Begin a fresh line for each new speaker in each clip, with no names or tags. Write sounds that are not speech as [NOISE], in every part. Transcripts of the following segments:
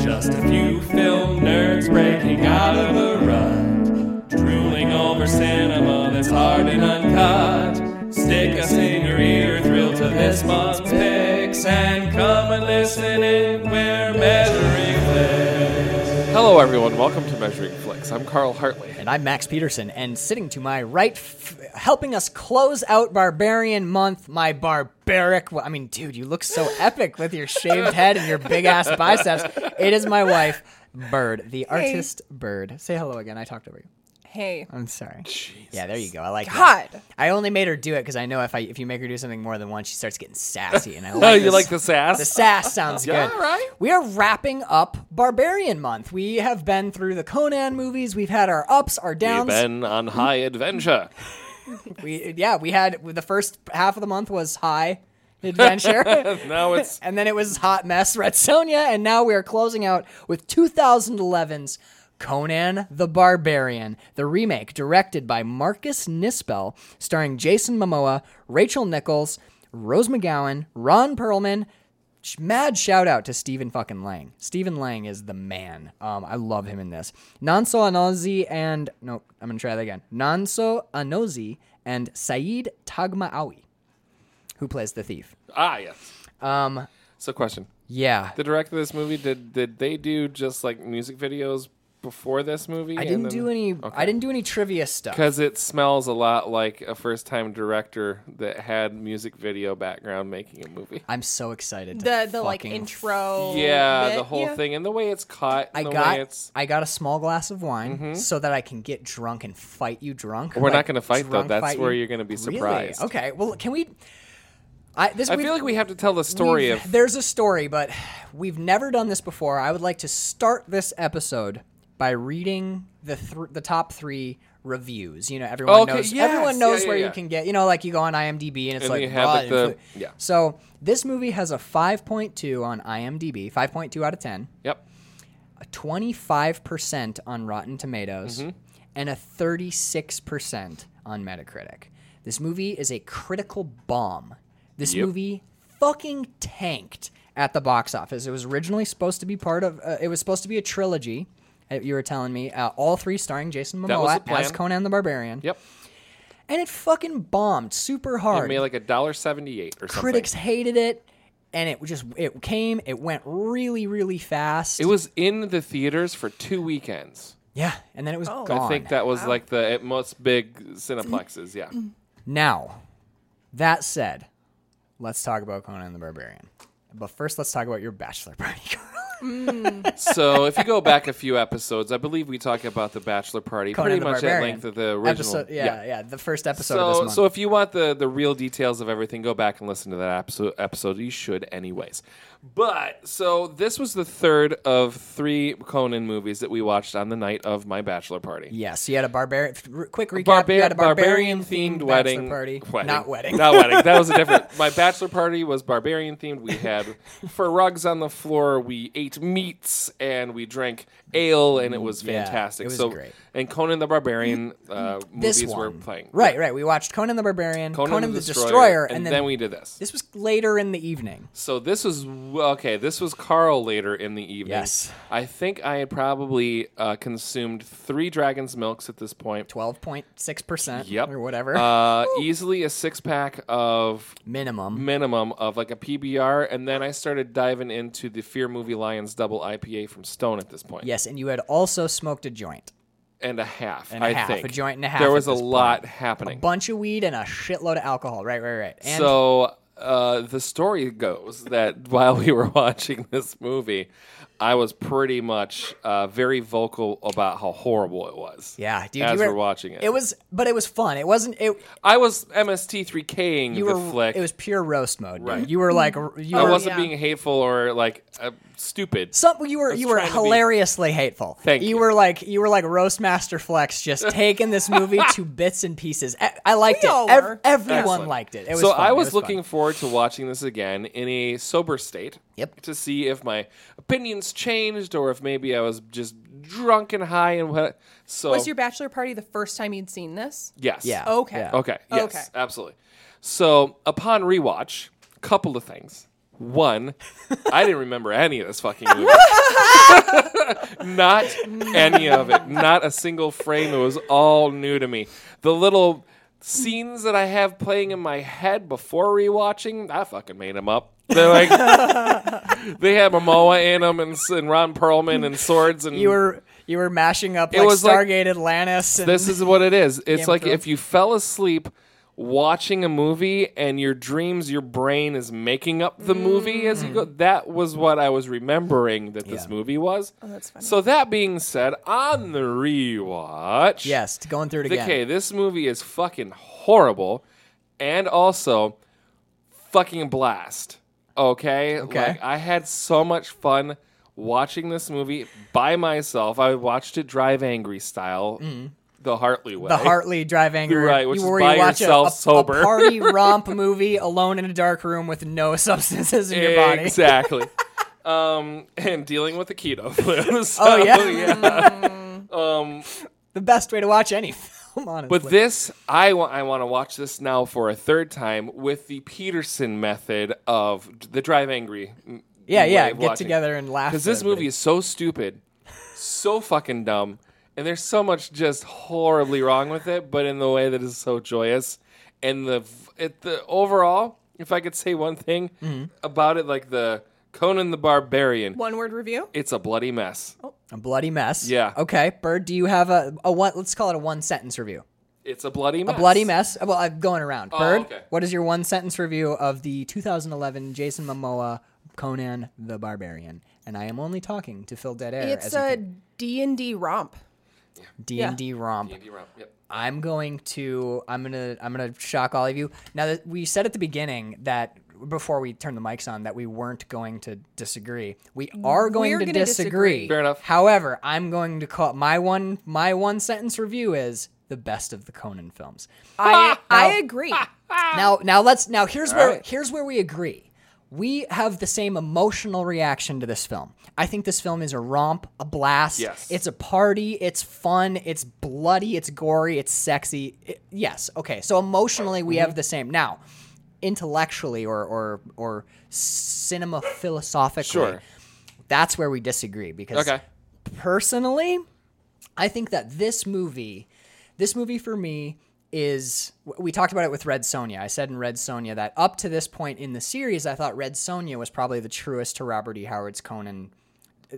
Just a few film nerds breaking out of a rut, drooling over cinema that's hard and uncut. Stick us in your ear, thrill to this month's picks, and come and listen in. We're measuring flicks.
Hello, everyone. Welcome to Measuring Flicks. I'm Carl Hartley.
And I'm Max Peterson, and sitting to my right, f- helping us close out Barbarian Month, my barbaric. I mean, dude, you
[LAUGHS]
look so epic with your shaved head and your big ass biceps. It is my wife, Bird, the artist Bird. Say hello again. I talked over you.
Hey.
I'm sorry. Yeah, there you go. I like that.
God.
I only made her do it because I know if I if you make her do something more than once, she starts getting sassy.
[LAUGHS]
And I like
Oh, you
this.
like the sass?
The sass sounds good.
Yeah, right.
We are wrapping up Barbarian Month. We have been through the Conan movies. We've had our ups, our
We've
downs.
been on high adventure.
We yeah, we had the first half of the month was high adventure.
Now
[LAUGHS]
it's
and then it was hot mess Red Sonia, and now we are closing out with 2011's Conan the Barbarian, the remake directed by Marcus Nispel, starring Jason Momoa, Rachel Nichols, Rose McGowan, Ron Perlman. Sh- Mad shout out to Stephen fucking Lang. Stephen Lang is the man. Um, I love him in this. Nanso Anozi and no, I'm gonna try that again. Nanso Anozi and Saeed Tagmaawi, who plays the thief.
ah yes.
Um,
So, question:
yeah.
The director of this movie did did they do just like music videos before this movie?
I didn't do any. I didn't do any trivia stuff.
because it smells a lot like a first time director that had music video background making a
[LAUGHS]
movie.
I'm so excited. to
The the like
fucking-
intro.
yeah,
bit,
the whole
yeah.
thing and the way it's caught.
Oh, I
and the way
got
it's Mm-hmm.
I got a small glass of wine so that I can get drunk and fight you drunk.
We're not
Like,
going to fight though.
drunk
That's
fight
where
you-
you're going to be
Really?
surprised.
Okay. Well, can we? I this.
I
we've-
feel like we have to tell the story
we've-
of
There's a story, but we've never done this before. I would like to start this episode by reading the thr the top three reviews. You know, everyone
Okay,
knows.
yes.
Everyone
Yeah,
knows
yeah,
where
yeah.
you can get. You know, like you go on IMDb and it's
And
like
you have,
raw
like, the-
info-
yeah.
So this movie has a 5.2 on IMDb, 5.2 out of 10,
yep.
a 25% on Rotten Tomatoes,
Mm-hmm.
and a 36% on Metacritic. This movie is a critical bomb. This
Yep.
movie fucking tanked at the box office. It was originally supposed to be part of. Uh, it was supposed to be a trilogy. uh, You were telling me uh, all three starring Jason
That was the
Momoa
plan.
as Conan the Barbarian.
Yep.
And it fucking bombed super
It
hard
made like a dollar seventy eight or something.
critics hated it and it just it came it went really really fast
It was in the theaters for two weekends.
yeah and then it was gone
Oh. I think that was like the at most big cineplexes.
[LAUGHS]
Yeah,
now that said let's talk about conan the barbarian but first let's talk about your bachelor [LAUGHS] party Carl.
so if you go back a few episodes, I believe we talk about the bachelor party
conan
pretty
the
much at
barbarian
length of the original.
episode yeah, yeah the first episode of this
So,
month
so if you want the, the real details of everything, go back and listen to that episode, episode. You should, anyways. But so this was the third of three Conan movies that we watched on the night of my bachelor party.
yeah, so you had a barbarian. Quick recap:
Barbar-
you had a
barbarian
barbarian-themed
themed wedding,
bachelor party, not wedding.
not wedding. That was a
[LAUGHS]
different. My bachelor party was barbarian themed. We had fur rugs on the floor. We ate meats and we drank ale, and it was
Yeah,
fantastic.
it was
so
great. Mm,
and Conan the Barbarian uh,
this
movies
one,
were playing.
right, right. We watched Conan the Barbarian,
Conan, the, Destroyer,
and,
then, we did this.
this was later in the evening.
So this was okay. This was Carl later in the evening.
Yes.
I think I had probably uh, consumed three dragons' milks at this point.
twelve point six percent
Yep.
or whatever
Uh,
[LAUGHS]
easily a six pack of
minimum.
minimum of like a PBR, and then I started diving into the Fear Movie Lions double IPA from Stone at this point.
Yes, and you had also smoked a joint,
and a half.
a
I
half,
think
a joint and a half
There
at
was a
this point.
lot happening.
bunch of weed, and a shitload of alcohol. Right, right, right. And
so uh, the story goes that [LAUGHS] while we were watching this movie, I was pretty much uh, very vocal about how horrible it was.
yeah, dude,
as
you were,
we're watching it,
It was, but it was fun. It wasn't. It
I was MST3King
you
the
were.
flick.
It was pure roast mode. dude.
Right.
You were like
Mm-hmm.
r- you
I
were
wasn't
yeah.
being hateful or like uh, stupid.
some you were
was
you were
trying to be-
hilariously hateful.
Thank you.
you were like you were like roast master
[LAUGHS]
flex, just taking this movie to bits and pieces. I, I liked
We
it.
all
Ev-
were.
everyone
Excellent.
liked it. It was
so
fun.
I
It
was,
was fun.
looking forward to watching this again in a sober state.
Yep.
To see if my opinions changed or if maybe I was just drunk and high and what. So
Was your bachelor party the first time you'd seen this?
yes.
Yeah.
Okay.
Yeah.
Okay. Yes.
Okay.
Absolutely. So upon rewatch, couple of things. One, I didn't remember any of this fucking movie. Not any of it. Not a single frame. It was all new to me. The little scenes that I have playing in my head before rewatching, I fucking made them up. They're like, they had Momoa in them and, s- and Ron Perlman and swords and
You were you were mashing up like
was like-
Stargate Atlantis. And
this is what it is. It's
of
like
Thrones.
if you fell asleep watching a movie and your dreams, your brain is making up the movie as you go. That was what I was remembering that this
Yeah.
movie was. Oh,
that's funny.
So that being said, on the rewatch,
yes, going through it again.
okay, this movie is fucking horrible, and also fucking blast. Okay,
Okay.
Like, I had so much fun watching this movie by myself. I watched it drive angry style, the Hartley way.
Mm-hmm. The Hartley Drive Angry.
right, which
you
is
were
by
you watch a-
yourself
a, a
sober. [LAUGHS]
party romp movie alone in a dark room with no [LAUGHS] substances in your body.
Exactly. um, and dealing with the keto flu. [LAUGHS] So,
Oh, yeah?
um,
The best way to watch any [LAUGHS] film, honestly.
but this, I want. I want to watch this now for a third time with the Peterson method of d- the drive angry. m-
yeah,
way
yeah,
of
get
watching.
together and laugh. [LAUGHS]
Because this
at it.
movie is so stupid, so fucking dumb, and there's so much just horribly wrong with it, but in the way that is so joyous. And the v- it, the overall, if I could say one thing
Mm-hmm.
about it, like the Conan the Barbarian,
One word review.
it's a bloody mess.
a bloody mess.
Yeah.
Okay, Bird, do you have a, a one? Let's call it a one sentence review.
It's a bloody mess.
A bloody mess. Uh, Well, I'm going around. Bird,
okay.
what is your one sentence review of the 2011 Jason Momoa Conan the Barbarian? And I am only talking to fill dead air.
It's
as we
a
can-
D and D romp.
D and D romp.
Andy Rump, yep.
I'm going to I'm gonna I'm gonna shock all of you. Now that we said at the beginning that before we turned the mics on that we weren't going to disagree. We are going
We're
to
gonna
disagree.
disagree.
Fair enough.
However, I'm going to call my one my one sentence review is the best of the Conan films.
I I agree.
Now now let's now here's where
right.
here's where we agree. We have the same emotional reaction to this film. I think this film is a romp, a blast.
Yes.
It's a party, it's fun, it's bloody, it's gory, it's sexy. It- yes. Okay. So emotionally we
Mm-hmm.
have the same. Now, intellectually or or or cinema philosophically,
Sure.
that's where we disagree because
Okay.
personally, I think that this movie, this movie for me is we talked about it with Red Sonja. I said in Red Sonja that up to this point in the series, I thought Red Sonja was probably the truest to Robert E. Howard's Conan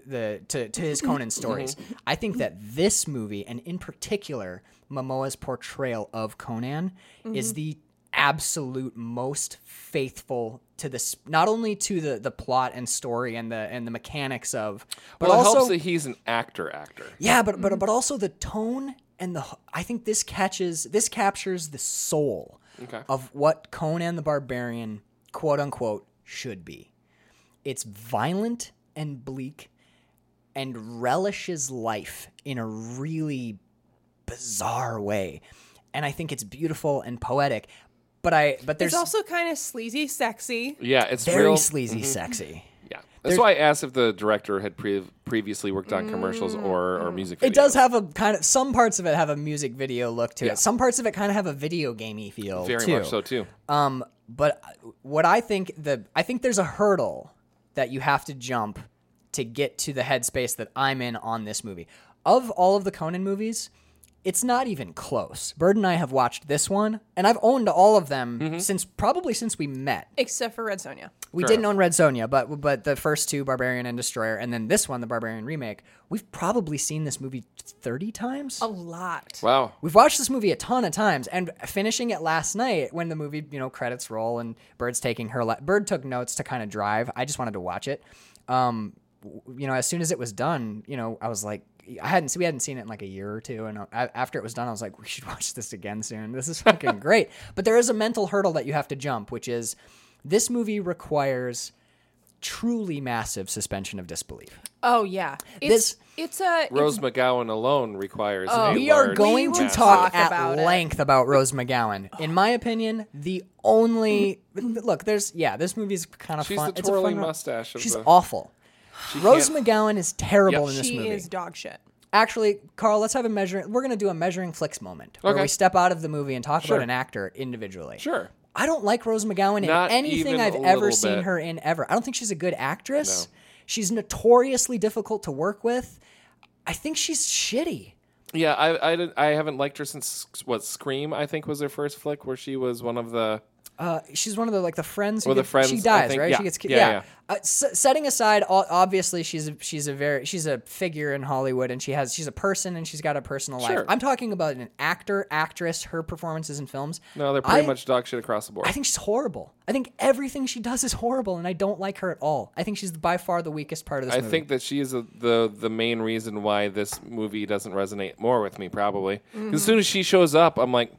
the to, to
Mm-hmm.
his Conan stories. I think that this movie, and in particular Momoa's portrayal of Conan,
Mm-hmm.
is the absolute most faithful to this not only to the the plot and story and the and the mechanics of but
Well, it
also
helps that he's an actor. Actor.
yeah, but
Mm-hmm.
but but also the tone and the I think this catches this captures the soul
Okay.
of what Conan the Barbarian quote unquote should be. It's violent and bleak and relishes life in a really bizarre way. And I think it's beautiful and poetic. But I but there's
It's also kind of sleazy, sexy.
Yeah, it's
very
real. Mm-hmm. [LAUGHS]
sleazy sexy.
yeah, that's why I asked if the director had pre- previously worked on commercials or or music.
Mm. It does
videos.
have a kind of some parts of it have a music video look to
Yeah.
it. Some parts of it kind of have a video gamey feel
very
too.
much so too.
Um, but what I think the I think there's a hurdle that you have to jump to get to the headspace that I'm in on this movie. Of all of the Conan movies, it's not even close. Bird and I have watched this one, and I've owned all of them since probably since we met.
Except for Red Sonja.
We didn't own Red Sonja, but but the first two, Barbarian and Destroyer, and then this one, the Barbarian remake. We've probably seen this movie thirty times.
A lot.
Wow.
We've watched this movie a ton of times, and finishing it last night when the movie, you know, credits roll and Bird's taking her. La- Bird took notes to kind of drive. I just wanted to watch it. Um, w- you know, as soon as it was done, you know, I was like, I hadn't we hadn't seen it in like a year or two, and uh, a- after it was done, I was like, we should watch this again soon. This is fucking great. But there is a mental hurdle that you have to jump, which is this movie requires truly massive suspension of disbelief.
Oh yeah. It's
This-
it's a it's
Rose McGowan alone requires. a
we are
large
going
We
to
will
massive-
talk
talk
at
about it.
length about Rose McGowan. In my opinion, the only look there's yeah, this movie's kind of
She's
fun.
the
it's a
twirling
fun-
mustache of
She's
the-
awful.
She
Rose
can't-
McGowan is terrible
Yep.
in this
she
movie.
is dog shit.
Actually, Carl, let's have a measuring. We're going to do a measuring flicks moment where
Okay.
we step out of the movie and talk
Sure.
about an actor individually.
Sure.
I don't like Rose McGowan
Not
in anything
even
I've
a
ever
little
seen
bit.
her in ever. I don't think she's a good actress.
No.
She's notoriously difficult to work with. I think she's shitty.
Yeah, I I, didn't, I haven't liked her since what Scream I think was her first flick where she was one of the
Uh, she's one of the like the friends. Who
Well, the
get- she
friends, I
dies,
think.
right?
Yeah.
She gets ki-
Yeah,
yeah.
yeah.
Uh, s- setting aside, all, obviously, she's a, she's a very she's a figure in Hollywood, and she has she's a person, and she's got a personal life.
Sure.
I'm talking about an actor, actress, her performances in films.
no they're pretty
I-
much dog shit across the board.
I think she's horrible. I think everything she does is horrible, and I don't like her at all. I think she's by far the weakest part of this
I
movie.
think that she is a, the the main reason why this movie doesn't resonate more with me probably. 'Cause As soon as she shows up, I'm like,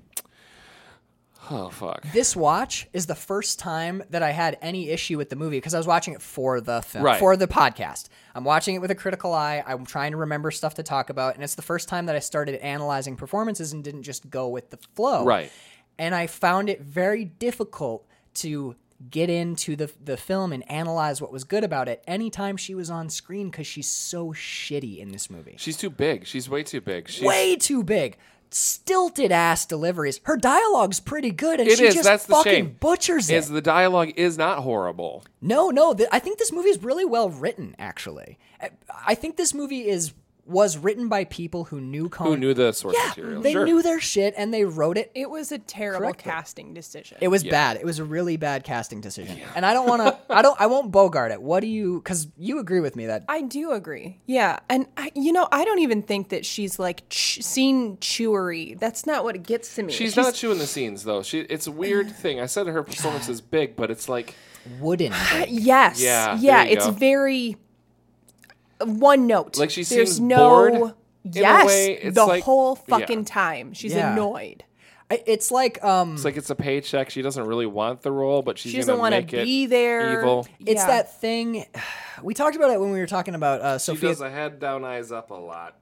oh fuck.
this watch is the first time that I had any issue with the movie because I was watching it for the film,
Right.
for the podcast. I'm watching it with a critical eye. I'm trying to remember stuff to talk about, and it's the first time that I started analyzing performances and didn't just go with the flow.
Right.
And I found it very difficult to get into the the film and analyze what was good about it anytime she was on screen because she's so shitty in this movie.
She's too big. She's way too big. She's,
way too big. Stilted ass deliveries. Her dialogue's pretty good, and
It
she
is.
just
That's the
fucking
shame.
butchers it.
is the dialogue is not horrible.
No, no. Th- I think this movie is really well written. Actually, I- I think this movie is was written by people who knew Conan.
Who knew the source
Yeah,
material?
they
sure.
knew their shit and they wrote it.
It was a terrible
Correctly.
casting decision.
It was bad. It was a really bad casting decision. And I don't want to. I don't. I won't bogart it. What do you? Because you agree with me that
I do agree. Yeah, and I, you know, I don't even think that she's like ch- scene chewery. That's not what it gets to me.
She's not chewing the scenes though. She it's a
[SIGHS]
weird thing. I said her performance is big, but it's like
wooden.
Yes.
Yeah,
Yeah.
there you
it's
go.
very one note.
Like, she
There's
seems bored
no.
in a
Yes.
way. It's
the
like-
whole
yeah.
fucking time. She's
Yeah.
annoyed.
I- It's like um.
it's like it's a paycheck. She doesn't really want the role, but she's
She doesn't
gonna
want
make
to
it
be there.
Evil.
It's
Yeah.
that thing. [SIGHS] We talked about it when we were talking about uh,
She
Sophia
does a head down, eyes up a lot.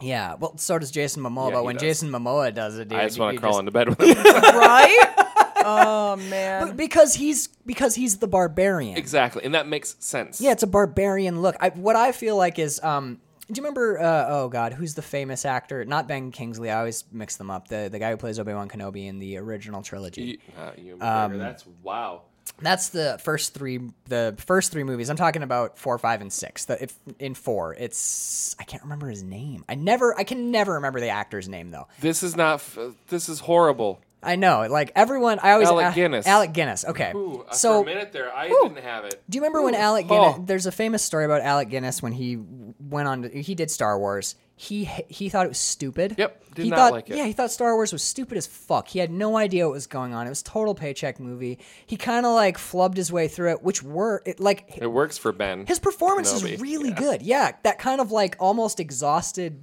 Yeah, well, so does Jason Momoa.
Yeah,
but
he
when
does.
Jason Momoa does it, dude,
I just want
you
to crawl into bed with [LAUGHS] her.
right? [LAUGHS] oh man.
But because he's because he's the barbarian.
exactly, and that makes sense.
Yeah, it's a barbarian look. I, what I feel like is, um, do you remember? Uh, oh God, who's the famous actor? Not Ben Kingsley. I always mix them up. The the guy who plays Obi Wan Kenobi in the original trilogy.
You- uh, you- that's wow.
That's the first three. The first three movies. I'm talking about four, five, and six. The, if in four, it's I can't remember his name. I never. I can never remember the actor's name though.
This is not. F- this is horrible.
I know. Like everyone, I always
Alec
uh,
Guinness.
Alec Guinness. Okay. so
uh, minute there, I didn't have it.
Do you remember when Alec
oh.
Guinness? There's a famous story about Alec Guinness when he went on. To, he did Star Wars. He he thought it was stupid.
Yep, did
he
not
thought,
like it.
Yeah, he thought Star Wars was stupid as fuck. He had no idea what was going on. It was a total paycheck movie. He kind of like flubbed his way through it, which were it like
It works for Ben.
his performance
Kenobi,
is really good. Yeah, that kind of like almost exhausted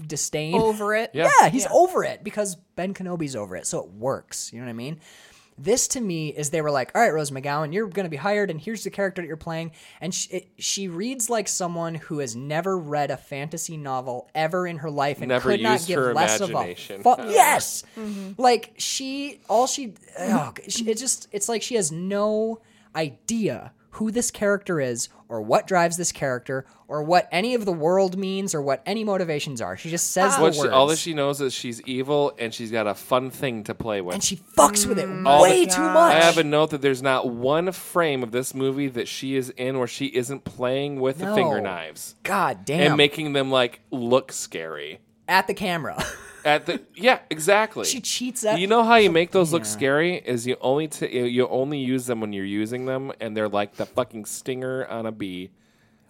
disdain
[LAUGHS] Over it.
Yeah.
yeah, he's over it because Ben Kenobi's over it, so it works. You know what I mean? This to me is they were like, "All right, Rose McGowan, you're going to be hired, and here's the character that you're playing." And she, it, she reads like someone who has never read a fantasy novel ever in her life and
Never
could not
used
give
her
less of a
imagination.
fuck. yes, like she, all she, ugh, she, it just, it's like she has no idea who this character is or what drives this character or what any of the world means or what any motivations are. She just says the
What she,
words
all that she knows is she's evil and she's got a fun thing to play with.
and she fucks with it
Mm. All
way
the-
too much.
I have a note that there's not one frame of this movie that she is in where she isn't playing with the
No.
finger knives
God damn.
and making them like look scary.
at
[LAUGHS]
the camera.
At the yeah, exactly.
she cheats at
You know how you make those look scary is you only t- you only use them when you're using them, and they're like the fucking stinger on a bee,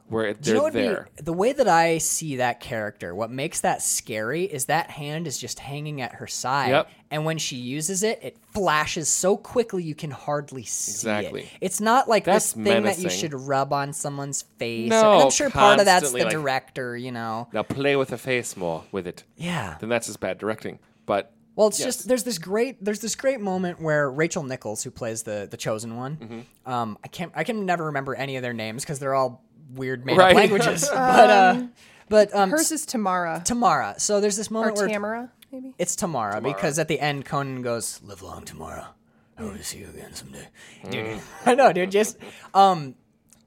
where
Do
they're
you know what would be-
there.
the way that I see that character, what makes that scary is that hand is just hanging at her side.
Yep.
And when she uses it, it flashes so quickly you can hardly see
Exactly.
it. It's not like
That's
this thing that you
menacing.
should rub on someone's face.
No,
and I'm sure part of that's
constantly,
the
like-
director, you know.
Now play with the face more with it.
Yeah.
Then that's just bad directing. But
Well, it's
Yes.
just there's this great there's this great moment where Rachel Nichols, who plays the the chosen one,
Mm-hmm.
um, I can't I can never remember any of their names because they're all weird made up
Right. [LAUGHS]
languages. but uh, but um,
Hers is Tamara
Tamara. So there's this
or
moment where
Tamara, maybe.
it's Tamara, because at the end Conan goes, "Live
Mm.
[LAUGHS] long, Tamara. I want to see you again someday." Dude, I know, dude. Just um,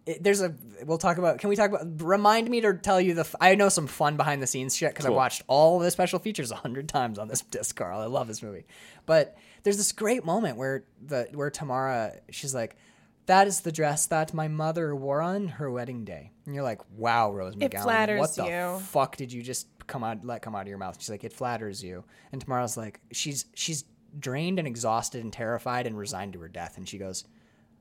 it- there's a we'll talk about can we talk about remind me to tell you the f- i know some fun behind the scenes shit because i watched all the special features a hundred times on this [LAUGHS] disc carl i love this movie but there's this great moment where the where tamara she's like that is the dress that my mother wore on her wedding day and you're like wow rose mcgowan
flatters
what the
you."
fuck did you just come out let come out of your mouth she's like it flatters you and tomorrow's like she's she's drained and exhausted and terrified and resigned to her death and she goes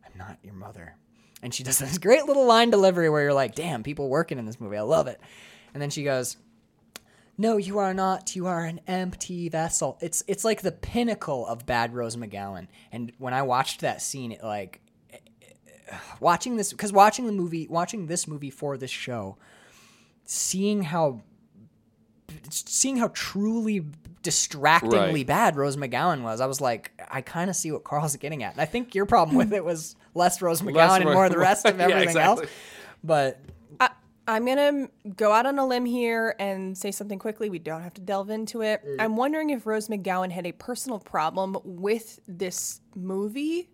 i'm not your mother and she does [LAUGHS] this great little line delivery where you're like damn people working in this movie i love it and then she goes no you are not you are an empty vessel it's it's like the pinnacle of bad rose mcgowan and when i watched that scene it like [SIGHS] watching this because watching the movie watching this movie for this show seeing how seeing how truly distractingly
Right.
bad rose mcgowan was i was like i kind of see what carl's getting at and i think your problem with it was less
[LAUGHS]
rose mcgowan and
Rose
more of the rest of
McGowan. [LAUGHS] Yeah,
everything
exactly.
else but
I, I'm going to go out on a limb here and say something quickly. We don't have to delve into it. I'm wondering if Rose McGowan had a personal problem with this movie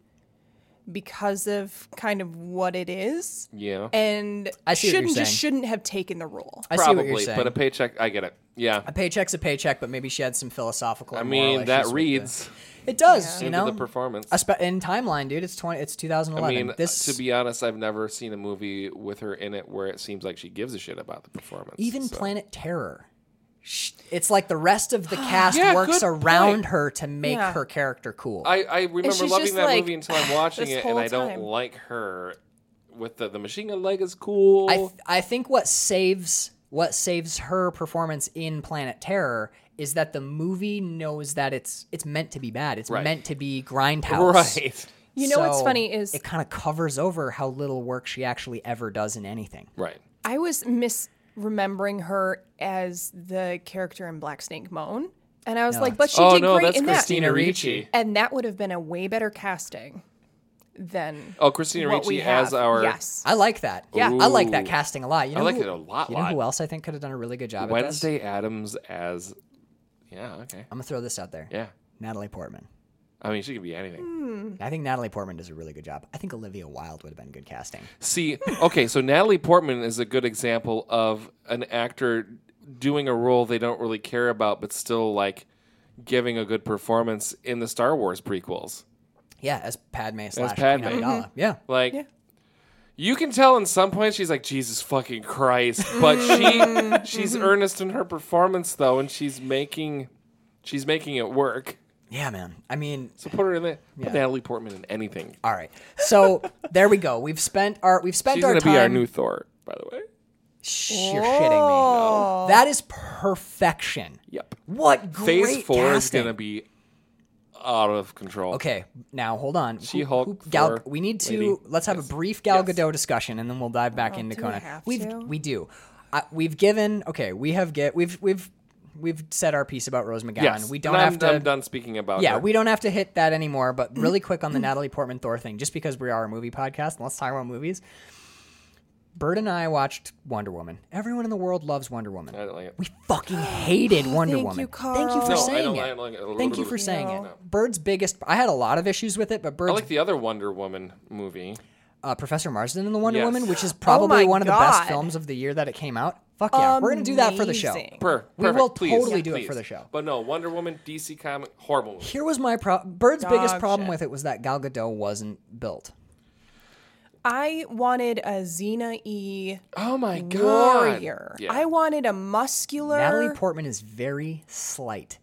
because of kind of what it is.
Yeah.
And
I see what you're
shouldn't just
saying.
shouldn't have taken the role.
Eh, i see what you're
Probably,
saying
but a paycheck. I get it. Yeah.
a paycheck's a paycheck but maybe she had some philosophical
I
and moral
mean, that
issues with
reads
it. it does you
into
know
the performance.
I spe- in timeline dude it's 20 it's 2011
I mean, uh,
this
to be honest, I've never seen a movie with her in it where it seems like she gives a shit about the performance.
even
so.
Planet Terror. Sh- It's like the rest
[GASPS]
of the cast
Yeah,
works
good
around
point.
her to make
Yeah.
her character cool.
I, I remember
she's
loving
just
that
like,
movie until
[SIGHS]
I'm watching
this
it, and
whole
I don't
time.
like her. With the the machine gun leg is cool.
I, th- I think what saves what saves her performance in Planet Terror is that the movie knows that it's it's meant to be bad. It's
Right.
meant to be grindhouse.
right,
You know what's
So
funny is
it kind of covers over how little work she actually ever does in anything.
[LAUGHS] right.
I was misremembering her as the character in Black Snake Moan. And I was like, but she
oh
did
no,
great
that's
in
Christina
that.
Ricci.
Ricci.
And that would have been a way better casting than
Oh, Christina
what we
Ricci as
have.
our
yes.
I like that.
Yeah.
I like
Ooh.
that casting a lot. You
I
know
like
who-
it a lot,
You know who
lot.
else I think could have done a really good job? at this?
Wednesday Adams as. Yeah. Okay.
I'm gonna throw this out there.
Yeah.
Natalie Portman.
I mean, she could be anything.
I think Natalie Portman does a really good job. I think Olivia Wilde would have been good casting.
See, okay, so Natalie Portman is a good example of an actor doing a role they don't really care about, but still like giving a good performance in the Star Wars prequels.
Yeah, as Padme slash
Padme. Mm-hmm.
Queen Amidala. Yeah,
Like, you can tell in some points she's like Jesus fucking Christ,
Mm-hmm.
but she she's earnest in her performance though, and she's making she's making it work.
yeah, man. I mean,
So put her in there. Put Natalie Portman in anything.
all right. So there we go. We've spent our we've spent
She's
our
gonna
time.
be our new Thor, by the way.
Shh, you're shitting me. That is perfection.
Yep.
What great
Phase four is
casting.
gonna be out of control.
Okay, now hold on. Who-
She-Hulk,
who- Gal,
Thor,
we need to
lady.
let's have a brief Gal Gadot discussion, and then we'll dive back into
Oh, do we
Conan.
have
We've
to?
we do. I, we've given okay. We have get we've we've we've said our piece about Rose McGowan.
Yes.
We don't
And I'm-
have to.
I'm done speaking about.
Yeah,
her.
we don't have to hit that anymore. But really quick on the Natalie Portman Thor thing, just because we are a movie podcast, and let's talk about movies. Bird and I watched Wonder Woman. Everyone in the world loves Wonder Woman.
I don't like it.
We fucking hated Wonder
Thank
Woman.
you,
Thank you for
Carl.
Uh, No, I
saying
don't
it.
like- I don't like it.
Thank you for saying
No.
it. Bird's biggest. I had a lot of issues with it, but
I
Bird's
like the other Wonder Woman movie.
uh, Professor Marsden and the Wonder
Yes.
Woman, which
[GASPS]
is probably
Oh my
one of the best
God.
films of the year that it came out. Fuck yeah, we're gonna do that for the show.
Amazing.
Per,
We will
perfect, please,
totally do it
please.
for the show.
But no, Wonder Woman, DC comic, horrible movie.
Here was my pro- Bird's biggest
Dog
problem
shit.
with it was that Gal Gadot wasn't built.
I wanted a Xena E
Oh my god.
warrior.
Yeah.
I wanted a muscular.
Natalie Portman is very slight.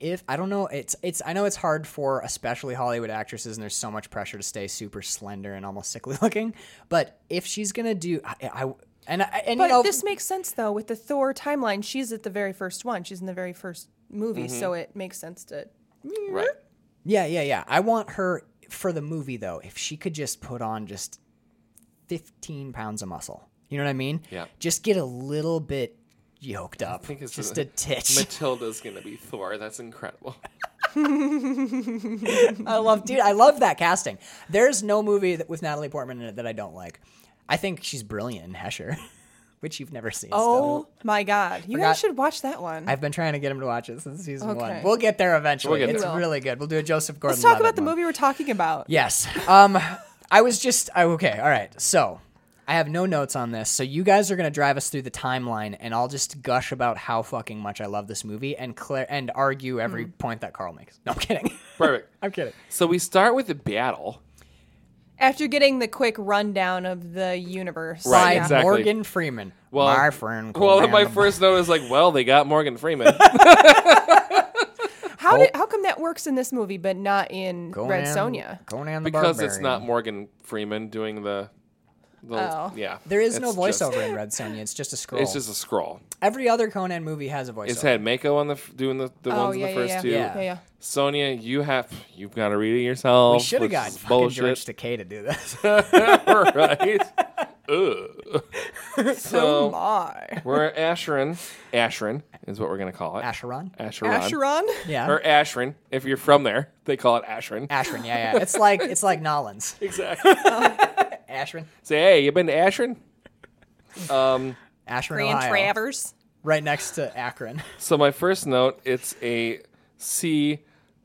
If I don't know, it's it's I know it's hard for especially Hollywood actresses, and there's so much pressure to stay super slender and almost sickly [LAUGHS] looking. But if she's gonna do, I, I and I, and
but
you know,
this makes sense though with the Thor timeline. She's at the very first one. She's in the very first movie, so it makes sense to.
right.
yeah, yeah, yeah. I want her for the movie though. If she could just put on just 15 pounds of muscle, you know what I mean?
Yeah.
Just get a little bit yoked up,
think it's
just
a-
a titch.
Matilda's gonna be Thor. That's incredible. [LAUGHS]
[LAUGHS] I love, dude. I love that casting. There's no movie that, with Natalie Portman in it that I don't like. I think she's brilliant in Hesher, [LAUGHS] which you've never seen. still.
Oh my God! You
Forgot-
guys should watch that one.
I've been trying to get him to watch it since season one.
Okay.
We'll get there eventually.
We'll get
it's
there.
really good. We'll do a Joseph Gordon.
Let's talk about the movie we're talking about.
Yes. Um, I was just I, okay. All right. So I have no notes on this, so you guys are gonna drive us through the timeline, and I'll just gush about how fucking much I love this movie and clear and argue every point that Carl makes. No, I'm kidding. [LAUGHS]
Perfect.
Hmm. I'm kidding.
So we start with the battle.
After getting the quick rundown of the universe,
Right,
By
Yeah.
exactly.
Morgan Freeman.
Well,
my friend.
Well,
Conan
my
the-
first note is like, well, they got Morgan
[LAUGHS]
Freeman.
How did, how come that works in this movie but not in
Conan-
Red Sonia?
Conan the
because
Barbarian.
it's not Morgan Freeman doing the. the
Oh.
Yeah.
There is no
It's just-
voiceover in Red Sonja. It's just a scroll.
It's just a scroll.
every other Conan movie has a voiceover.
It's had Mako on the f- doing the, the
Oh,
ones in
yeah,
the
yeah,
first
yeah.
two.
Yeah.
Yeah, yeah.
Sonia, you have you've got to read it yourself.
we should have
which
got
is [LAUGHS]
fucking George
bullshit,
Takei to do this. [LAUGHS]
right? Ugh.
Oh
[LAUGHS] So
my.
we're at Asheron. Asheron is what we're gonna call it. [LAUGHS]
Asheron.
Asheron.
Asheron?
Yeah.
Or Asheron. If you're from there, they call it Asheron.
Ashrin, yeah, yeah. It's like it's like Nolans.
exactly. [LAUGHS]
Ashrin,
Say, hey, you been to Asheron?
Ashrin,
Grand
Ohio,
Travers.
right next to Akron.
So my first note, it's a C,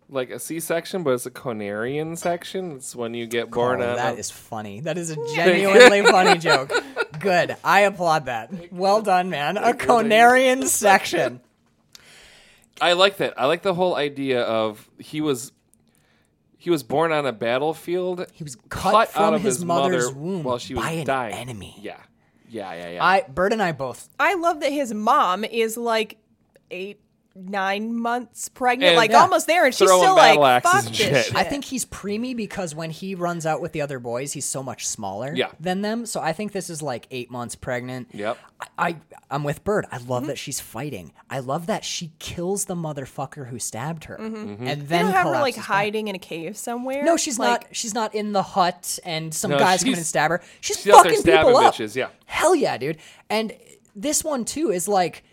like a C section, but it's a Conarian section. It's when you get born
Oh,
on.
that
a-
is funny. That is a genuinely
[LAUGHS]
funny joke. Good. I applaud that. Well done, man.
[LAUGHS]
A Conarian section.
I like that. I like the whole idea of he was. He was born on a battlefield. He
was cut from his mother's womb
while she was
by an
dying.
enemy.
Yeah, yeah, yeah, yeah.
I Bird and I both.
I love that his mom is like eight, nine months pregnant,
And
like
yeah,
almost there, and she's
throwing
still
battle
like,
axes
fuck
and shit.
this shit.
I think he's preemie because when he runs out with the other boys, he's so much smaller
Yeah.
than them. So I think this is like eight months pregnant.
Yep.
I, I I'm with Bird. I
Mm-hmm.
love that she's fighting. I love that she kills the motherfucker who stabbed her,
Mm-hmm.
and
Mm-hmm. you
then
don't have her like
collapses back.
hiding in a cave somewhere.
No, she's
like,
not. She's not in the hut, and some
No,
guys come in
she's-
and stab her. She's,
she's out there
fucking
stabbing
people up.
bitches, yeah.
hell yeah, dude. And this one too is like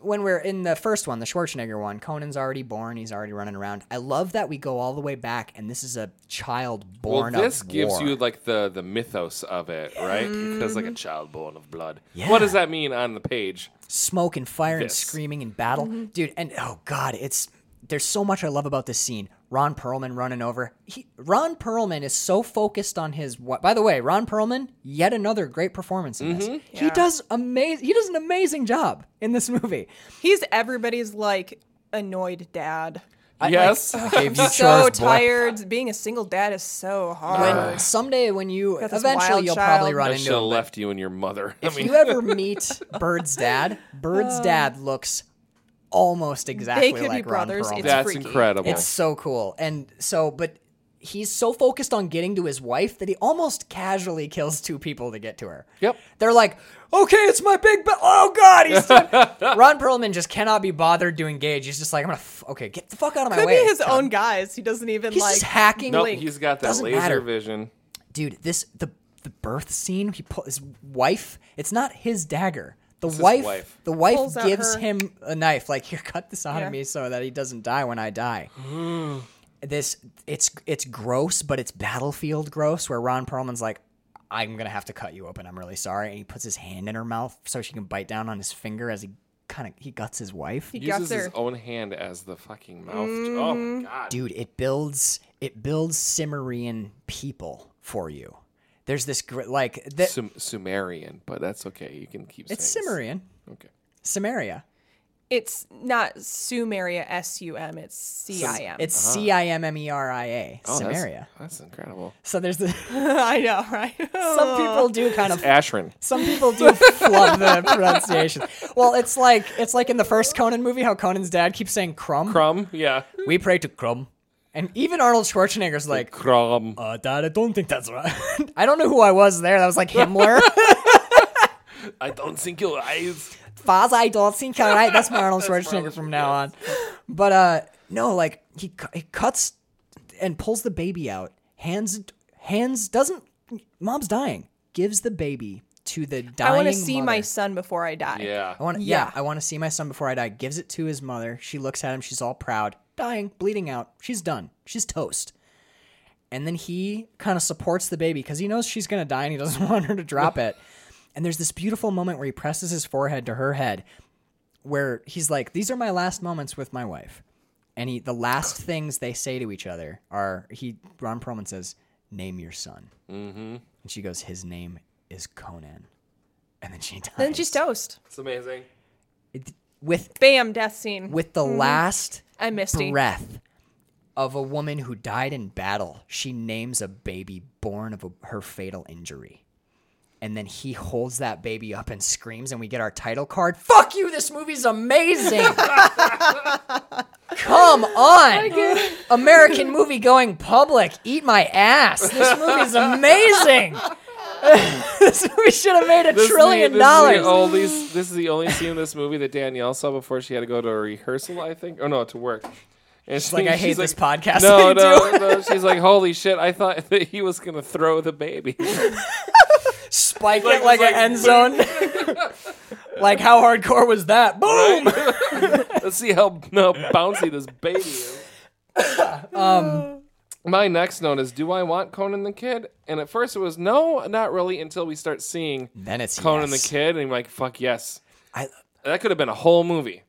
when we're in the first one, the Schwarzenegger one. Conan's already born. He's already running around. I love that we go all the way back, and this is a child
well,
born.
this
of
gives
war. Mm.
you like the the mythos of it, right? Because like a child born of blood.
Yeah.
What does that mean on the page?
smoke and fire and
This.
screaming and battle,
Mm-hmm.
dude. And oh god, it's there's so much I love about this scene. Ron Perlman running over. He, Ron Perlman is so focused on his. wi- By the way, Ron Perlman, yet another great performance in this. He does amazing. He does an amazing job in this movie.
he's everybody's like annoyed dad.
yes. [LAUGHS]
I [LAUGHS] gave you
So
chores, boy.
tired. Being a single dad is so hard.
Someday, when you
Got this
eventually,
wild
you'll
child.
probably
I
run
should
into
have
him.
left you and your mother. I mean,
If you ever meet Bird's dad,
[LAUGHS]
Bird's dad looks almost exactly
Uh. could be
like Ron
brothers.
Perlman.
It's
that's
freaky.
incredible.
It's so cool. And so, but he's so focused on getting to his wife that he almost casually kills two people to get to her.
Yep.
They're like, okay, it's my big, ba- oh God, he's.
[LAUGHS]
Ron Perlman just cannot be bothered to engage. He's just like, I'm gonna, f- okay, get the fuck out of my
Could
way.
be his
Tom."
own guys. He doesn't even
He's
like.
just hacking.
nope,
Link.
he's got that
Doesn't
laser
matter.
vision.
Dude, this, the, the birth scene, he pull, his wife, it's not his dagger. The wife,
wife.
the wife
Pulls out
gives
her-
him a knife, like [LAUGHS] here, cut this out
Yeah.
of me so that he doesn't die when I die. this it's it's gross, but it's battlefield gross where Ron Perlman's like, I'm gonna have to cut you open. I'm really sorry. And he puts his hand in her mouth so she can bite down on his finger as he kind of he guts his wife.
he
Uses
guts
his
her.
own hand as the fucking mouth. Oh my god.
Dude, it builds it builds Cimmerian people for you. There's this gr- like that
Sum- Sumerian, but that's okay. You can keep.
it's
saying
Cimmerian,
Okay.
Samaria.
It's not Sumeria, S U M. It's C I M.
It's C I M M E R I A, Samaria.
Oh, That's, incredible.
So there's the, [LAUGHS]
[LAUGHS] I know, right?
some people do kind of
Ashrin.
Some people do flub the [LAUGHS] pronunciation. Well, it's like it's like in the first Conan movie how Conan's dad keeps saying crumb.
Crumb. Yeah.
We pray to crumb. And even Arnold Schwarzenegger's like,
Crumb.
uh, Dad, I don't think that's right. [LAUGHS] I don't know who I was there. That was [LAUGHS] like Himmler.
I don't think your eyes.
Faz, I don't think I'm right. [LAUGHS] That's my Arnold Schwarzenegger from now on. But uh, no, like he, cu- he cuts and pulls the baby out. Hands hands doesn't. Mom's dying. Gives the baby to the dying.
I want to see
mother.
my son before I die.
Yeah.
I want yeah.
Yeah.
I want to see my son before I die. Gives it to his mother. She looks at him. She's all proud, dying, bleeding out. She's done. She's toast. And then he kind of supports the baby because he knows she's gonna die and he doesn't [LAUGHS] want her to drop it. And there's this beautiful moment where he presses his forehead to her head, where he's like, "These are my last moments with my wife." And he, the last things they say to each other are, he Ron Perlman says, "Name your son," mm-hmm. and she goes, "His name is Conan. And then she dies.
Then she's toast.
It's amazing.
It- with
Bam, death scene.
with the last
Mm-hmm. I missed it.
breath of a woman who died in battle, she names a baby born of a, her fatal injury. And then he holds that baby up and screams, and we get our title card. Fuck you, this movie's
[LAUGHS]
amazing. Come on. American movie going public. Eat my ass. This movie's amazing. [LAUGHS] this movie should have made a
This is the-
trillion
this
dollars.
Is the only, this is the only scene in this movie that Danielle saw before she had to go to a rehearsal, I think. Oh, no, to work. And she's
like, "I hate this podcast
No,
[LAUGHS] I
no, no. She's like, holy shit, I thought [LAUGHS] that he was going to throw the baby.
spike
Like,
it like,
like- [LAUGHS]
an end zone. [LAUGHS] like how hardcore was that? Boom.
Let's see how, how bouncy this baby is. Um, My next note is Do I want Conan the Kid? And at first it was no, not really, until we start seeing
Then it's
Conan
yes.
the Kid, and I'm like, fuck yes.
[LAUGHS] I,
That could have been a whole movie.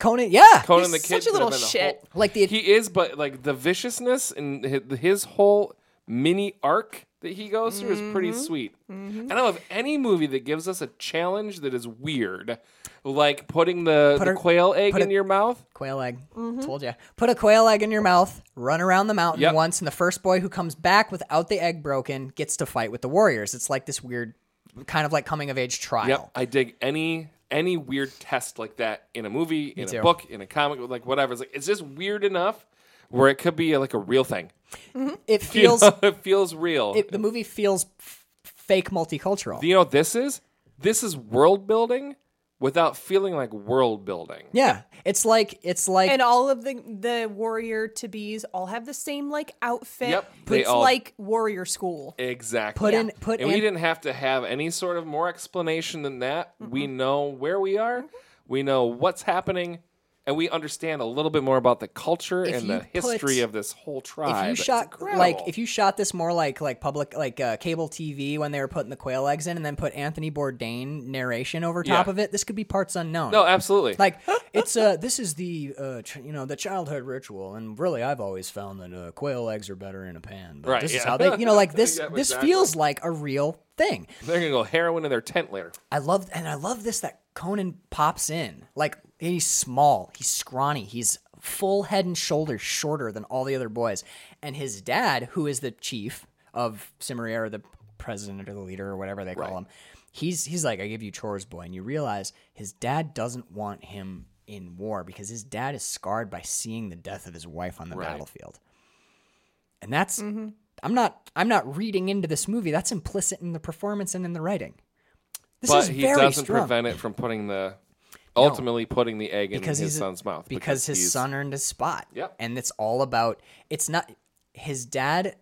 Conan, yeah.
Conan
He's
the Kid.
such a
could have
little
been
shit.
whole-
Like the-
he is, but like the viciousness and hi- his whole mini arc that he goes through is pretty sweet. And I love any movie that gives us a challenge that is weird, like putting the,
Put
the
a-
quail egg
put a-
in your mouth.
Quail egg. Told you. Put a quail egg in your mouth, run around the mountain
Yep.
once, and the first boy who comes back without the egg broken gets to fight with the warriors. It's like this weird, kind of like coming of age trial.
Yep, I dig any any weird test like that in a movie, in
too.
a book, in a comic, like whatever. It's like it's just weird enough where it could be like a real thing. [LAUGHS]
It
You
feels,
know, it feels real.
it, the movie feels f- fake multicultural.
Do you know what this is? This is world building without feeling like world building.
yeah. It's like, it's like,
and all of the the warrior to be's all have the same like outfit.
Yep, they
It's
all-
like warrior school.
Exactly.
Put in- put
and we
in-
didn't have to have any sort of more explanation than that.
Mm-hmm.
We know where we are. We know what's happening. And we understand a little bit more about the culture
If
and
you
the history
put-
of this whole tribe.
if you
It's
shot
incredible.
like if you shot this more like like public like uh, cable TV when they were putting the quail eggs in and then put Anthony Bourdain narration over top
Yeah.
of it, this could be parts unknown.
no, absolutely.
Like it's uh this is the uh tr- you know the childhood ritual and really I've always found that uh, quail eggs are better in a pan but
Right,
this is
yeah.
how they
[LAUGHS]
you know like this
Yeah,
this
exactly.
feels like a real thing.
They're gonna go heroin in their tent later.
I love and I love this that Conan pops in. Like he's small, he's scrawny, he's full head and shoulders shorter than all the other boys. And his dad, who is the chief of Cimmeria or the president or the leader or whatever they call him, he's he's like, I give you chores, boy, and you realize his dad doesn't want him in war because his dad is scarred by seeing the death of his wife on the
Right.
battlefield. And that's
Mm-hmm.
I'm not I'm not reading into this movie. That's implicit in the performance and in the writing. This
but
is
he
very
doesn't
strong
prevent it from putting the ultimately putting the egg in
because
his
he's a-
son's mouth.
Because, his
he's-
son earned his spot.
Yep.
And it's all about it's not his dad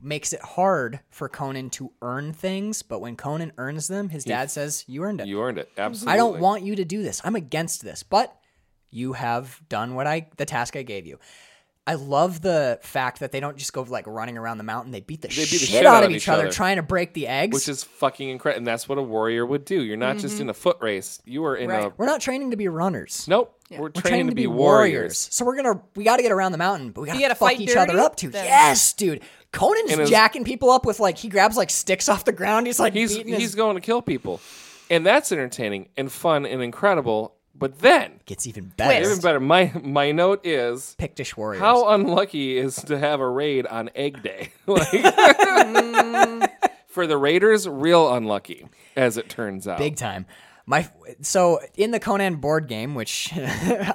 makes it hard for Conan to earn things, but when Conan earns them, his dad says, You earned it.
You earned it. Absolutely.
I don't want you to do this. I'm against this, but you have done what I the task I gave you. I love the fact that they don't just go like running around the mountain. They beat the,
beat the
shit, out, of each, other,
other.
trying to break the eggs.
which is fucking incredible. And that's what a warrior would do. You're not just in a foot race. You are in a
We're not training to be runners.
nope. We're, training to be warriors.
So we're gonna we got to get around the mountain, but we got to
gotta
fuck
fight
each
dirty?
other up too.
Then-
Yes, dude. Conan's
And it's-
jacking people up with like he grabs like sticks off the ground. He's like
He's
beating his-
he's going to kill people, and that's entertaining and fun and incredible. But then
gets even
even
better.
better, my my note is
Pictish warriors.
How unlucky is to have a raid on Egg Day? [LAUGHS] Like,
Mm.
for the Raiders, real unlucky, as it turns out.
big time. My so in the Conan board game, which [LAUGHS]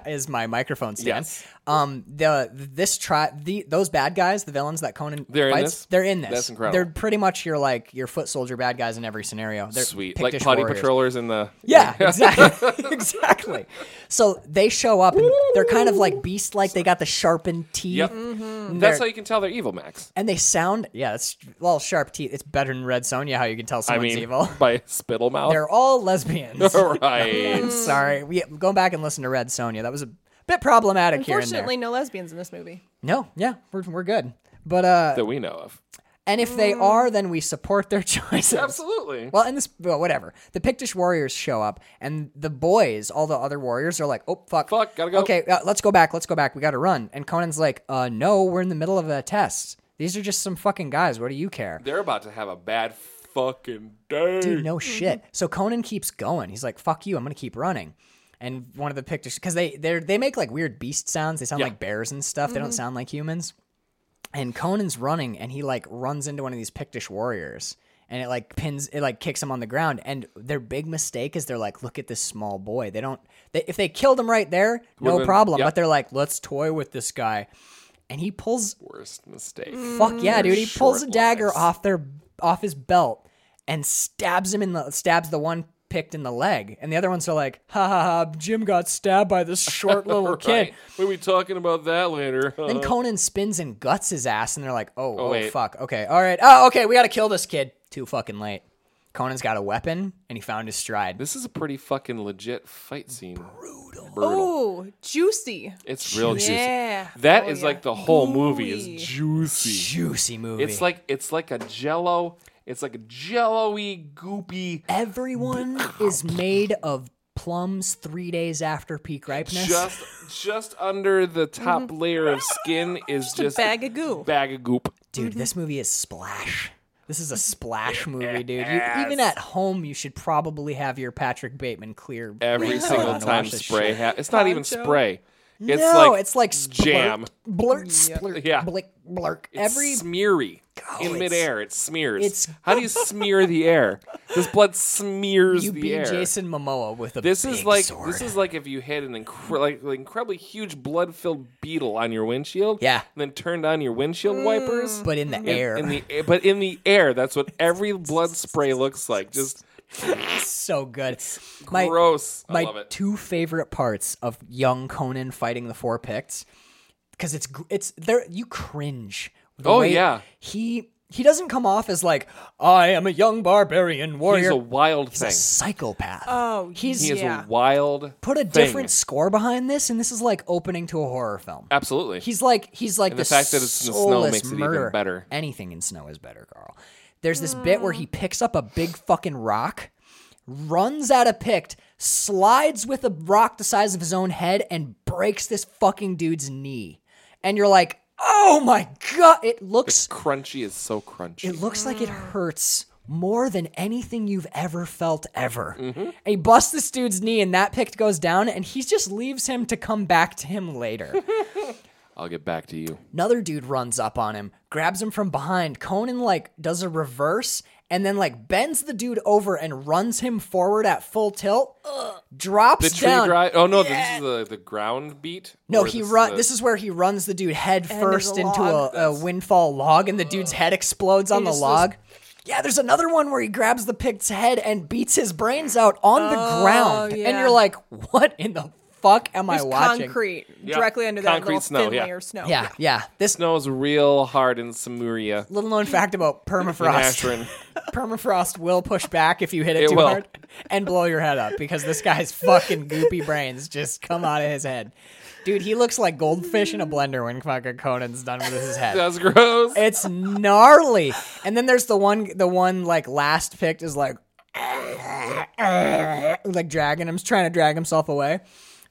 is my microphone stand.
Yes.
Um, the this try the those bad guys, the villains that Conan
They're in
fights,
this?
they're in this.
That's incredible.
They're pretty much your like your foot soldier bad guys in every scenario. They're
Sweet. Like
Pictish
potty
warriors.
patrollers in the. [LAUGHS]
Yeah, exactly. [LAUGHS] exactly. So they show up and they're kind of like beast like. They got the sharpened teeth.
Yep.
and
That's
Mm-hmm. they're-
how you can tell they're evil, Max.
and they sound, yeah, it's well, sharp teeth. It's better than Red Sonja how you can tell
I
someone's
mean,
evil. [LAUGHS]
by spittle mouth. [LAUGHS]
They're all lesbians.
right.
[LAUGHS] I'm sorry. We go back and listen to Red Sonja. That was a bit problematic here and there.
Unfortunately, no lesbians in this movie.
No, yeah, we're, we're good. But uh,
that we know of.
and if
Mm.
they are, then we support their [LAUGHS] choices.
Absolutely.
Well, and this, well, whatever. The Pictish warriors show up, and the boys, all the other warriors, are like, "Oh fuck,
Fuck, gotta go."
Okay, uh, let's go back. Let's go back. We gotta run." And Conan's like, "Uh, no, we're in the middle of a test. These are just some fucking guys. What do you care?"
They're about to have a bad fucking day.
Dude, no
mm-hmm.
shit. So Conan keeps going. He's like, "Fuck you! I'm gonna keep running." And one of the pictures, because they they they make like weird beast sounds. They sound
Yeah. Mm-hmm.
like bears and stuff. They don't sound like humans. And Conan's running, and he like runs into one of these Pictish warriors, and it like pins, it like kicks him on the ground. And their big mistake is they're like, "Look at this small boy." They don't. They, if they killed him right there, no
been-
problem.
yeah.
But they're like, "Let's toy with this guy," and he pulls
Worst mistake.
Fuck yeah, dude! He pulls a
short
dagger
lives.
off their off his belt and stabs him in the stabs the one picked in the leg, and the other one's are like, ha ha ha! Jim got stabbed by
[LAUGHS]
this short little kid.
Right. We'll be talking about that later.
Then Conan spins and guts his ass, and they're like, oh, oh,
wait.
fuck, okay, all right, oh okay, we gotta kill this kid. Too fucking late. Conan's got a weapon, and he found his stride.
This is a pretty fucking legit fight scene. Brutal.
Oh, juicy.
It's real juicy.
Yeah.
That is
Oh, yeah.
like the whole movie
Gooey.
is juicy.
Juicy movie.
It's like it's like a jello. It's like a jello-y, goopy,
everyone
[COUGHS]
is made of plums three days after peak ripeness.
just just under the top layer of skin is just,
a bag of goo.
Bag of goop.
Dude, this movie is splash. This is a splash movie, dude.
[LAUGHS]
You, even at home, you should probably have your Patrick Bateman clear
Every
raincoat
single
on to
time
watch this
spray.
shit.
Ha- it's not even
Poncho.
spray. It's
no,
like
it's like splurt,
jam.
blurt, splurt,
Yeah.
blink, blurk.
It's
Every
smeary in
it's-
midair. It smears.
it's-
How do you smear the air? This blood
[LAUGHS]
smears
you
the
beat
air.
Jason Momoa with a
this
big
is like
sword.
this is like if you hit an incre- like, like incredibly huge blood-filled beetle on your windshield.
Yeah. Mm.
And then turned on your windshield wipers.
but in the air.
in the a- but in the air, that's
[LAUGHS]
what every blood spray looks like. Just
It's [LAUGHS] so good. My,
gross. I
my
love it.
two favorite parts of young Conan fighting the four Picts because it's gr- it's there you cringe. The
Oh,
way
yeah.
he he doesn't come off as like I am a young barbarian warrior.
He's a wild
He's a
thing.
psychopath.
Oh,
he's
he is
yeah.
a wild.
put a
thing.
different score behind this, and this is like opening to a horror film.
Absolutely.
He's like he's like
And
the,
the fact that it's in the snow
soulless
makes it even
murderer.
better.
Anything in snow is better, Carl. There's this bit where he picks up a big fucking rock, runs at a pict, slides with a rock the size of his own head, and breaks this fucking dude's knee. And you're like, oh my god! It looks
crunchy is so crunchy.
it
[SIGHS]
looks like it hurts more than anything you've ever felt ever.
Mm-hmm.
And he busts this dude's knee, and that pick goes down, and he just leaves him to come back to
[LAUGHS]
him later.
I'll get back to you.
Another dude runs up on him, grabs him from behind. Conan like does a reverse and then like bends the dude over and runs him forward at full tilt. Drops
The tree
down.
dry. Oh no, this is the the ground beat.
No,
Or
he
is
run.
the-
This is where he runs the dude head
End of
first
the
into
log.
a, a windfall log,
Uh,
and the dude's head explodes on the
just
log. Yeah, there's another one where he grabs the pig's head and beats his brains out on the ground, and
Oh, yeah.
you're like, "What in the fuck am I
There's
watching?"
concrete
Yeah.
directly under that
Concrete
little
snow,
thin
yeah.
layer of snow.
Yeah, yeah. This
snows real hard in Samuria.
little known fact about permafrost:
Ashrin.
permafrost will push back if you hit it,
It
too
will.
hard and blow your head up because this guy's fucking goopy brains just come out of his head. Dude, he looks like goldfish in a blender when fucking Conan's done with his head.
That's [LAUGHS] gross.
It's gnarly. And then there's the one, the one like last picked is like, like dragging him, trying to drag himself away.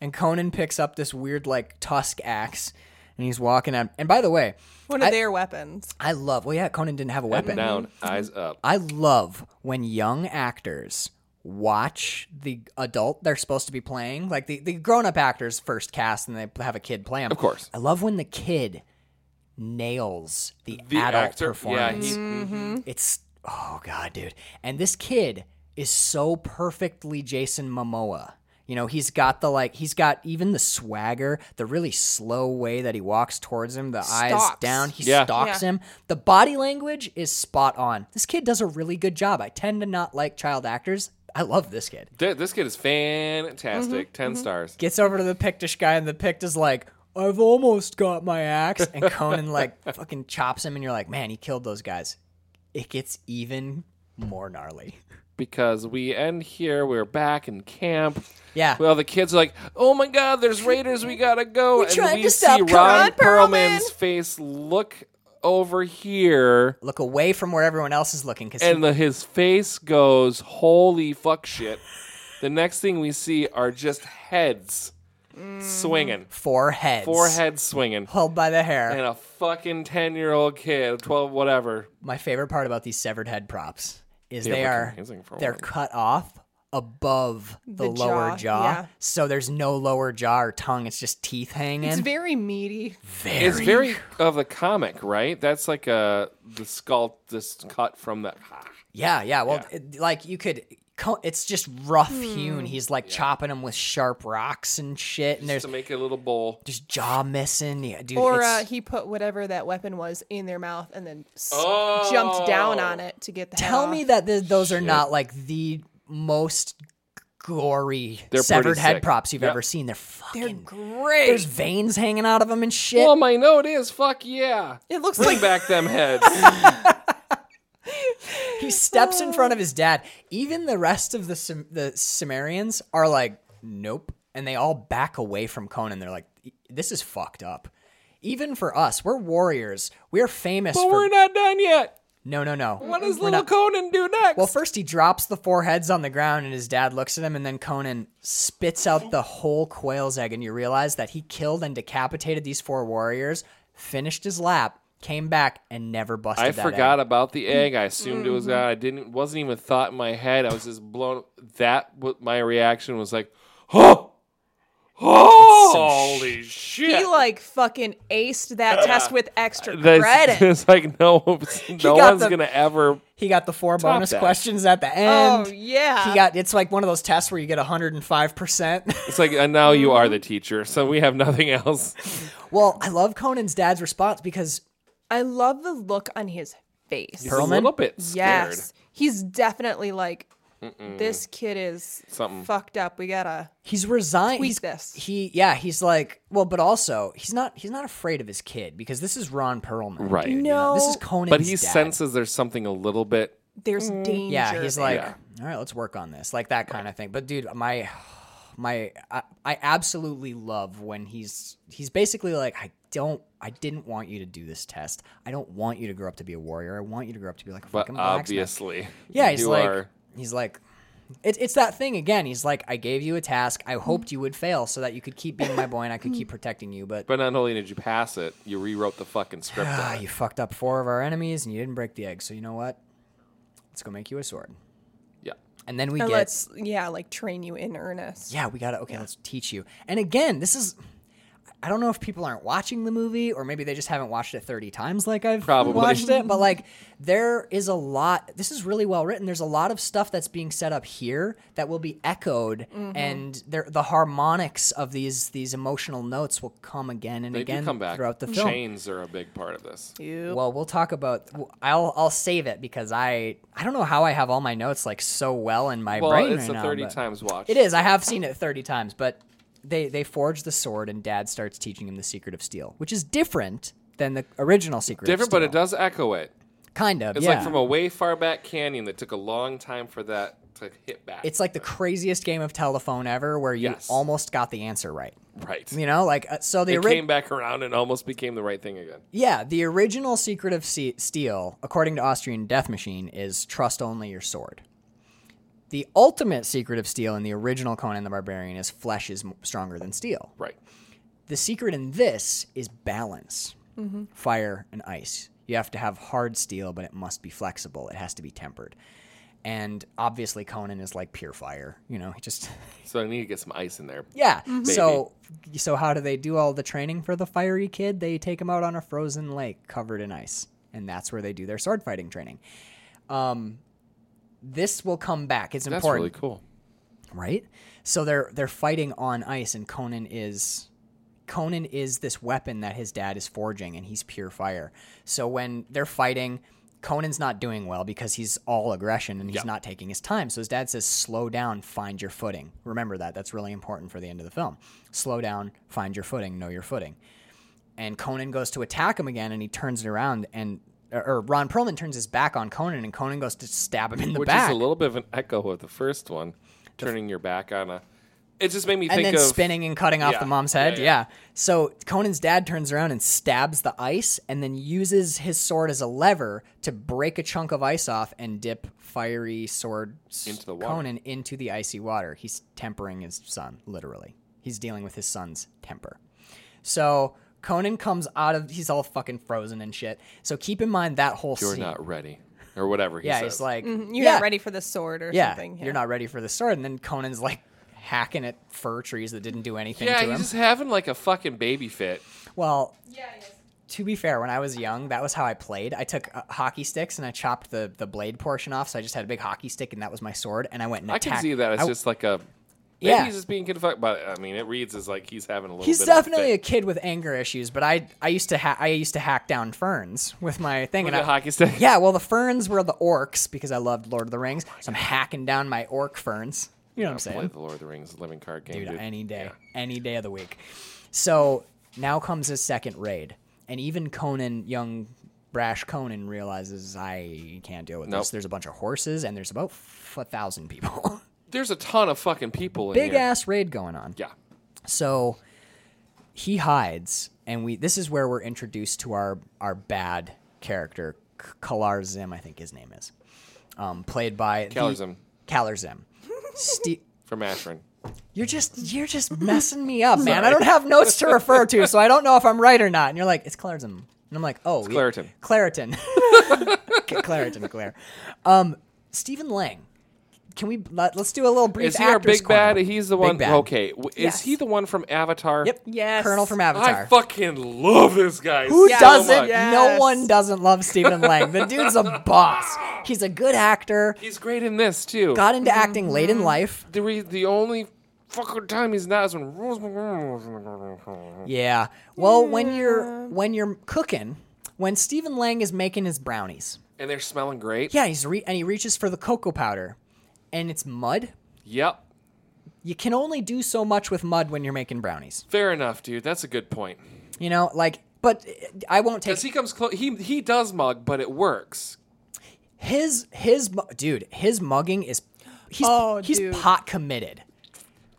And Conan picks up this weird like tusk axe, and he's walking at. And by the way,
One of
I-
their weapons.
I love. Well, yeah, Conan didn't have a
Head
weapon.
down, eyes up.
I love when young actors watch the adult they're supposed to be playing, like the, the grown up actors first cast and they have a kid play them.
Of course.
I love when the kid nails the,
The
adult
actor,
performance.
yeah, he,
Mm-hmm.
It's oh god, dude. And this kid is so perfectly Jason Momoa. You know, he's got the like he's got even the swagger, the really slow way that he walks towards him, the eyes
Stalks.
down, he
Yeah.
stalks
Yeah.
him. The body language is spot on. This kid does a really good job. I tend to not like child actors. I love this kid.
Th- this kid is fantastic.
Mm-hmm.
10 stars.
Gets over to the Pictish guy and the Pict is like, I've almost got my axe
[LAUGHS]
and Conan like fucking chops him and you're like, Man, he killed those guys. It gets even more gnarly.
Because we end here, we're back in camp.
Yeah.
Well, the kids are like, "Oh my God, there's raiders! We gotta go!" We're and
trying
we
to stop
see Ron
Ron Perlman.
Perlman's face look over here,
look away from where everyone else is looking because
and the, his face goes, "Holy fuck, shit!" The next thing we see are just heads
Mm-hmm.
swinging,
four heads,
four heads swinging,
held by the hair.
and a fucking ten-year-old kid, twelve, whatever.
My favorite part about these severed head props is
Yeah,
they
we're
are
confusing for a
they're
while.
cut off above the,
The
lower
jaw,
jaw,
yeah.
so there's no lower jaw or tongue. It's just teeth hanging.
It's very meaty.
very,
It's very of the comic, right? That's like a the skull just cut from the. ah,
yeah, yeah. Well, it- like you could. co- It's just rough
Hmm.
hewn. He's like chopping them with sharp rocks and shit, and
Just
there's
to make a little bowl.
there's jaw missing. Yeah, dude.
Or
it's-
uh, he put whatever that weapon was in their mouth and then s-
Oh.
jumped down on it to get the head
tell
off.
me that th those are not like the most gory
They're pretty
severed head
sick.
props you've
Yep.
ever seen. They're fucking.
They're great.
there's veins hanging out of them and shit.
Well, Oh, my note is fuck yeah.
it looks
Bring
like
back them
[LAUGHS]
heads. [LAUGHS]
he steps in front of his dad. Even the rest of the Sam- the Sumerians are like, nope, and they all back away from Conan. They're like, this is fucked up. Even for us, we're warriors. We're famous
but
for
we're not done yet.
no, no, no.
What does
We're
little
not-
Conan do next?
Well, first he drops the four heads on the ground, and his dad looks at him, and then Conan spits out the whole quail's egg, and you realize that he killed and decapitated these four warriors, finished his lap, came back, and never busted.
I
that Mm-hmm.
forgot
Egg.
about the egg. I assumed it was that. I didn't. Wasn't even thought in my head. I was just blown. That what my reaction was like. Oh, holy shit!
he like fucking
[LAUGHS]
aced that test with
[LAUGHS]
extra
That's- [LAUGHS]
credit.
It's like no, no
got
one's
the-
gonna ever.
He got the four bonus
that.
questions at the end.
Oh, yeah.
He got. It's like one of those tests where you get hundred and five percent. [LAUGHS]
It's like and now you are the teacher, so we have nothing else.
Well, I love Conan's dad's response because
I love the look on his face.
He's a little bit scared.
Yes. He's definitely like, this kid is
Something.
fucked up. We gotta.
he's resigned.
Tweak
he's,
this.
He, yeah, he's like, well, but also he's not. He's not afraid of his kid because this is Ron Perlman.
Right.
No.
This is Conan's.
But he
dad.
senses there's something a little bit.
There's danger.
Mm. Yeah, he's
there.
like,
Yeah.
all right, let's work on this, like that kind of thing. But dude, my, [SIGHS] my, I, I absolutely love when he's he's basically like, I don't, I didn't want you to do this test. I don't want you to grow up to be a warrior. I want you to grow up to be like a
But
fucking blacksmith.
obviously,
Yeah, he's
you
like,
are.
he's like, it's it's that thing again. He's like, I gave you a task. I hoped you would fail so that you could keep being my boy and I could keep protecting you. But
But not only did you pass it, you rewrote the fucking script.
ah,
on it.
[SIGHS] you fucked up four of our enemies and you didn't break the egg. So you know what? Let's go make you a sword.
yeah.
And then we
And
get
let's, yeah, like train you in earnest.
Yeah, we got to okay, let's teach you. And again, this is I don't know if people aren't watching the movie or maybe they just haven't watched it 30 times like I've
Probably.
watched
[LAUGHS]
it, but like there is a lot this is really well written. There's a lot of stuff that's being set up here that will be echoed
Mm-hmm.
and there the harmonics of these these emotional notes will come again and
They
again
do come back.
throughout the film.
Chains are a big part of this.
Well, we'll talk about I'll I'll save it because I I don't know how I have all my notes like so well in my
Well,
brain
it's
right
a
now,
30
but-
times watch.
It is. I have seen it 30 times, but they they forge the sword and dad starts teaching him the secret of steel, which is different than the original secret
different,
of steel.
but it does echo it.
Kind of.
It's
yeah.
like from a way far back canyon that took a long time for that to hit back.
it's like the craziest game of telephone ever where you
Yes.
almost got the answer right.
right.
You know, like uh, so the
it
ori-
came back around and almost became the right thing again.
yeah, the original secret of se- steel, according to Austrian Death Machine, is trust only your sword. The ultimate secret of steel in the original Conan the Barbarian is flesh is m- stronger than steel.
Right.
the secret in this is balance fire and ice you have to have hard steel but it must be flexible it has to be tempered and obviously conan is like pure fire you know he just [LAUGHS]
So I need to get some ice in there.
yeah so so how do they do all the training for the fiery kid they take him out on a frozen lake covered in ice and that's where they do their sword fighting training um this will come back it's
That's
important
really cool.
right? So they're they're fighting on ice, and Conan is Conan is this weapon that his dad is forging, and he's pure fire. So when they're fighting, Conan's not doing well because he's all aggression and he's not taking his time. So his dad says, "Slow down, find your footing." Remember that. That's really important for the end of the film. Slow down, find your footing, know your footing. And Conan goes to attack him again, and he turns it around and. Or or Ron Perlman turns his back on Conan, and Conan goes to stab him in the
Which
back.
is a little bit of an echo of the first one, turning your back on a. It just made me
and
think
then
of
spinning and cutting off
Yeah,
the mom's
yeah,
head. Yeah,
yeah.
So Conan's dad turns around and stabs the ice, and then uses his sword as a lever to break a chunk of ice off and dip fiery sword s-
Into the water.
Conan into the icy water. He's tempering his son, literally. He's dealing with his son's temper. So Conan comes out of he's all fucking frozen and shit. So keep in mind that whole
"You're
scene.
not ready." or whatever. He
yeah,
says.
he's like,
Mm-hmm. You're
yeah,
not ready for the sword or
Yeah,
something.
you're not ready for the sword. And then Conan's like hacking at fir trees that didn't do anything
yeah,
to
he's
him.
just having like a fucking baby fit.
Well, to be fair, when I was young, that was how I played. I took uh, hockey sticks and I chopped the, the blade portion off, so I just had a big hockey stick and that was my sword. And I went and
I can
attacked-
see that. It's
I-
just like a. Maybe
Yeah.
he's just being confused, but I mean, it reads as like he's having a little.
He's
bit of a
definitely a
fit
kid with anger issues, but I I used to ha- I used to hack down ferns with my thing
with
and
a
I,
hockey stick. Oh
Yeah, well, the ferns were the orcs because I loved Lord of the Rings. so I'm hacking down my orc ferns. You know what I'm
play
saying?
the Lord of the Rings living card game,
Dude,
dude.
any day, any day of the week. So now comes his second raid, and even Conan, young brash Conan, realizes I can't deal with
Nope.
this. There's a bunch of horses, and there's about f- a thousand people. [LAUGHS]
There's a ton of fucking people in
Big
here.
ass raid going on.
Yeah.
So he hides, and we. This is where we're introduced to our our bad character, K- Kalar Zim, I think his name is, um, played by the-
Kalar Zim.
Kalar Zim. Ste-
From Ashran.
you're just
Mm-hmm.
you're just messing me up, man. I don't have notes to refer to, so I don't know if I'm right or not. And you're like, it's Claritin. And I'm like, oh, yeah.
Claritin.
Claritin. [LAUGHS] Okay, Claritin, Claire. Um, Stephen Lang. Can we let, let's do a little brief?
Is he our
actor's
big bad?
corner.
He's the
Big
one.
bad.
Okay. W- Is
Yes.
he the one from Avatar?
Yep.
Yes.
Colonel from
I
Avatar.
fucking love this guy.
Who
so
doesn't?
much.
No
Yes.
one doesn't love Stephen Lang. The dude's
[LAUGHS]
a boss. He's a good actor.
He's great in this too.
Got
Mm-hmm.
into acting late in life.
The re- the only fucking time he's not is when Rose McGowan-
Yeah. Well, when you're when you're cooking, when Stephen Lang is making his brownies,
and they're smelling great.
yeah, he's re- and he reaches for the cocoa powder, and it's mud.
Yep.
You can only do so much with mud when you're making brownies.
Fair enough, dude. That's a good point.
You know, like, but uh, I won't take
Because he comes close. He he does mug, but it works.
his his mu- dude. His mugging is he's
Oh,
he's
dude.
pot committed.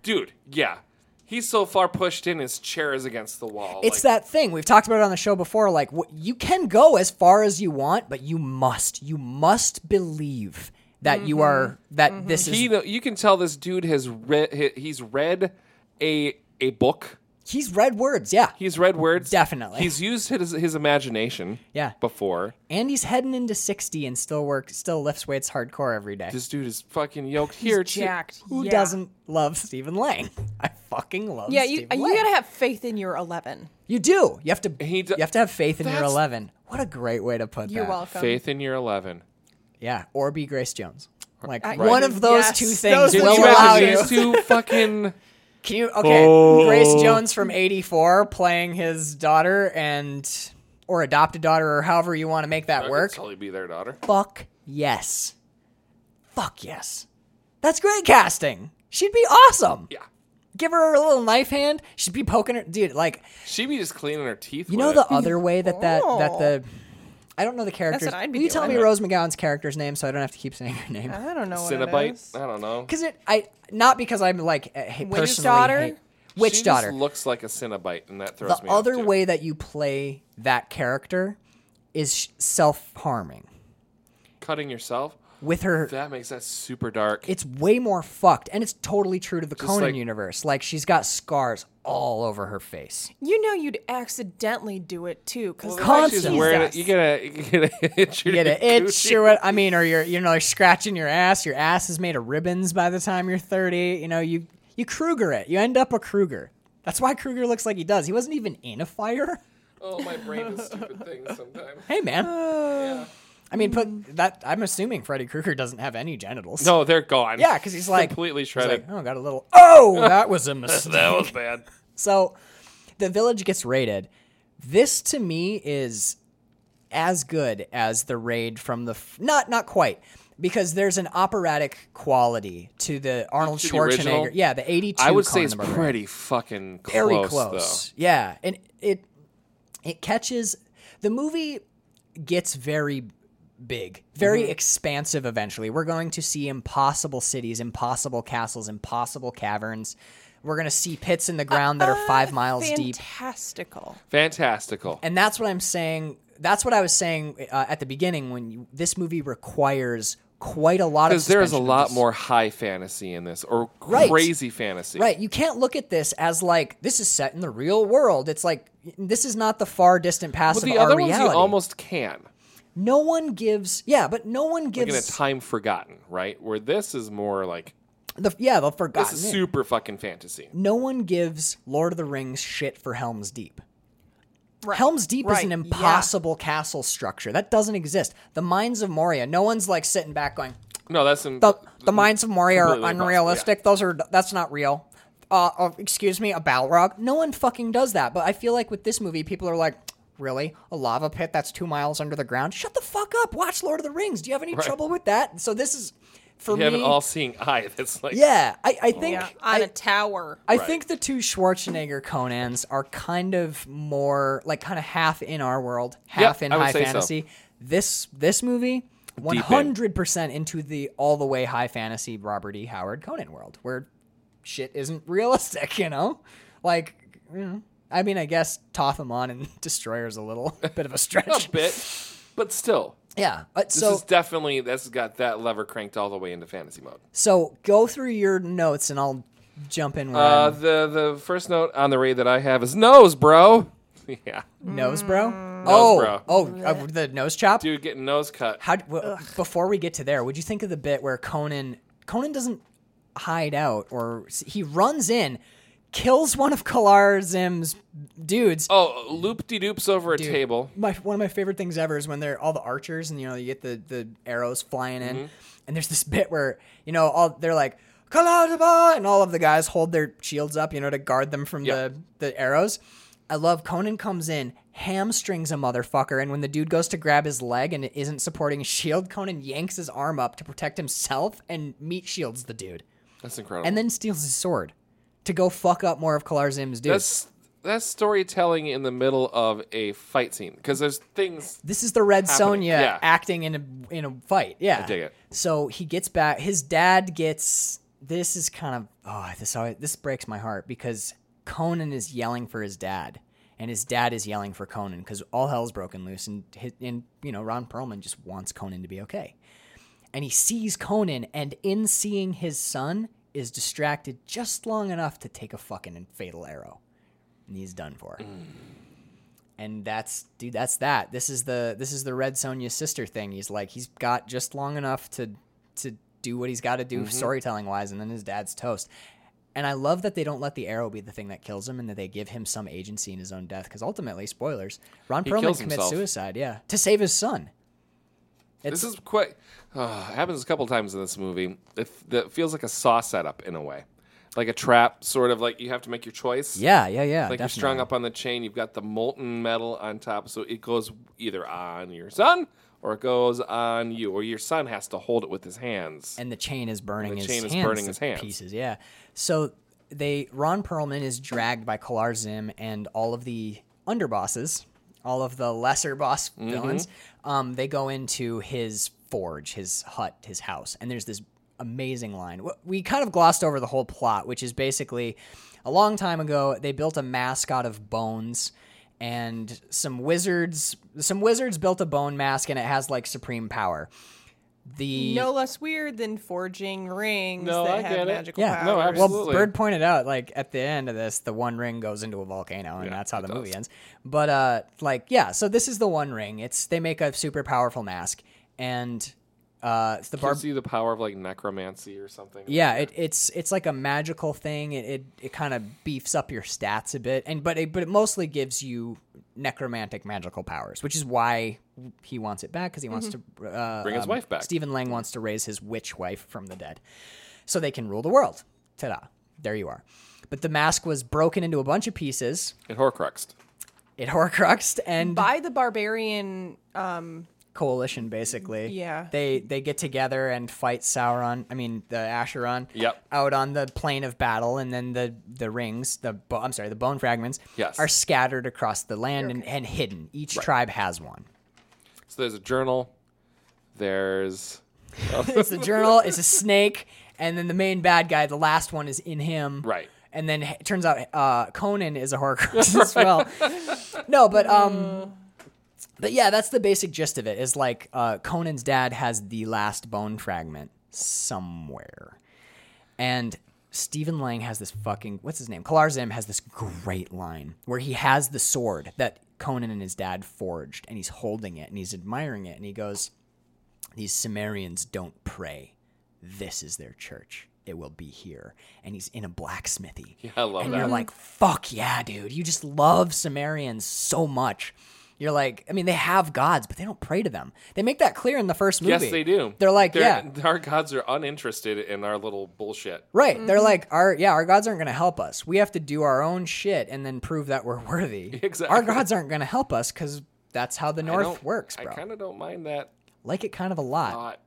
Dude, yeah. He's so far pushed in, his chair is against the wall.
It's
like,
that thing we've talked about it on the show before. Like wh- you can go as far as you want, but you must, you must believe that
Mm-hmm.
you are that this is.
He, know- you can tell this dude has read. he- He's read a a book.
he's read words, yeah,
He's read words.
Definitely.
He's used his his imagination.
Yeah.
Before
and he's heading into sixty and still works, still lifts weights hardcore every day.
this dude is fucking yoked here. too.
jacked.
Who
yeah.
doesn't love Stephen Lang? [LAUGHS] I fucking love.
Yeah, you,
Stephen
and you
Lang.
gotta have faith in your eleven.
You do. You have to.
He do-
you have to have faith in your
That's-
eleven. What a great way to put that.
You're welcome.
Faith in your eleven.
Yeah, or be Grace Jones. Like
Right.
one of those
Yes,
two
those
things
would
Did
will
you
allow
imagine
you.
these two fucking?
Can you okay?
Oh.
Grace Jones from '84 playing his daughter and or adopted daughter or however you want to make that work.
Totally be their daughter.
Fuck yes, fuck yes. That's great casting. She'd be awesome.
Yeah.
Give her a little knife hand. She'd be poking her, dude. Like
She be just cleaning her teeth.
you
with
know
it.
the other way that that that
Oh.
the. I don't know the characters.
I'd be
Will you tell me
doing. Uh-huh.
Rose McGowan's character's name so I don't have to keep saying her name? [LAUGHS]
I don't know what it is.
Cinnabite. I don't know.
Because it, I not because I'm like uh, ha-
Witch
personally
daughter?
hate- witch
she
daughter.
Just looks like a Cinnabite, and that throws
the
me off,
other
too.
way that you play that character is self harming
Cutting yourself.
with her.
That makes that super dark.
it's way more fucked, and it's totally true to the Conan
like-
universe. Like she's got scars all over her face.
You know you'd accidentally do it too, because
Well,
She's
Constant.
wearing it. You gotta, you gotta [LAUGHS] itch your
You get an itch
coochie.
or what? I mean, or you're you know like scratching your ass. Your ass is made of ribbons by the time you're thirty. You know you you Kruger it. You end up a Kruger. That's why Kruger looks like he does. He wasn't even in a fire. [LAUGHS]
Oh, my brain does stupid things sometimes.
Hey man.
[SIGHS]
I mean, put that. I'm assuming Freddy Krueger doesn't have any genitals.
No, they're gone.
Yeah, because he's like
completely
he's like,
shredded.
oh, got a little. Oh, that was a
[LAUGHS]
mistake.
that was
[LAUGHS]
bad.
So, the village gets raided. This to me is as good as the raid from the f- not not quite because there's an operatic quality to the Arnold
To the
Schwarzenegger.
original?
yeah, the 82
I would
Conan
say it's
the Barbarian
pretty fucking close,
very close.
close.
Yeah, and it it catches the movie gets very big, very
Mm-hmm.
expansive eventually. We're going to see impossible cities, impossible castles, impossible caverns. We're going to see pits in the ground that
Ah,
are 5 miles deep.
fantastical.
though. Fantastical.
And that's what I'm saying. That's what I was saying uh, at the beginning when you, this movie requires quite a lot of
Because there's a
suspension of
lot
dis-
more high fantasy in this, or
Right.
crazy fantasy.
Right. You can't look at this as like this is set in the real world. It's like this is not the far distant past
But
of
the
our
other ones
reality.
you almost can.
No one gives. Yeah, but no one
Like in a
gives.
time forgotten, right? Where this is more like
the, yeah, the forgotten.
this is
name.
super fucking fantasy.
no one gives Lord of the Rings shit for Helm's Deep.
Right.
Helm's Deep is
Right.
an
Yeah.
impossible castle structure. That doesn't exist. The Mines of Moria, no one's like sitting back going,
No, that's in,
the, the Mines of Moria are
completely impossible,
unrealistic. Those are, that's not real. Uh, uh, excuse me, a Balrog. No one fucking does that. But I feel like with this movie, people are like, really? A lava pit that's two miles under the ground? Shut the fuck up. Watch Lord of the Rings. Do you have any
Right.
trouble with that? So this is, for
Yeah. You
me.
have an all-seeing [LAUGHS] eye that's like
yeah, I, I think.
yeah,
I-
on a tower.
I
Right.
think the two Schwarzenegger Conans are kind of more like kind of half in our world, half in
I would
high
say so.
fantasy. This this movie, one hundred percent into the all the way high fantasy Robert E. Howard Conan world, where shit isn't [LAUGHS] realistic. You know, like you know, I mean, I guess Totham on and [LAUGHS] Destroyer's
[LAUGHS]
a little bit of a
a
stretch.
bit, but still,
yeah, but
this
so
is definitely that's got that lever cranked all the way into fantasy mode.
so go through your notes and I'll jump in. Where
Uh,
I'm
the the first note on the raid that I have is nose, bro. [LAUGHS] yeah,
nose bro. oh,
bro.
oh, uh, the nose chop.
dude, getting nose cut.
How d- well, before we get to there, would you think of the bit where Conan Conan doesn't hide out or s- he runs in, kills one of Kalar Zim's dudes.
Oh, loop de doops over a table.
My one of my favorite things ever is when they're all the archers and you know you get the the arrows flying in, and there's this bit where you know all they're like Kalaudiba, and all of the guys hold their shields up, you know, to guard them from
Yep.
the the arrows. I love Conan comes in, hamstrings a motherfucker, and when the dude goes to grab his leg and it isn't supporting his shield, Conan yanks his arm up to protect himself and meat shields the dude,
That's incredible.
and then steals his sword to go fuck up more of Kalar Zim's dudes.
that's that's storytelling in the middle of a fight scene because there's things.
This is the Red
Happening,
Sonya
yeah.
acting in a in a fight. Yeah,
I dig it.
So he gets back. His dad gets. This is kind of oh this always, this breaks my heart because Conan is yelling for his dad, and his dad is yelling for Conan because all hell's broken loose, and hi- and you know Ron Perlman just wants Conan to be okay, and he sees Conan, and in seeing his son is distracted just long enough to take a fucking fatal arrow, and he's done for and that's dude that's that this is the this is the red sonja sister thing he's like he's got just long enough to to do what he's got to do
Mm-hmm.
storytelling wise and then his dad's toast and i love that they don't let the arrow be the thing that kills him and that they give him some agency in his own death because ultimately spoilers ron perlman
kills
commits
himself.
suicide yeah to save his son
This is quite uh, happens a couple times in this movie. It, it feels like a saw setup in a way, like a trap, sort of like you have to make your choice.
yeah yeah yeah
Like you're strung up on the chain, you've got the molten metal on top, so it goes either on your son or it goes on you, or your son has to hold it with his hands.
and the chain is burning
the
his
chain is
hands.
burning
to
his hands.
Pieces, yeah. So they Ron Perlman is dragged by Kalar Zim and all of the underbosses, all of the lesser boss
Mm-hmm.
villains. Um, they go into his forge, his hut, his house, and there's this amazing line. Wh- We kind of glossed over the whole plot, which is basically a long time ago they built a mask out of bones and some wizards some wizards built a bone mask and it has like supreme power the
no less weird than forging rings
No,
that
I
have
get it.
magical
Yeah.
No,
powers.
absolutely.
Uh, Well, Bird pointed out, like, at the end of this, the one ring goes into a volcano, and that's how the movie ends. But, uh, like, yeah, so this is the one ring. It's They make a super powerful mask, and uh, it's the barb.
Gives you the power of like necromancy or something.
Yeah, it, it's it's like a magical thing. It it, it kind of beefs up your stats a bit, and but it, but it mostly gives you necromantic magical powers, which is why he wants it back because he wants
Mm-hmm.
to uh,
Bring his wife back.
Stephen Lang wants to raise his witch wife from the dead, so they can rule the world. Ta-da! There you are. But the mask was broken into a bunch of pieces.
It horcruxed.
It [LAUGHS] horcruxed and
By the barbarian, um,
coalition basically.
Yeah.
They they get together and fight Sauron. I mean the Asheron.
Yep.
Out on the plane of battle, and then the the rings, the bo- I'm sorry, the bone fragments.
Yes.
Are scattered across the land and, and hidden. Each tribe has one.
So there's a journal. There's
It's the journal. It's a snake, and then the main bad guy, the last one, is in him.
Right.
And then it turns out uh, Conan is a Horcrux as well. No, but um, but yeah, that's the basic gist of it. Is like uh, Conan's dad has the last bone fragment somewhere, and Stephen Lang has this fucking what's his name? Kalar Zim has this great line where he has the sword that Conan and his dad forged, and he's holding it and he's admiring it, and he goes, "These Sumerians don't pray. This is their church. It will be here." And he's in a blacksmithy. Yeah,
I love
and
that.
You're like, "Fuck yeah, dude! You just love Sumerians so much." You're like, I mean, they have gods, but they don't pray to them. They make that clear in the first movie.
Yes, they do.
They're like, yeah,
Our gods are uninterested in our little bullshit.
Right. They're like, our yeah, our gods aren't going to help us. We have to do our own shit and then prove that we're
[LAUGHS]
worthy.
Exactly.
Our gods aren't going to help us because that's how the
I Uh,
North
don't-
works,
I
bro.
kind of don't mind that
like it kind of a lot.
thought,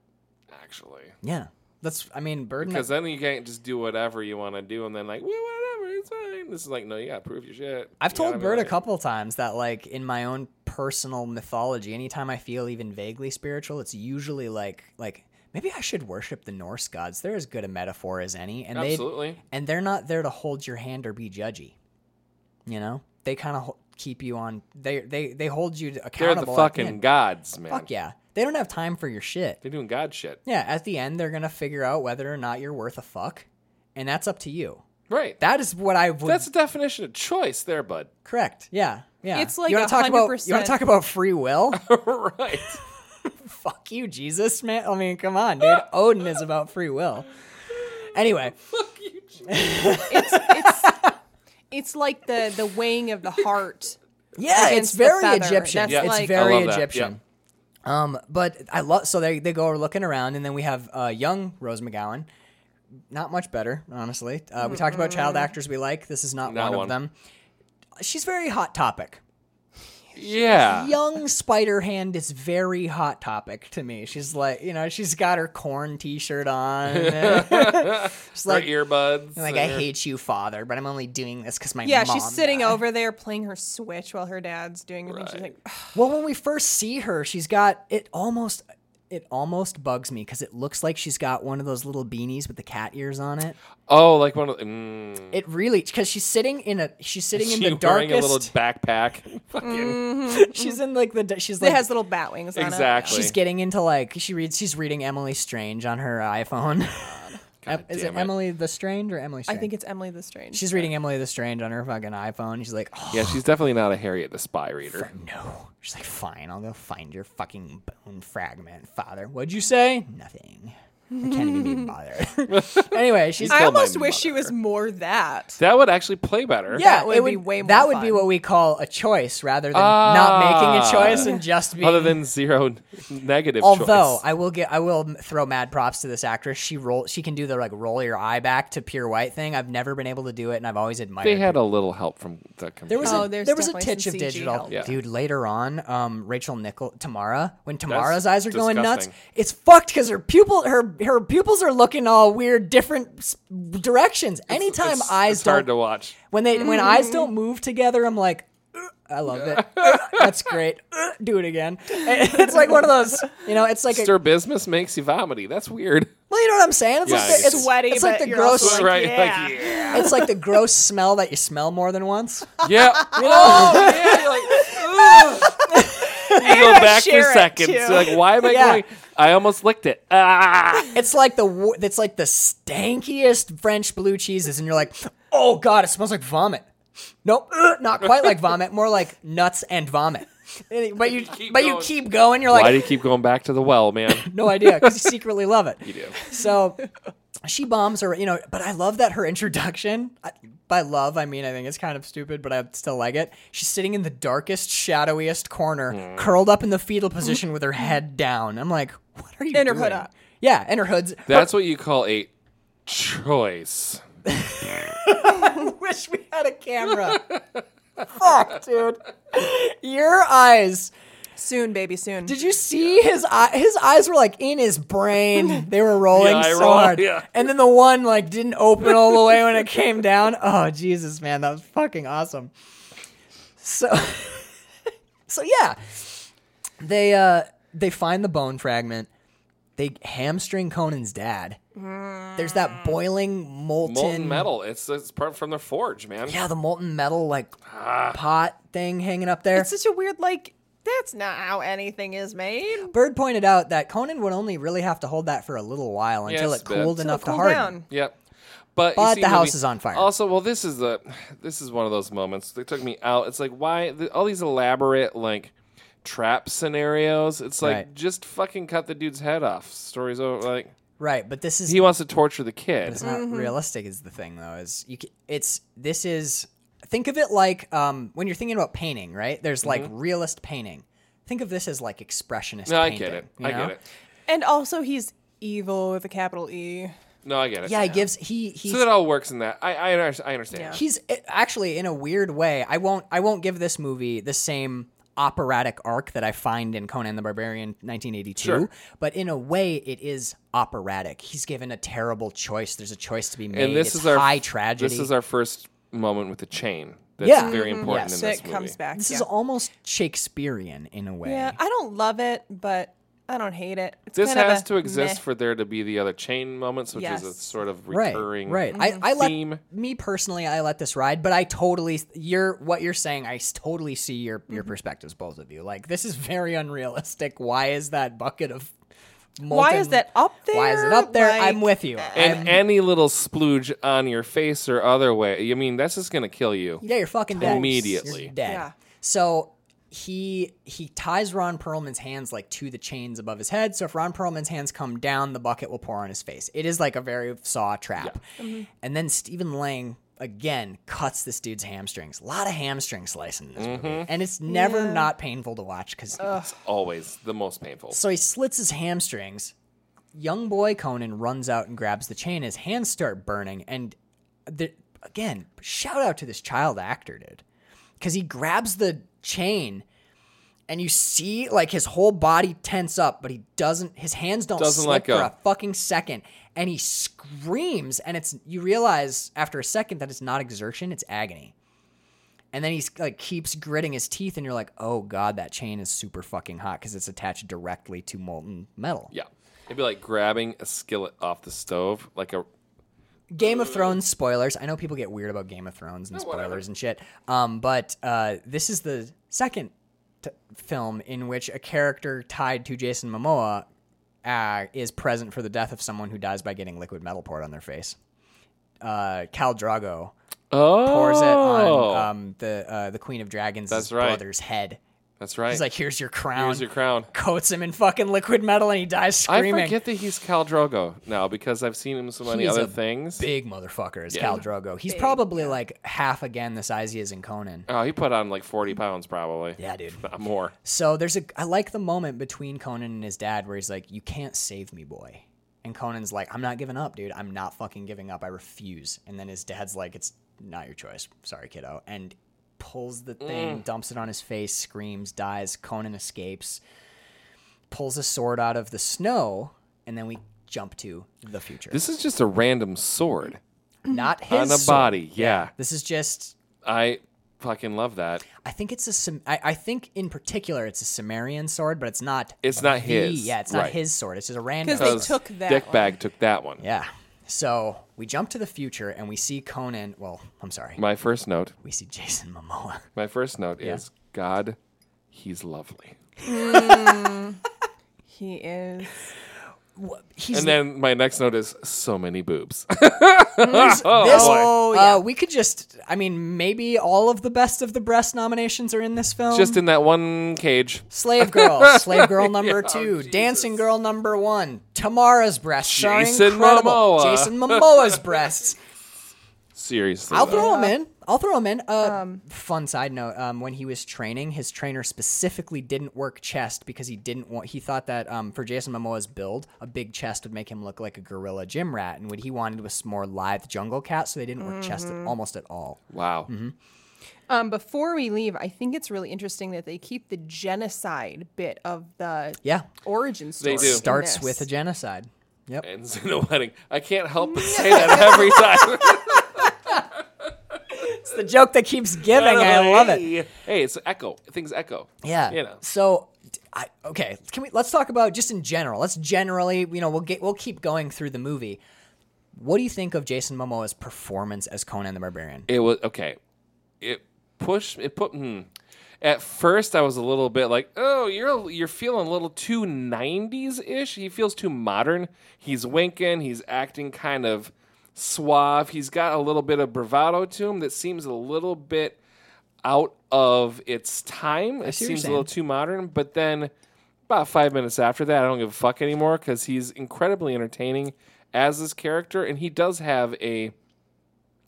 actually.
yeah. That's, I mean, burden.
Because then you can't just do whatever you want to do and then, like, well, whatever, it's fine. This is like, no, you got to prove your shit.
I've
You
told
gotta be
Bert a
like-
couple times that, like, in my own personal mythology, anytime I feel even vaguely spiritual, it's usually like, like, maybe I should worship the Norse gods. They're as good a metaphor as any, and they
Absolutely.
and they're not there to hold your hand or be judgy. You know, they kind of keep you on. They they they hold you
They're
accountable.
the
at the
fucking
end.
gods, man.
Fuck yeah, they don't have time for your shit.
They're doing god shit.
Yeah, at the end they're gonna figure out whether or not you're worth a fuck, and that's up to you.
Right.
That is what I would.
That's the definition of choice there, bud. [LAUGHS]
correct. Yeah, yeah.
It's like
you wanna talk about you want
100%
to talk about free will.
[LAUGHS]
[LAUGHS]
right.
fuck you, Jesus, man. I mean, come on,
[LAUGHS]
dude. Odin is about free will. Anyway,
It's it's it's like the the weighing of
[LAUGHS]
the heart.
yeah, it's
Against the
very
feather.
Egyptian.
That's Yeah.
It's
like- I
very
love that. Yeah.
Egyptian. Um, but I love so they they go looking around, and then we have uh, young Rose McGowan. Not much better, honestly. Uh, we talked about child
Mm-hmm.
actors we like. This is not,
Not
one,
one.
of them. She's very hot topic.
Yeah.
Young Spider Hand is very hot topic to me. She's like, you know, she's got her corn
[LAUGHS]
T-shirt on. she's
Her
like,
earbuds.
like
and
I
her-
hate you, father, but I'm only doing this because my
Yeah,
mom
she's sitting
died."
over there playing her Switch while her dad's doing her thing. She's like,
Well, when we first see her, she's got it almost it almost bugs me because it looks like she's got one of those little beanies with the cat ears on it.
Oh, like one of the. Mm.
It really because she's sitting in a she's sitting in
she
the
wearing
darkest.
a little backpack. [LAUGHS] Fucking
[LAUGHS] she's in like the da- she's
it
like
has little bat wings on it.
exactly.
she's getting into like she reads she's reading Emily Strange on her iPhone. [LAUGHS] Em- Is it
damn it.
Emily the Strange or Emily?
I
Strange?
think it's Emily the Strange.
she's reading Emily the Strange on her fucking iPhone. She's like, oh
yeah, she's definitely not a Harriet the Spy reader.
no. She's like, fine, I'll go find your fucking bone fragment, father. What'd you say? Nothing. I can't even
[LAUGHS]
be bothered. [LAUGHS] anyway, she's
I
Kill my
almost wish she was more that.
That would actually play better.
yeah,
That would
it
be way more
That would be
fun.
what we call a choice rather than not making a
Ah.
choice and just being
Other than zero n- negative
Although
choice.
I will get, I will m- throw mad props to this actress. She roll, she can do the like roll your eye back to pure white thing. I've never been able to do it, and I've always admired.
they
her.
had a little help from the computer.
There was
Oh,
a,
there's
there was a
definitely
titch
some
of
CG
digital,
help.
Yeah.
dude. Later on, um, Rachel Nichol, Tamara, when Tamara's eyes are going nuts,
disgusting.
it's fucked because her pupil, her her pupils are looking all weird, different s- directions. Anytime
Oh, It's-
eyes
it's
don't,
hard to
[LAUGHS]
watch.
when they when eyes don't
Mm.
move together, I'm like. "Ugh, I love
[LAUGHS]
it. Ugh, That's great. Ugh, Do it again. [LAUGHS] It's like one of those, you know. It's like a,
Stir business makes you vomity. That's weird. [LAUGHS]
well, you know what I'm saying. It's
Yeah, I
like the,
get
it's,
it.
Sweaty,
It's like
but
the
you're
gross.
[LAUGHS]
also Like,
right?
yeah.
Like yeah.
It's like the gross smell that you smell more than once.
Yeah. [LAUGHS] oh,
[LAUGHS]
yeah. You're like, ugh. you go back for
share it,
seconds.
too.
You're like, why am I
Yeah.
going? I almost licked it. Ah.
It's like the wo- it's like the stankiest French blue cheeses, and you're like, oh god, it smells like vomit. Nope, [LAUGHS] ugh, not quite like vomit, more like nuts and vomit. And- But you,
keep
but you
going.
keep going. You're
Why
like,
do you keep going back to the well,
[LAUGHS]
man?
no idea, because you secretly love it. You
do.
So she bombs her, you know. But I love that her introduction. I, by love, I mean I think it's kind of stupid, but I still like it. She's sitting in the darkest, shadowiest corner, curled up in the fetal position with her head down. I'm like, what are you?
And her
doing?
hood up.
Yeah, and her hood's.
That's what you call a choice.
[LAUGHS] wish we had a camera. Fuck, dude. Your eyes.
Soon, baby, soon.
Did you see his eye? His eyes were like in
[LAUGHS]
his brain. They were rolling
Yeah, I
so
roll,
hard.
yeah.
And then the one like didn't open all the way when it came down. Oh Jesus, man, that was fucking awesome. So, [LAUGHS] so yeah, they uh they find the bone fragment. They hamstring Conan's dad. There's that boiling molten,
Hmm. Molten metal. It's it's part from the forge, man.
Yeah, the molten metal like
Ah.
pot thing hanging up there.
It's such a weird like. That's not how anything is made.
Bird pointed out that Conan would only really have to hold that for a little while until
Yes,
it cooled
but-
enough to
Cool
harden.
down.
Yep. But, you
But
see
the house
movie-
is on fire.
Also, well, this is the this is one of those moments that took me out. It's like why the, all these elaborate like trap scenarios. It's like
Right.
just fucking cut the dude's head off. Story's over. Like
Right, but this is
he Mm-hmm. wants to torture the kid.
it's not realistic is the thing though is you ca it's this is think of it like um, when you're thinking about painting right there's like realist painting think of this as like expressionist
Mm-hmm. No, I
painting,
get it.
you
I
know?
get it.
And also, he's evil with a capital E.
No, I get it.
yeah he gives he he's
So it all works in that. I I, under- I understand.
he's eh, actually in a weird way i won't i won't give this movie the same operatic arc that i find in conan the barbarian 1982
Sure.
but in a way it is operatic he's given a terrible choice there's a choice to be made
And this
it's
is our
high tragedy
This is our first moment with the chain. That's
Yeah. Mm-hmm.
very important
Yes.
in this
That
movie.
comes back.
This
yeah.
is almost shakespearean in a way
yeah, I don't love it, but I don't hate it. It's
This
kind of
has
a
to exist
meh.
for there to be the other chain moments, which is a
Yes.
sort of
right
recurring
right I, I let
theme.
me personally i let this ride but i totally you're what you're saying i s- totally see your your
Mm-hmm.
perspectives both of you like this is [LAUGHS] very unrealistic why is that bucket of
Why is
molten-
that up there?
why is it up there i'm
Like, eh.
with you
And any little splooge on your face or other way, I mean, that's just gonna kill you.
yeah you're fucking dead
Immediately.
You're dead
Yeah.
so he he ties ron perlman's hands like to the chains above his head so if ron perlman's hands come down the bucket will pour on his face it is like a very saw trap and then stephen lang again cuts this dude's hamstrings a lot of hamstring slicing in this
Mm-hmm.
movie and it's never not painful to watch because
It's always the most painful.
so he slits his hamstrings. Young boy Conan runs out and grabs the chain. His hands start burning. And the, again, shout out to this child actor, dude. Because he grabs the chain and you see like his whole body tense up, but he doesn't, his hands don't
Doesn't
slip
let go.
for a fucking second. And he screams. And it's, you realize after a second that it's not exertion, it's agony. And then he's like keeps gritting his teeth, and you're like, oh god, that chain is super fucking hot because it's attached directly to molten metal.
Yeah. It'd be like grabbing a skillet off the stove, like a
Game of Thrones spoilers. I know people get weird about Game of Thrones
Oh,
and spoilers and shit. Um, but uh, this is the second t- film in which a character tied to Jason Momoa uh, is present for the death of someone who dies by getting liquid metal poured on their face. Uh, Cal Drago
oh,
pours it on um, the uh, the Queen of Dragons'
That's right.
brother's head.
That's right.
He's like, "Here's your crown."
Here's your crown.
coats him in fucking liquid metal and he dies screaming.
I forget that he's Cal Drogo now because I've seen him in so many
He's
other
a
things.
Big motherfucker is Cal Drogo. He's probably like half again the size he is in Conan.
oh, he put on like forty pounds probably.
Yeah, dude.
Not more.
So there's a I like the moment between Conan and his dad where he's like, "You can't save me, boy." And Conan's like, "I'm not giving up, dude. I'm not fucking giving up. I refuse." And then his dad's like, "It's not your choice. Sorry, kiddo." And pulls the thing, dumps it on his face, screams, dies. Conan escapes, pulls a sword out of the snow, and then we jump to the future.
This is just a random sword
not his
on a
sword.
body. Yeah.
This is just.
I fucking love that.
I think it's a. Sum- I, I think in particular it's a Sumerian sword, but it's not.
It's not
the-
his.
Yeah, it's not
Right.
his sword. It's just a random.
'Cause they
Because
took that
Dickbag took that one.
yeah. So we jump to the future and we see Conan. Well, I'm sorry.
My first note.
We see Jason Momoa.
My first note is God, he's lovely.
He is.
He's
And then my next note is so many
[LAUGHS]
boobs.
this.
Oh, yeah.
uh, we could just. I mean, maybe all of the best of the breast nominations are in this film.
Just in that one cage. [LAUGHS]
Slave Girl, Slave Girl number two, Dancing Girl number one, Tamara's breasts, starring
Jason
incredible
Momoa.
Jason Momoa's [LAUGHS] breasts.
Seriously.
I'll
though.
throw him in. I'll throw him in. Uh, fun side note: um, when he was training, his trainer specifically didn't work chest because he didn't want. He thought that um, for Jason Momoa's build, a big chest would make him look like a gorilla gym rat, and what he wanted was more lithe jungle cat. So they didn't work chest at, almost at all.
Wow.
Mm-hmm.
Um, before we leave, I think it's really interesting that they keep the genocide bit of the
Yeah,
origin story.
do.
in
starts
this.
with a genocide. Yep.
Ends in a [LAUGHS] wedding. I can't help but
[LAUGHS]
say that every time.
It's the joke that keeps giving. I love it.
Hey. Hey, it's echo. Things echo.
Yeah.
You know.
So, d- I, okay, can we let's talk about just in general. Let's generally, you know, we'll get we'll keep going through the movie. What do you think of Jason Momoa's performance as Conan the Barbarian?
It was okay. It pushed. It put. Hmm. At first, I was a little bit like, "Oh, you're you're feeling a little too '90s ish. He feels too modern. He's winking. He's acting kind of suave. He's got a little bit of bravado to him that seems a little bit out of its time. It
see what you're
seems a little too modern, but then about five minutes after that, I don't give a fuck anymore because he's incredibly entertaining as this character, and he does have a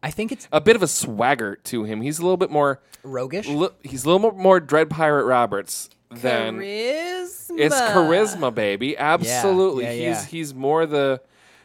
I think it's
a bit of a swagger to him. He's a little bit more,
roguish.
li- he's a little more, more Dread Pirate Roberts than
charisma.
it's charisma, baby. Absolutely.
yeah,
he's
yeah.
he's more the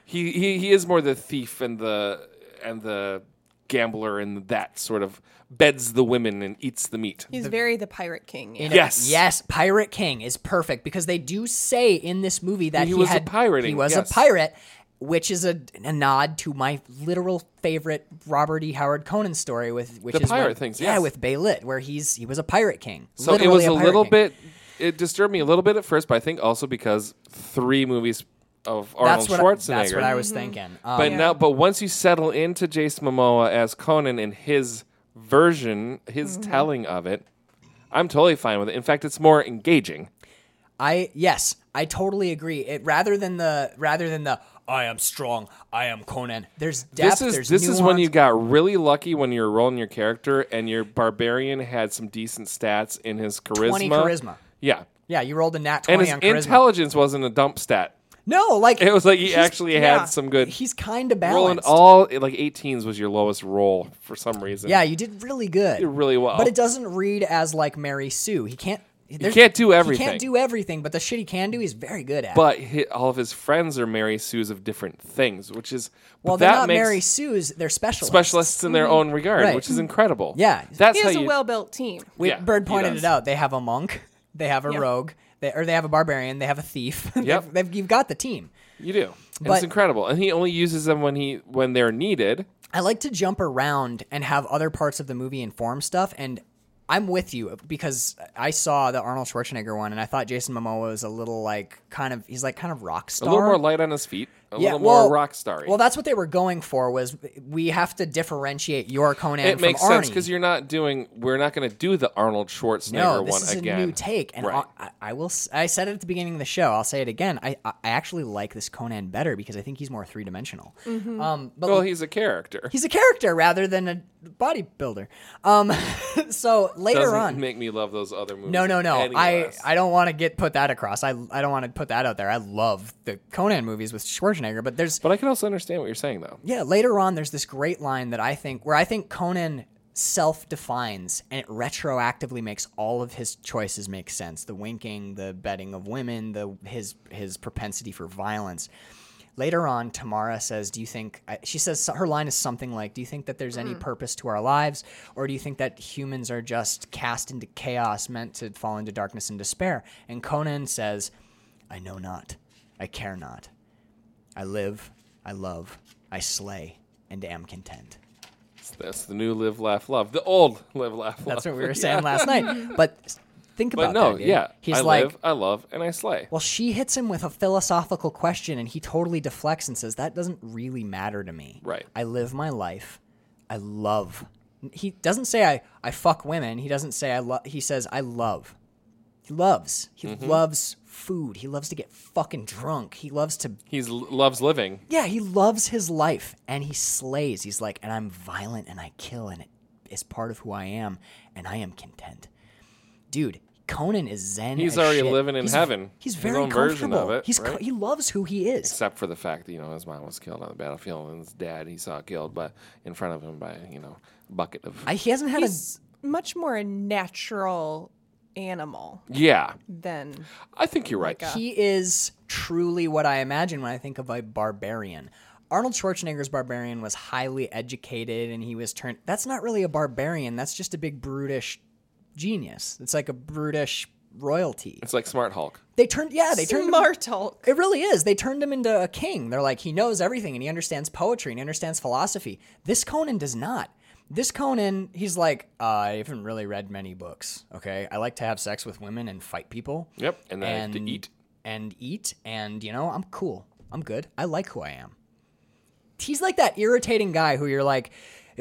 he, he he is more the thief and the and the gambler and that sort of beds the women and eats the meat.
He's very the pirate king. yeah.
in it.
Yes.
yes. Pirate King is perfect because they do say in this movie that
He
he,
was a
had,
pirating,
He was
yes.
a pirate, which is a, a nod to my literal favorite Robert E. Howard Conan story with which
The
is when-
pirate things,
yeah,
yes.
with Baylit, where he's he was a pirate king.
So it
Literally
was a,
pirate
little
king.
bit it disturbed me a little bit at first, but I think also because three movies of Arnold
That's what I,
Schwarzenegger.
that's what I was thinking. Um,
But now, but once you settle into Jason Momoa as Conan and his version, his
Mm-hmm.
telling of it, I'm totally fine with it. In fact, it's more engaging.
I yes, I totally agree. It rather than the rather than the I am strong, I am Conan. There's depth.
this is
there's
this is when
nuance.
you got really lucky when you were rolling your character and your barbarian had some decent stats in his charisma.
20 charisma.
Yeah.
yeah you rolled a nat
And
twenty
his
on charisma.
intelligence wasn't a dump stat.
no, like
It was like he actually
yeah.
had some good
he's kind of
rolling
balanced.
all like 18s was your lowest roll for some reason.
yeah, you did really good.
Did really well.
but it doesn't read as like Mary Sue. He can't. there's-
can't do
He
everything.
can't do everything, but the shit he can do, he's very good at.
But hi all of his friends are Mary Sue's of different things, which is
well,
that
they're not
makes
Mary Sue's; they're specialists.
specialists in their own regard,
Right.
which is incredible.
Yeah.
that's
He
how
has a
you
well built team.
We,
yeah,
Bird
he
pointed
does.
it out. They have a monk. They have a rogue. They, or they have a barbarian. They have a thief. [LAUGHS] They've-
Yep.
they've, you've got the team.
you do. And it's
But-
incredible, and he only uses them when he when they're needed.
I like to jump around and have other parts of the movie inform stuff and I'm with you because I saw the Arnold Schwarzenegger one and I thought Jason Momoa was a little like kind of he's like kind of rock star.
A little more light on his feet, a little
well-
more rock starry.
Well, that's what they were going for was we have to differentiate your Conan
it
from
makes
Arnie.
sense because you're not doing. We're not going to do the Arnold Schwarzenegger
no, this
one
is
again.
a new take, and
Right.
I, I will. s- I said it at the beginning of the show. I'll say it again. I I I actually like this Conan better because I think he's more three dimensional. Um, but
well, he's a character.
he's a character rather than a bodybuilder. Um, [LAUGHS] so later
Doesn't
on,
make me love those other movies.
no, no, no.
any
I,
less.
I don't want to get put that across. I I don't want to put that out there. I love the Conan movies with Schwarzenegger, but there's
But I can also understand what you're saying though.
yeah. Later on, there's this great line that I think where I think Conan self-defines and it retroactively makes all of his choices make sense. The winking, the betting of women, the his his propensity for violence. Later on, Tamara says, "Do you think?" I- She says her line is something like, "Do you think that there's any purpose to our lives, or do you think that humans are just cast into chaos, meant to fall into darkness and despair?" And Conan says, "I know not. I care not. I live. I love. I slay, and am content."
That's the new live, laugh, love. The old live, laugh, love.
That's what
[LAUGHS]
we were saying last night. But think
But
about
no,
that, dude.
yeah.
He's
I
like,
live, I love, and I slay.
Well, she hits him with a philosophical question, and he totally deflects and says, That doesn't really matter to me.
Right.
I live my life. I love. He doesn't say, I, I fuck women. He doesn't say, I love. He says, I love. He loves. He
Mm-hmm.
loves food. He loves to get fucking drunk. He loves to.
He's l- loves living.
Yeah, he loves his life, and he slays. He's like, And I'm violent, and I kill, and it is part of who I am, and I am content. Dude. Conan is zen.
He's
as
already
shit.
living in
He's-
heaven.
He's
His
very
own
comfortable.
version of it,
he's co-
right?
he loves who he is.
except for the fact that you know his mom was killed on the battlefield and his dad he saw killed by in front of him by you know a bucket of
I, he hasn't had
He's much more a natural animal
yeah
than
i think you're right
a. He is truly what I imagine when I think of a barbarian. Arnold Schwarzenegger's barbarian was highly educated, and he was turned. That's not really a barbarian. That's just a big brutish genius. It's like a brutish royalty.
it's like smart hulk
They turned. Yeah, they turned. him-
smart hulk.
It really is. They turned him into a king. They're like, he knows everything and he understands poetry and he understands philosophy. This Conan does not. This Conan, he's like, uh, I haven't really read many books. Okay. I like to have sex with women and fight people.
yep and then I have to eat
And eat. And, you know, I'm cool. I'm good. I like who I am. He's like that irritating guy who you're like,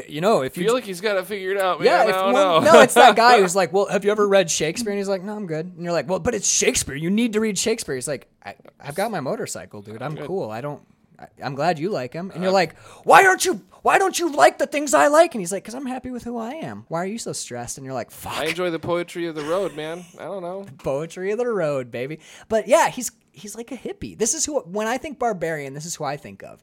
you know, if
I
you
feel like he's got it figured out man.
yeah,
I
if,
don't
well,
know.
no, it's that guy who's like, "Well, have you ever read Shakespeare?" And he's like, "No, I'm good." And you're like, "Well, but it's Shakespeare. You need to read Shakespeare." He's like, I, "I've got my motorcycle, dude. I'm cool. I don't, I, I'm glad you like him." And you're like, "Why aren't you? Why don't you like the things I like?" And he's like, "Cause I'm happy with who I am. Why are you so stressed?" And you're like,
[LAUGHS]
"Fuck."
I enjoy the poetry of the road, man. I don't know.
poetry of the road, baby. But yeah, he's he's like a hippie. This is who when I think barbarian, this is who I think of.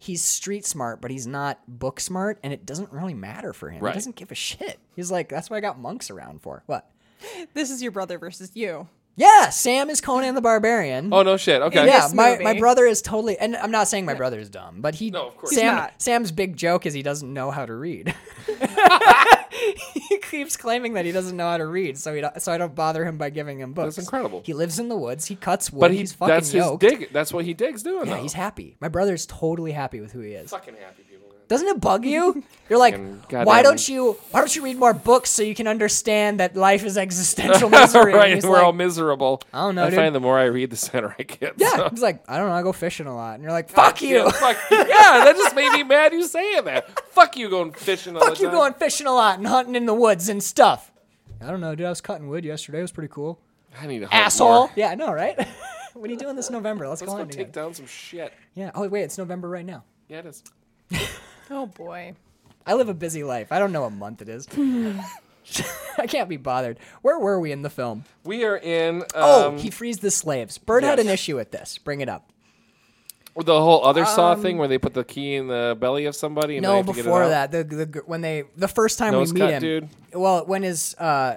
He's street smart, but he's not book smart, and it doesn't really matter for him.
Right.
He doesn't give a shit. He's like, that's what I got monks around for. What?
This is your brother versus you.
Yeah, Sam is Conan the Barbarian.
Oh no, shit. [LAUGHS] Okay.
yeah,
this
my,
movie.
my brother is totally, and I'm not saying my brother is dumb, but he
No, of course
Sam
He's not.
Sam's big joke is he doesn't know how to read. [LAUGHS] he keeps claiming that he doesn't know how to read, so he don't, so I don't bother him by giving him books.
That's incredible.
He lives in the woods. He cuts wood.
but he,
he's fucking
that's
yoked.
his dig. That's what he digs doing.
Yeah,
though.
he's happy. My brother's totally happy with who he
[LAUGHS]
is.
fucking happy people. man.
Doesn't it
[LAUGHS]
bug you? You're like,
Fucking goddamn-
why don't you why don't you read more books so you can understand that
[LAUGHS]
life is existential misery? And
right,
he's
we're all
like,
miserable.
I don't know,
I
dude.
find the more I read, the sadder I get.
yeah.
so.
He's like, I don't know. I go fishing a lot, and you're like, fuck you.
Yeah, fuck you. Yeah, that just made me mad. You saying that? Fuck you going
[LAUGHS]
fishing. All
fuck
the
you
time.
going fishing a lot and hunting in the woods and stuff. I don't know, dude. I was cutting wood yesterday. It was pretty cool.
I need a hug
Asshole.
more.
Yeah, I know, right? [LAUGHS] what are you doing this November? Let's,
Let's
go
go
on
take
together.
down some shit.
Yeah. Oh wait, it's November right now.
Yeah, it is.
Oh boy.
I live a busy life. I don't know what month it is. [LAUGHS] I can't be bothered. Where were we in the film?
We are in. Um,
Oh, he frees the slaves. Bird had
yes.
an issue with this. Bring it up.
the whole other saw thing where they put the key in the belly of somebody. And they
Um, No,
have to get it
before
out.
that, the, the gr- when they the first time
Nose
we meet
cut,
him,
dude.
Well, when his uh,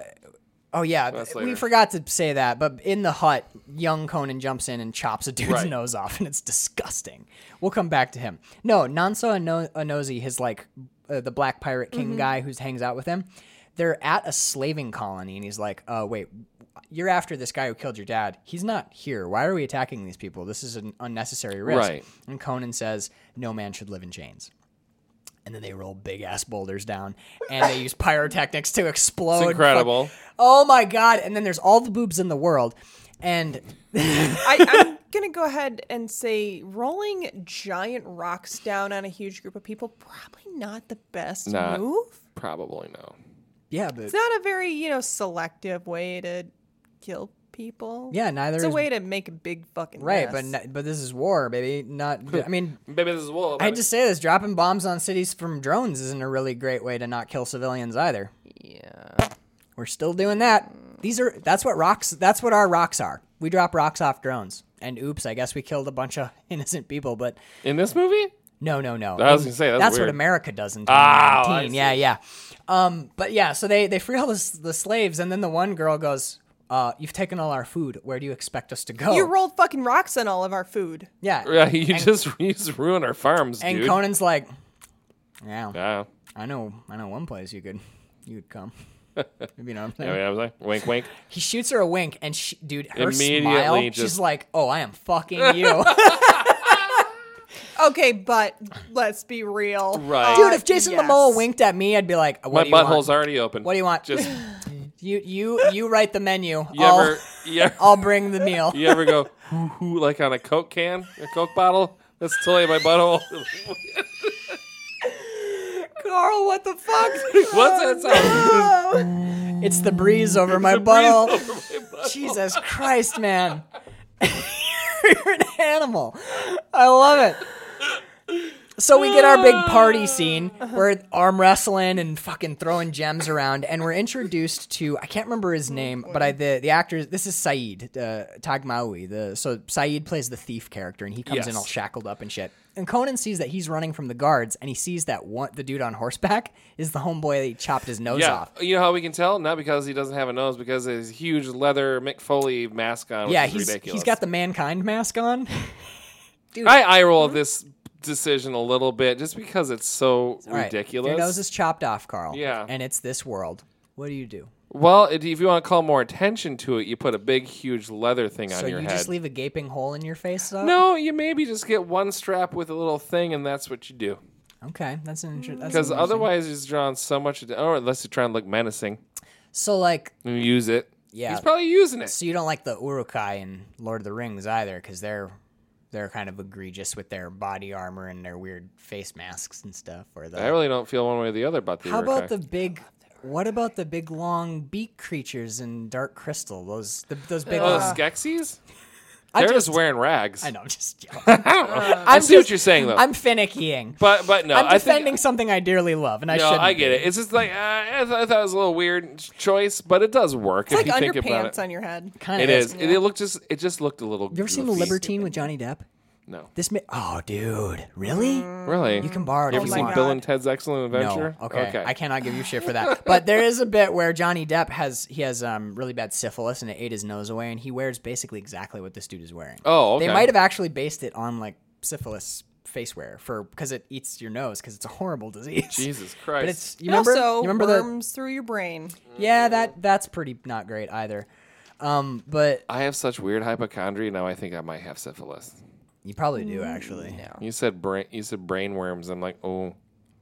oh yeah,
That's
we
later.
forgot to say that, but in the hut, young Conan jumps in and chops a dude's
Right.
nose off, [LAUGHS] and it's disgusting. We'll come back to him. No, Nanso Ano- Anozi, his like uh, the black pirate king guy who hangs out with him. They're at a slaving colony, and he's like, "Oh wait." You're after this guy who killed your dad. He's not here. Why are we attacking these people? This is an unnecessary risk.
Right.
And Conan says, No man should live in chains and then they roll big ass boulders down and they use pyrotechnics to explode.
It's incredible.
Fuck- Oh my god! And then there's all the boobs in the world, and
I, I'm gonna go ahead and say rolling giant rocks down on a huge group of people probably not the best
Nah.
move.
Probably no.
yeah, but
It's not a very you know selective way to kill people.
yeah, neither
it's a
is
way to make a big fucking
right. But
mess.
n- but this is war, baby. Not I mean.
Maybe this is wool.
I just say this: dropping bombs on cities from drones isn't a really great way to not kill civilians either.
yeah,
We're still doing that. These are that's what rocks. That's what our rocks are. We drop rocks off drones. And oops, I guess we killed a bunch of [LAUGHS] innocent people. But
in this movie.
No, no, no.
I was gonna say, that's
what
weird. Oh,
America does in
I
2019. yeah, yeah. Um, but yeah, so they they free all the, s- the slaves, and then the one girl goes, uh, "You've taken all our food. Where do you expect us to go?"
you rolled fucking rocks on all of our food.
yeah.
Yeah, you just [LAUGHS] you just ruin our farms,
And
dude.
Conan's like, "Yeah,
yeah.
I know, I know one place you could, you would come." you know what I'm saying?
[LAUGHS] Yeah, I was like, wink, wink.
He shoots her a wink, and she, dude, her
Immediately
smile, she's
just-
like, "Oh, I
[LAUGHS]
am fucking you." [LAUGHS]
Okay, but let's be real.
Right.
dude, if Jason
yes.
Momoa winked at me, I'd be like, "What
My
do you want?
butthole's already open.
What do you want?
Just
[LAUGHS] you you you write the menu.
you
I'll-
ever you ever,
I'll bring the meal.
you ever go hoo hoo like on a coke can, a coke bottle? That's totally my butthole. [LAUGHS]
Carl, what the [LAUGHS] fuck?
What's that sound?
It's the breeze over my butthole. Jesus Christ, man. [LAUGHS] You're an animal. I love it. So we get our big party scene. We're arm wrestling and fucking throwing gems around, and we're introduced to I can't remember his name, but I the the actor this is Saeed uh, Tagmaui. The so Saeed plays the thief character, and he comes in
Yes.
all shackled up and shit. And Conan sees that he's running from the guards, and he sees that one the dude on horseback is the homeboy that he chopped his nose
Yeah,
off.
you know how we can tell? Not because he doesn't have a nose, because his huge leather Mick Foley mask on. Which
yeah,
is
he's
ridiculous.
he's got the Mm-hmm. mankind
[LAUGHS]
mask on.
I eye roll this decision a little bit just because it's so
All right,
ridiculous.
Your nose is chopped off, Carl.
Yeah.
And it's this world. What do you do?
well, it- if you want to call more attention to it, you put a big, huge leather thing
So
on
you
your head.
just leave a gaping hole in your face? Though?
no, you maybe just get one strap with a little thing, and that's what you do.
Okay, that's an interesting.
Because otherwise, he's drawing so much. atten- Or unless you're trying to look menacing,
so like,
you use it.
Yeah.
he's probably using it.
so you don't like the Urukai in Lord of the Rings either, because they're they're kind of egregious with their body armor and their weird face masks and stuff. Or the
I really don't feel one way or the other about the.
how about
Urukai.
the big? What about the big long beak creatures in Dark Crystal? Those the, those big
oh,
long
Skeksis?
I
They're
just-
just wearing rags.
I know, I'm just.
[LAUGHS]
I'm
I see what you're saying though.
finickying.
but but no,
I'm
I think
defending something I dearly love, and I
No,
shouldn't.
I get it. It's just like uh, I, th- I thought it was a little weird choice, but it does work
It's
if
like
you think about it.
underpants on your head.
Kind
it
of
is. It, it looked just. It just looked a little.
You ever seen The Libertine with Johnny Depp?
No,
This ma- oh, dude, really?
really.
You can borrow it.
You
if
ever
you
my
seen
want.
Bill and Ted's Excellent Adventure?
No, okay. I cannot give you shit for [LAUGHS] that. But there is a bit where Johnny Depp has he has um really bad syphilis and it ate his nose away, and he wears basically exactly what this dude is wearing.
Oh, okay.
They might have actually based it on like syphilis face wear for because it eats your nose because it's a horrible disease.
Jesus Christ.
[LAUGHS] But it's you
You
remember
also,
you remember the
worms through your brain.
yeah that that's pretty not great either. Um, but
I have such weird hypochondria now. I think I might have syphilis.
you probably do actually. Yeah.
You said brain. You said brain worms. I'm like, oh,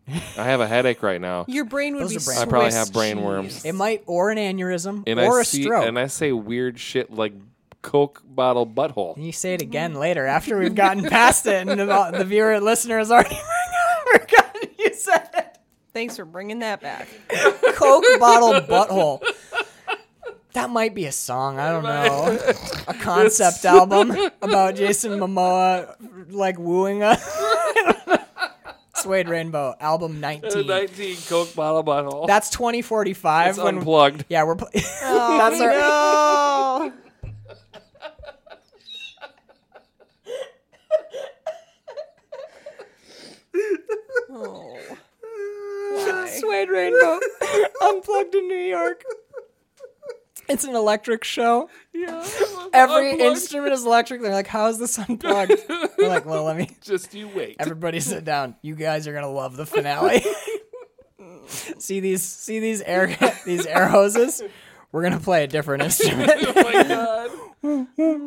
I have a headache right
[LAUGHS]
now.
Your brain would
Those
be.
are brain-
I probably
Swiss
have brain
cheese.
worms.
It might or an aneurysm
and
or
I
a
see,
stroke.
and I say weird shit like Coke bottle butthole.
And you say it again later after we've gotten past it, and the, the viewer and listener has already [LAUGHS] forgotten you said it.
Thanks for bringing that back.
Coke bottle
[LAUGHS]
butthole. That might be a song. I don't know.
[LAUGHS]
A concept album about Jason Momoa like
[LAUGHS]
wooing us. Suede Rainbow
Uh,
album 19.
19 Coke bottle butthole.
That's 2045
That's
when
unplugged. [LAUGHS]
Yeah, we're. Pl- [LAUGHS] that's our. [LAUGHS]
Oh.
Suede Rainbow [LAUGHS] unplugged in New York. It's an electric show.
Yeah.
Every
Unplugged.
instrument is electric. They're like, "How is
[LAUGHS]
this unplugged?" They're like, "Well, let me."
Just you wait. [LAUGHS]
[LAUGHS] Everybody sit down. You guys are gonna love the finale. [LAUGHS] see these, see these air, [LAUGHS] these air hoses. We're gonna play a different instrument.
[LAUGHS] oh my god.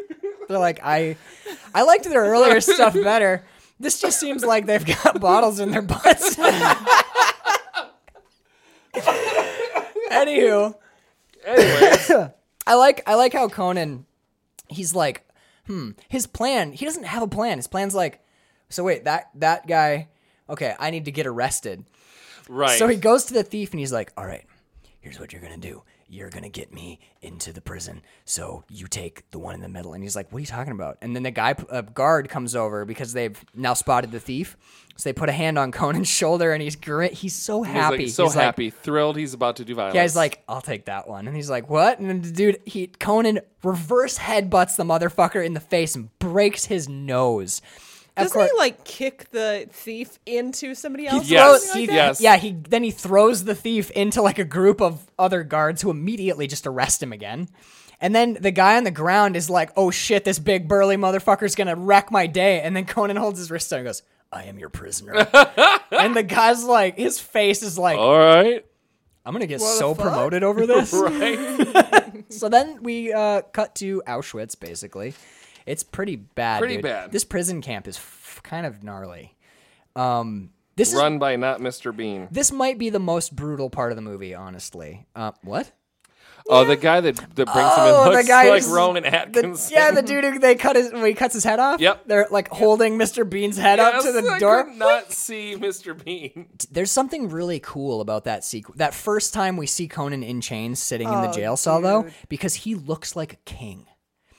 [LAUGHS] They're like, I, I liked their earlier stuff better. This just seems like they've got [LAUGHS] bottles in their butts. [LAUGHS] Anywho,
Anyways,
[COUGHS] I like I like how Conan he's like, hmm, his plan, he doesn't have a plan. His plan's like, so wait, that that guy, okay, I need to get arrested.
right.
So he goes to the thief and he's like, "All right, here's what you're gonna do. You're gonna get me into the prison. So you take the one in the middle." And he's like, "What are you talking about?" And then the guy, a guard, comes over because they've now spotted the thief. So they put a hand on [LAUGHS] Conan's shoulder and he's grit. He's so
He's like,
happy.
so
He's like-
happy, thrilled he's about to do violence.
yeah, he's like, I'll take that one. And he's like, what? And then the dude, he Conan reverse headbutts the motherfucker in the face and breaks his nose. Of
Doesn't
course-
he like kick the thief into somebody else?
Yes.
or
throws-
something
he-
like that?
yes.
Yeah, he then he throws the thief into like a group of other guards who immediately just arrest him again. And then the guy on the ground is like, "Oh shit, this big burly motherfucker's gonna wreck my day." And then Conan holds his wrist out and goes, "I am your
[LAUGHS]
prisoner." and the guy's like, his face is like,
all right,
"I'm gonna get
Oh. the
so
fuck?"
promoted over
[LAUGHS]
this."
right.
So then we uh, cut to Auschwitz. Basically, it's pretty bad.
Pretty
dude.
bad.
This prison camp is f- kind of gnarly. Um, this
[LAUGHS]
is
Run by not Mr. Bean.
this might be the most brutal part of the movie, honestly. Uh, what?
Oh, the guy that that brings
Oh,
him in looks like Rowan
[LAUGHS]
Atkinson.
yeah,
[LAUGHS]
the dude who they cut his when he cuts his head off.
Yep.
They're like holding Mr. Bean's head up to
Yes,
the
I
door.
Could not see Mr. Bean.
There's something really cool about that sequence. That first time we see Conan in chains sitting in the
Oh,
jail cell, though, because he looks like a king.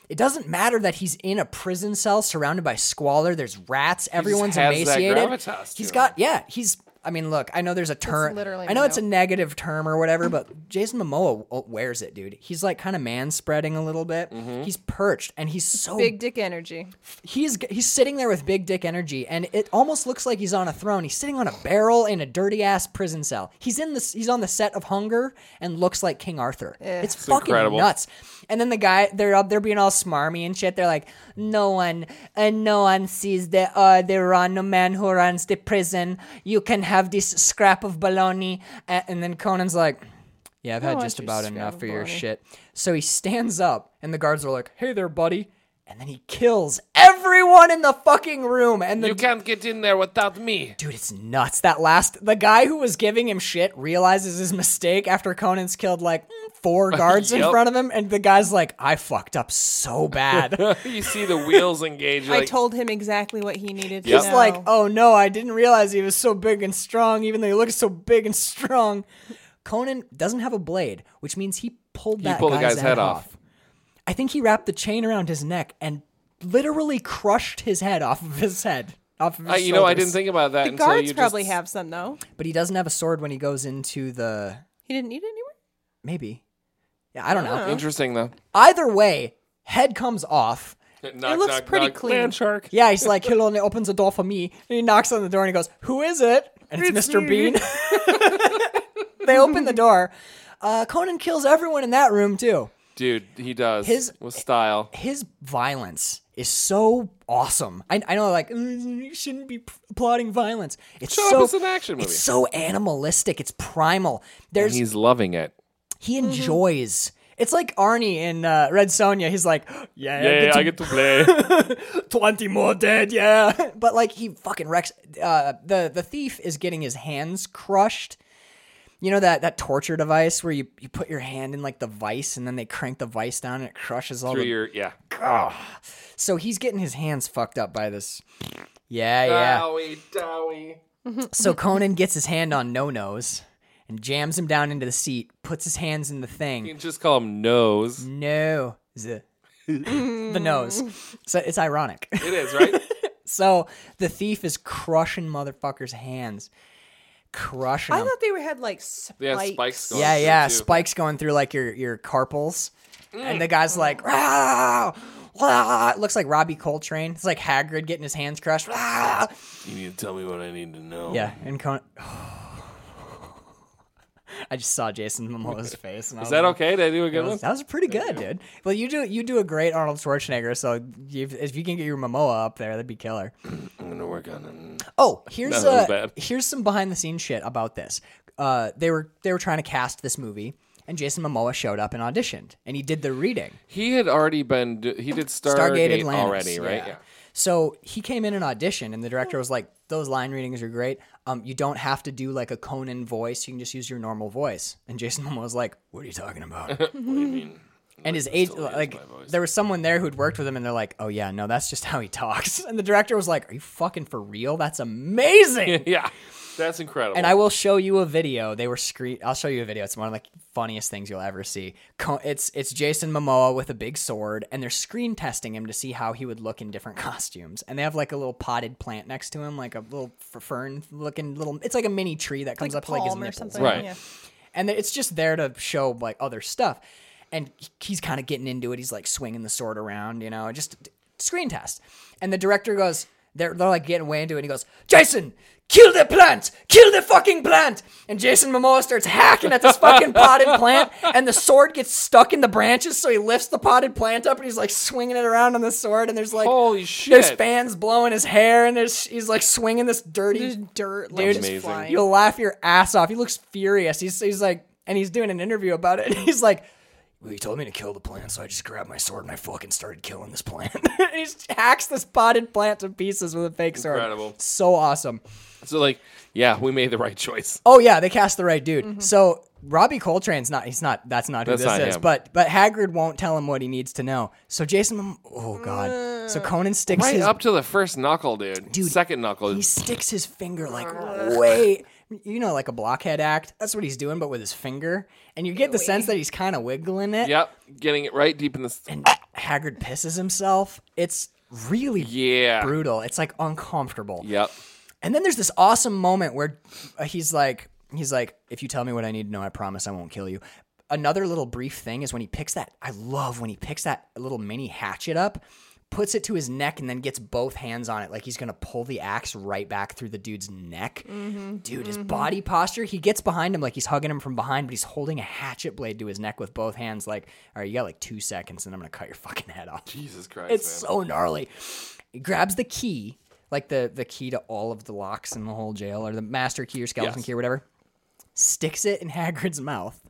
It doesn't matter that he's in a prison cell surrounded by squalor. There's rats. Everyone's
has that
emaciated.
gravitas to
He's
him.
got yeah. He's. I mean, look. I know there's a term.
literally
I know
my
it's a negative term or whatever, but Jason Momoa w- wears it, dude. He's like kind of man spreading a little bit.
Mm-hmm.
He's perched and he's so
Big dick energy.
he's he's sitting there with big dick energy, and it almost looks like he's on a throne. He's sitting on a barrel in a dirty ass prison cell. He's in this. He's on the set of Hunger and looks like King Arthur. It's, fucking
incredible.
nuts. And then the guy, they're up, they're being all smarmy and shit. They're like, no one, and no one sees the uh, the run man who runs the prison. You can have this scrap of baloney, A- and then Conan's like. Yeah, I've had
want
just
your
about
scrap
enough
of
for your
baloney."
shit. So he stands up, and the guards are like, "Hey there, buddy!" And then he kills everyone in the fucking room. And the
You can't get in there without me.
dude, it's nuts. That last, the guy who was giving him shit realizes his mistake after Conan's killed like
[LAUGHS]
four guards in
Yep.
front of him, and the guy's like, "I fucked up
[LAUGHS]
so bad."
[LAUGHS] you see the wheels engage. Like,
I told him exactly what he
Yep.
needed to
He's
know.
like, oh no, I didn't realize he was so big and strong, even though he looks so big and strong. Conan doesn't have a blade, which means he pulled that
pulled the
guy's,
guy's
head,
head
off.
off.
I think he wrapped the chain around his neck and literally crushed his head off of his head. Off of his
I, you know, I
shoulders.
didn't think about that
The
until
guards
you
probably
just,
have some though.
But he doesn't have a sword when he goes into the
He didn't need it anywhere.
maybe. Yeah, I don't know.
Interesting though.
Either way, head comes off.
Knock,
looks
knock,
pretty
knock.
clean.
Land shark.
Yeah, he's like, he'll only opens the door for me. And he knocks on the door and he goes, Who is it? And it's,
It's
Mr.
me.
Bean. [LAUGHS] they open the door. Uh, Conan kills everyone in that room, too.
Dude, he does.
His-
with style.
His violence is so awesome. I, I know, like, "Mm, you shouldn't be p- applauding violence. It's
Shut up,
so,
it's an action movie.
It's so animalistic. It's primal. There's
He's loving it.
He
Mm-hmm.
enjoys. It's like Arnie in uh, Red Sonja. He's like, [GASPS] yeah,
Yeah,
to
I get to play.
20 more dead, yeah. [LAUGHS] But like he fucking wrecks uh the the thief is getting his hands crushed. You know that that torture device where you, you put your hand in like the vice and then they crank the vice down and it crushes
[LAUGHS]
all
Through
the
your yeah.
So he's getting his hands fucked up by this. Yeah, [LAUGHS] yeah.
Dowie, Dowie.
So Conan gets his hand on No Nose and jams him down into the seat, puts his hands in the
[LAUGHS]
thing.
You can just call him nose.
No. Z- [LAUGHS] the nose. So it's ironic. [LAUGHS]
It [LAUGHS] is, right?
So the thief is crushing motherfuckers' hands. Crushing
I
them.
thought they were had like spikes.
They have spikes going
Yeah,
through,
yeah.
too.
Spikes going through like your your carpals. And the guy's like, "Rah, rah." It looks like Robbie Coltrane. It's like Hagrid getting his hands crushed. Rah.
You need to tell me what I need to know.
Yeah, and Conan. [SIGHS] I just saw Jason Momoa's face. And I
Is
was
that
like,
okay? Did I do a good
That
one?
was, that was pretty good, dude. Well, you do you do a great Arnold Schwarzenegger. So if, if you can get your Momoa up there, that'd be killer.
[CLEARS THROAT] I'm gonna work on it.
Oh, here's
No, that was
uh,
bad.
here's some behind the scenes shit about this. Uh, they were they were trying to cast this movie, and Jason Momoa showed up and auditioned, and he did the reading.
He had already been. do- He did Stargate,
Stargate Atlantis
already, right? Yeah.
So he came in and auditioned, and the director was like, "Those line readings are great. Um, you don't have to do like a Conan voice. You can just use your normal voice." And Jason Momoa was like, [LAUGHS] "What are you talking about?" and his agent, like, there was someone there who'd worked with him, and they're like, "Oh yeah, no, that's just how he talks." [LAUGHS] And the director was like, "Are you fucking for real?
[LAUGHS]
That's amazing."
Yeah, that's incredible.
And I will show you a video. They were screen. I'll show you a video. It's one of the funniest things you'll ever see. Co- It's it's Jason Momoa with a big sword, and they're screen testing him to see how he would look in different [LAUGHS] costumes. And they have like a little potted plant next to him, like a little f- fern looking little. It's like a mini tree that comes
Like a
up to like his
palm or
nipples,
something.
Right.
Yeah.
and it's just there to show like other stuff. And he's kind of getting into it. He's like swinging the sword around, you know, just screen test. And the director goes, they're, they're like getting way into it. And he goes, Jason, kill the plant, kill the fucking plant. And Jason Momoa starts hacking at this fucking potted plant, and the sword gets stuck in the branches. So he lifts the potted plant up, and he's like swinging it around on the sword. And there's like,
Holy
There's
shit.
fans blowing his hair, and there's he's like swinging this dirty
There's dirt like
Amazing.
just flying.
You'll laugh your ass off. He looks furious. He's, he's like, and he's doing an interview about it. [LAUGHS] And he's like, well, he told me to kill the plant, so I just grabbed my sword and I fucking started killing this plant. [LAUGHS] and he just hacks this potted plant to pieces with a fake sword.
Incredible.
So awesome.
so like, yeah, we made the right choice.
Oh yeah, they cast the right dude. So Robbie Coltrane's not. He's not. That's not who
That's
this
not
is.
him.
But but Hagrid won't tell him what he needs to know. So Jason. Mom- Oh god. So Conan sticks
Right
his
up to the first knuckle, dude.
Dude,
Second knuckle.
he sticks his finger like way you know like a blockhead act that's what he's doing but with his finger and you get the sense that he's kind of wiggling it
Yep, getting it right deep in the. s-
and haggard pisses himself it's really
Yeah.
brutal it's like uncomfortable
Yep.
and then there's this awesome moment where uh, he's like he's like if you tell me what i need to know i promise i won't kill you another little brief thing is when he picks that i love when he picks that little mini hatchet up puts it to his neck and then gets both hands on it like he's gonna pull the axe right back through the dude's neck dude his body posture he gets behind him like he's hugging him from behind but he's holding a hatchet blade to his neck with both hands like all right you got like two seconds and i'm gonna cut your fucking head off
Jesus Christ.
it's
man.
so gnarly. He grabs the key, like the the key to all of the locks in the whole jail, or the master key or skeleton
Yes.
key or whatever. Sticks it in [LAUGHS] Hagrid's mouth,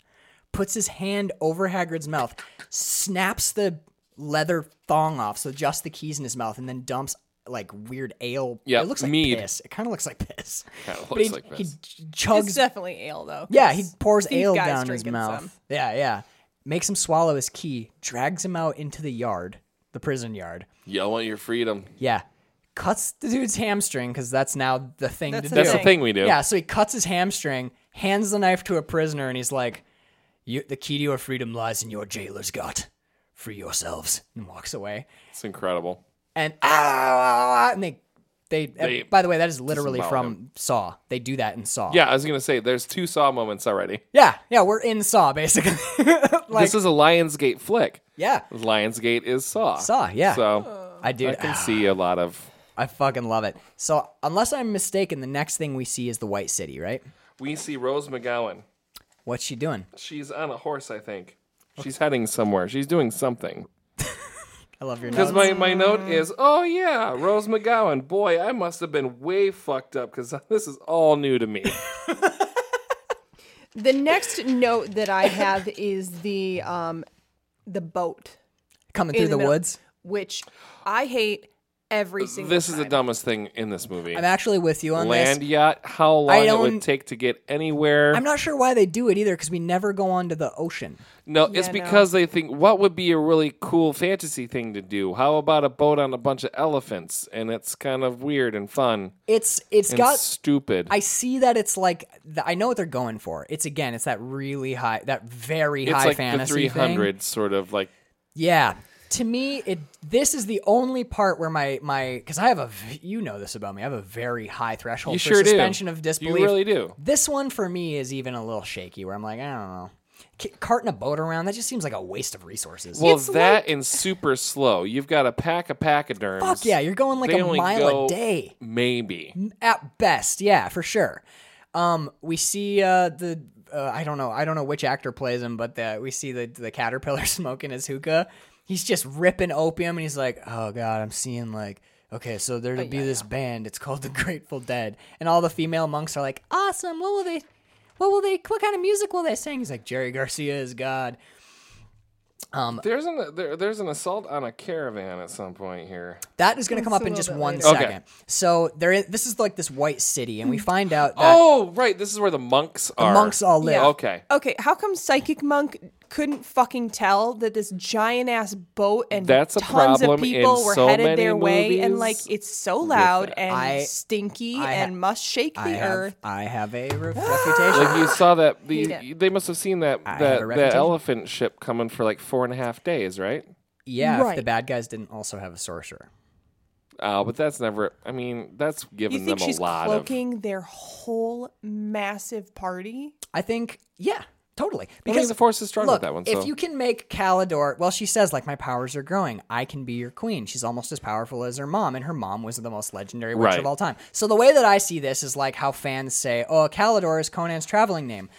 puts his hand over Hagrid's mouth, snaps the leather thong off, so just the keys in his mouth, and then dumps like weird ale.
Yeah,
it looks like
mead.
piss. It kind of looks like piss.
Kinda
But
looks
he,
like
he
piss.
j- chugs
It's definitely ale though.
yeah, he pours
These
ale
guys
down his
drinking
mouth.
some.
Yeah, yeah. Makes him swallow his key, drags him out into the yard, the prison yard.
Y'all want your freedom.
Yeah. Cuts the dude's hamstring because that's now the thing to
That's the
do.
That's the
Dang.
thing we do.
Yeah, so he cuts his hamstring, hands the knife to a prisoner, and he's like, you, The key to your freedom lies in your jailer's gut. free yourselves, and walks away.
It's incredible.
And ah, and they, they,
They
By the way, that is literally
disembowel
from Saw. They do that in Saw.
Yeah, I was gonna say there's two Saw moments already.
yeah, yeah. We're in Saw basically. [LAUGHS] like,
this is a Lionsgate flick.
yeah,
Lionsgate is Saw.
Saw, yeah. Oh.
So
I do.
I can see a lot of.
I fucking love it. So, unless I'm mistaken, the next thing we see is the White City, right?
We see Rose McGowan.
What's she doing?
She's on a horse, I think. She's heading somewhere. She's doing something.
I love your
Because
notes.
my, my
Mm.
note is, oh yeah, Rose McGowan. Boy, I must have been way fucked up because [LAUGHS] this is all new to
[LAUGHS]
me.
The next note that I have is the um, the boat
Coming
in
through the,
middle,
woods.
which I hate every single.
this is the
time.
dumbest thing in this movie.
I'm actually with you on this.
Land yacht. How
I
long it would
don't-
take to get anywhere?
I'm not sure why they do it either because we never go onto the ocean.
No, it's
no.
because they think what would be a really cool fantasy thing to do. How about a boat on a bunch of elephants? And it's kind of weird and fun
It's it's
and
got
stupid.
I see that it's like th- I know what they're going for. It's again, it's that really high that very
it's
high
like the
fantasy thing.
300 sort of like
Yeah. To me, it this is the only part where my my cuz I have a v- you know this about me. I have a very high threshold
you
for
sure do.
suspension of disbelief.
You really do.
This one for me is even a little shaky where I'm like, I don't know. C- carting a boat around that just seems like a waste of resources.
Well, that and super slow. You've got a pack of pachyderms.
Fuck yeah, you're going like
They
a
only
mile
go-
a day.
Maybe.
at best yeah for sure um we see uh the uh, i don't know i don't know which actor plays him but the, we see the the caterpillar [LAUGHS] smoking his hookah he's just ripping opium and he's like oh god i'm seeing like okay so there
Oh,
to be this band it's called the grateful dead and all the female monks are like awesome what will they what will they what kind of music will they sing he's like jerry garcia is god
There's an there, there's an assault on a caravan at some point here.
that is going to come up in just one second.
Okay. Hmm.
so there is this is like this white city and we find out that
Oh, right. This is where the monks are.
Uh, monks all live
Yeah.
Okay.
Okay, how come Psychic Monk couldn't fucking tell that this giant ass boat and
That's a
tons
problem
of
in
people were
so
headed
many
their way and
movies
like it's so loud
that.
and
I-
stinky
I ha-
and must shake the
I have,
earth.
I have a
[GASPS]
re- reputation.
Like you saw
[GASPS]
that the,
Hate
they must have seen that
have a
that, that
reputation.
elephant ship coming for like four and a half days, right?
Yeah, if the
Right.
bad guys didn't also have a sorcerer.
Oh, but that's never. I mean, that's
You
giving them
think
a
she's
lot of.
cloaking their whole massive party?
I think, yeah, totally.
mean,
Because
the Force is strong with
look,
that one, so-
If you can make Calidor, well, she says like my powers are growing. I can be your queen. She's almost as powerful as her mom, and her mom was the most legendary witch
Right.
of all time. So the way that I see this is like how fans say, "Oh, Calidor is Conan's traveling name."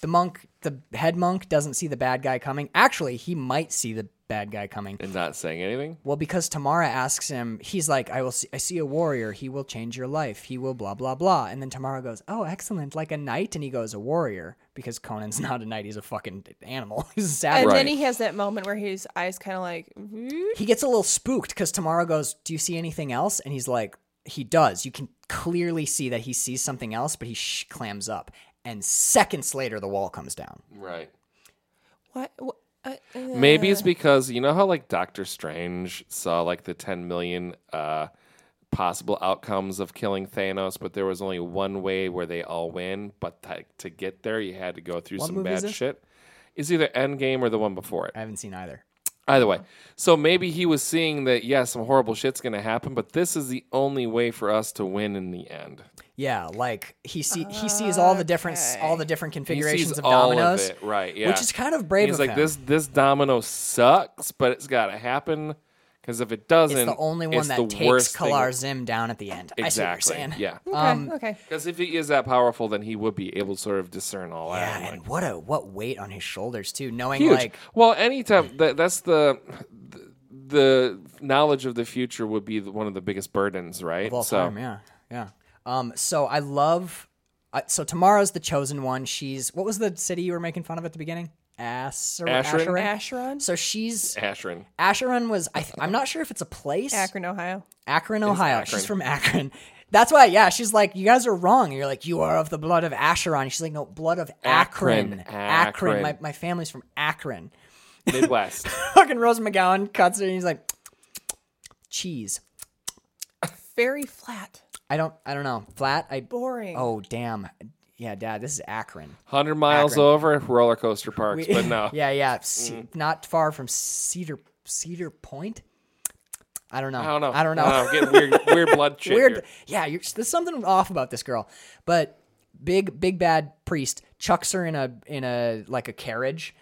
The monk, the head monk, doesn't see the bad guy coming. Actually, he might see the bad guy coming.
And not saying anything.
Well, because Tamara asks him, he's like, "I will. See, I see a warrior. He will change your life. He will blah blah blah." And then Tamara goes, "Oh, excellent, like a knight." And he goes, "A warrior," because Conan's [LAUGHS] not a knight. He's a fucking animal. [LAUGHS] he's a savage.
And
Uh, Right.
then he has that moment where his eyes kind of like, "Hmm?"
He gets a little spooked because Tamara goes, "Do you see anything else?" And he's like, "He does. You can clearly see that he sees something else, but he sh- clams up." And seconds later, the wall comes down.
Right.
what? what uh, uh,
Maybe it's because you know how like Doctor Strange saw like the 10 million uh possible outcomes of killing Thanos, but there was only one way where they all win, but th- to get there you had to go through some
movie is
bad
this?
shit. It's either Endgame or the one before it.
I haven't seen either.
Either way. So maybe he was seeing that yeah, some horrible shit's going to happen, but this is the only way for us to win in the end.
Yeah, like he see he sees all the different all the different
He
configurations
sees
of
all
dominoes.
of it, right? Yeah.
Which is kind of brave
He's
of
like
him.
this this domino sucks, but it's got to happen because if it doesn't,
It's the only one
it's the
that
worst
takes
thing-
Kalar Zim down at the end.
Exactly.
I see what you're saying.
Yeah.
Okay, okay.
Because if he is that powerful, then he would be able to sort of discern all
Yeah,
that.
and what a what weight on his shoulders too, knowing
Huge.
like
well, anytime that that's the. The knowledge of the future would be the- one of the biggest burdens, right?
of all
so
time. Yeah, yeah. Um, so I love. I so Tamara's the chosen one. She's what was the city you were making fun of at the beginning? Asher-
Asheron?
Asheron,
So she's
Asheron,
Asheron was I th- I'm not sure if it's a place.
Akron, Ohio.
Akron, Ohio.
Akron.
She's from Akron. That's why, yeah, she's like, you guys are wrong. And you're like, you are of the blood of Asheron. She's like, no, blood of Akron.
Akron.
Akron. My, my family's from Akron. [LAUGHS]
Midwest.
Fucking Rose McGowan cuts her and he's like, cheese.
Very flat,
I don't, I don't know. Flat. I,
boring.
oh, damn. Yeah, dad, this is Akron. [LAUGHS]
100 miles over, roller coaster parks, but no.
Yeah, yeah. C- Not far from Cedar Cedar Point. I don't know.
I don't know.
I don't know.
I'm getting
[LAUGHS]
weird, weird blood shit.
Weird.
here.
Yeah, you're, there's something off about this girl. But big, big bad priest chucks her in a in a like a carriage.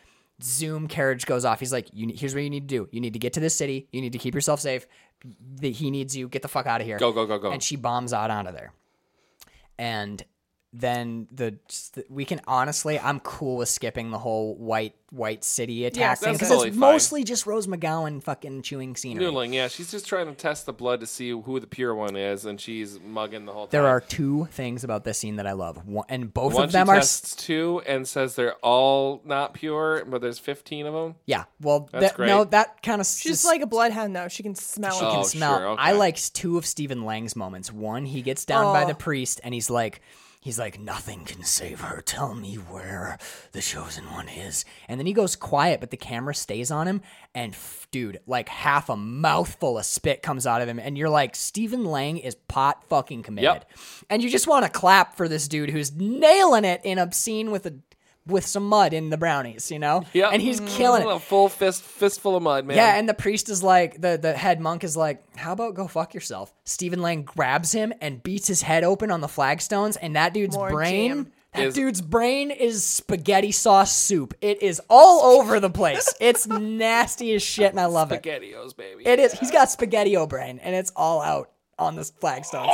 Zoom carriage goes off. He's like, you, ne- "Here's what you need to do. You need to get to this city. You need to keep yourself safe. The, he needs you. Get the fuck out of here.
Go, go, go, go.
And she bombs out onto there. And then the just the- we can honestly, I'm cool with skipping the whole white white city attack
that's
thing because
totally
it's
fine.
mostly just Rose McGowan fucking chewing scenery.
Noodling, yeah, she's just trying to test the blood to see who the pure one is, and she's mugging the whole time.
There are two things about this scene that I love, one, and both
one
of them
she
are. s-
tests two and says they're all not pure, but there's 15 of them.
Yeah, well,
That's
that, no,
great.
that kind of.
She's like a bloodhound though. She can smell
she
it.
can
Oh,
smell.
sure, okay.
I like s- two of Stephen Lang's moments. One, he gets down by the priest and he's like, he's like, nothing can save her. Tell me where the chosen one is. And then he goes quiet, but the camera stays on him. And f- dude, like half a mouthful of spit comes out of him, and you're like, Stephen Lang is pot fucking committed. And you just want to clap for this dude who's nailing it in a scene with a. With some mud in the brownies, you know,
Yeah,
and he's killing it.
Mm, A full fist, fistful of mud, man.
Yeah, and the priest is like the the head monk is like, "How about go fuck yourself?" Stephen Lang grabs him and beats his head open on the flagstones, and that dude's
More
brain,
jam.
that
Is-
dude's brain is spaghetti sauce soup. It is
[LAUGHS]
all over the place. It's nasty as shit, and I love it.
spaghettios, baby.
It is. He's got spaghetti brain, and it's all out on the
[LAUGHS]
flagstones.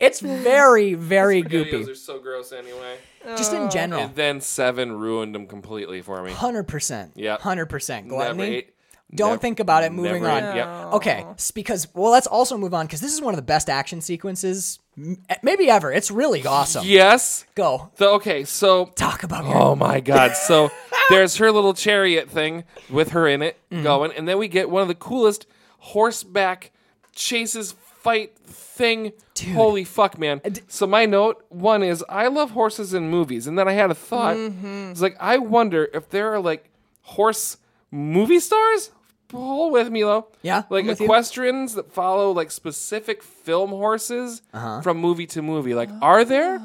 It's very, very
spaghettios
goopy.
are so gross anyway.
Just
Oh.
in general,
And then seven ruined them completely for me.
hundred percent.
Yep.
hundred percent
Never
gluttony.
ate.
Don't
never-
think about it. Moving
never
on.
ate. Yep.
Okay, s- because well, let's also move on because this is one of the best action sequences m- e, maybe ever. It's really awesome.
Yes.
Go
The, okay, so
talk about your
Oh my god.
[LAUGHS]
So there's her little chariot thing with her in it
Mm-hmm.
going, and then we get one of the coolest horseback chases fight thing. Holy fuck, man. So my note one is I love horses in movies, and then I had a thought.
Mm-hmm.
It's like I wonder if there are like horse movie stars. Pull with me, Lo.
Yeah,
like
I'm with you.
equestrians that follow like specific film horses
Uh-huh.
from movie to movie. Like, are there?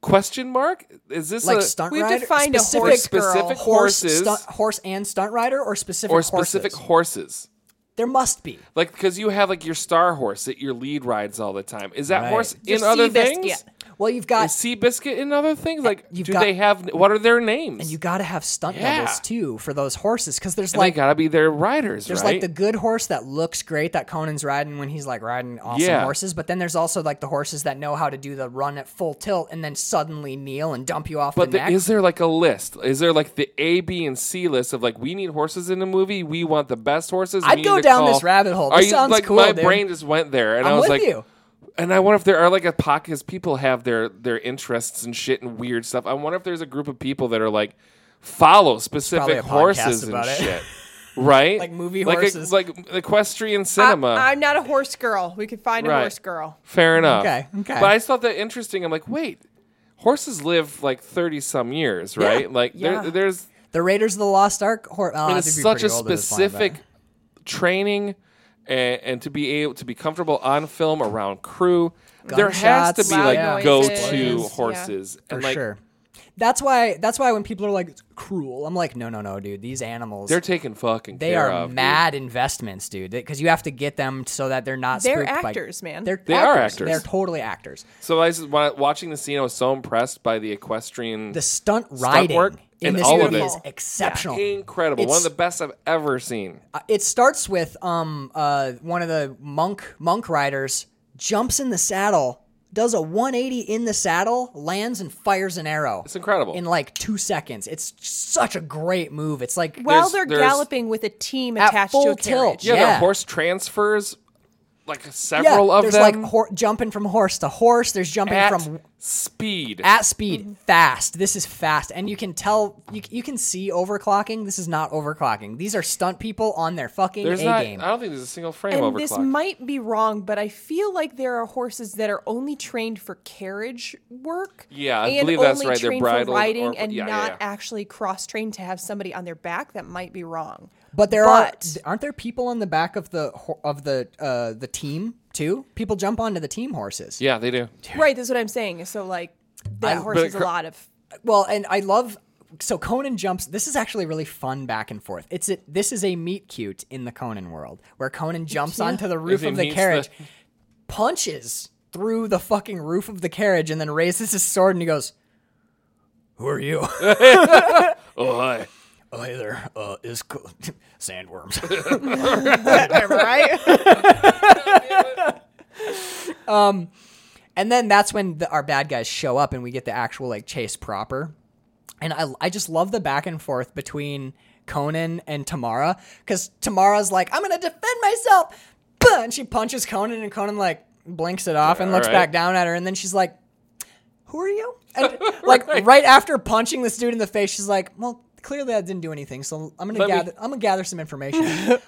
Question mark? Is this
Oh. like
a,
stunt
we've
rider,
defined a
specific
horse girl.
specific
horse,
horses
stunt, horse and stunt rider, or specific
or specific
horses?
horses.
There must be.
Like, because you have like your star horse that your lead rides all the time. Is that
Right.
horse
Your
in other
Seabiscuit.
things?
Well, you've got
Is Sea Biscuit in other things? Like,
You've
do
got-
they have what are their names?
you got to have stunt
Yeah.
doubles too for those horses because there's
And they
like
gotta be their riders,
There's
right?
like the good horse that looks great that Conan's riding when he's like riding awesome
Yeah.
horses, but then there's also like the horses that know how to do the run at full tilt and then suddenly kneel and dump you off
but
the
the-
neck.
is there like a list? Is there like the A, B, and C list of like we need horses in the movie? We want the best horses. we
I'd
need
go
to
down
call-
this rabbit hole.
Are
This
you,
sounds
like
cool,
my
dude.
brain just went there, and
I'm
I was
with
like,
you.
And I wonder if there are like a pocket because people have their their interests and shit and weird stuff. I wonder if there's a group of people that are like follow
probably
specific
a podcast
horses and
about it. [LAUGHS]
shit, right?
Like movie
like
horses.
a, like equestrian
I,
cinema.
I'm not a horse girl. We could find
Right.
a horse girl.
Fair enough.
Okay, okay.
But I just thought that interesting. I'm like, wait, horses live like thirty some years, right? Like
Yeah.
there, there's
the Raiders of the Lost Ark. Hor- oh,
and
they'd
it's
be
such a
pretty old at this point, but-
specific training and, and to be able to be comfortable on film around crew there has to
Gunshots,
be
loud
like
noises,
go-to
yeah.
horses and
for
like
sure. That's why. That's why when people are like it's cruel, I'm like, no, no, no, dude. These animals.
they're taking fucking
they
care
are
of, dude.
mad investments, dude. Because you have to get them so that they're not.
They're
spooked by-
actors, man.
They're
They are actors.
They're totally actors.
so i was watching the scene i was so impressed by the equestrian
The stunt riding
work
in
and
this
all
of
movie
it.
is exceptional.
incredible one
It's-
of the best i've ever seen
Uh, it starts with um uh one of the monk monk riders jumps in the saddle, does a 180 in the saddle, lands and fires an arrow.
it's incredible
in like two seconds. It's such a great move. It's like
While they're
there's-
galloping with a team
At
attached
full
to a
tilt.
carriage.
yeah,
yeah.
the horse transfers like
yeah,
several of
there's
them
like hor- jumping from horse to horse. There's jumping
at
from
speed
at speed fast. This is fast, and you can tell you, you can see overclocking. This is not overclocking. These are stunt people on their fucking
there's
a
not
game.
i don't think there's a single frame
And
overclock
this might be wrong, but I feel like there are horses that are only trained for carriage work.
Yeah, I
and
believe that's
only
right. They're
trained for
bridled
riding
or-
and
yeah, yeah,
not
yeah.
actually cross-trained to have somebody on their back. That might be wrong.
but there
but-
are aren't there people on the back of the ho- of the uh, the team too? People jump onto the team horses.
yeah they do
Right, that's what I'm saying. So like that horse
but [LAUGHS]
is a
cr-
lot of
Well, and I love so Conan jumps. This is actually really fun back and forth. It's a, this is a meet cute in the Conan world where Conan jumps onto the roof
he
of the
meets
carriage, punches through the fucking roof of the carriage, and then raises his sword and he goes, "Who are you?"
Oh, hi.
oh, hey there, uh, is Co- [LAUGHS] sandworms.
right?
Um, And then that's when the, our bad guys show up and we get the actual like chase proper. And I, I just love the back and forth between Conan and Tamara because Tamara's like, I'm going to defend myself. Bah! And she punches Conan and Conan like blinks it off and looks
Alright.
back down at her. And then she's like, Who are you? And like right after punching this dude in the face, she's like, Well, clearly I didn't do anything. So I'm going to
Let me-
gather, I'm going to gather some information.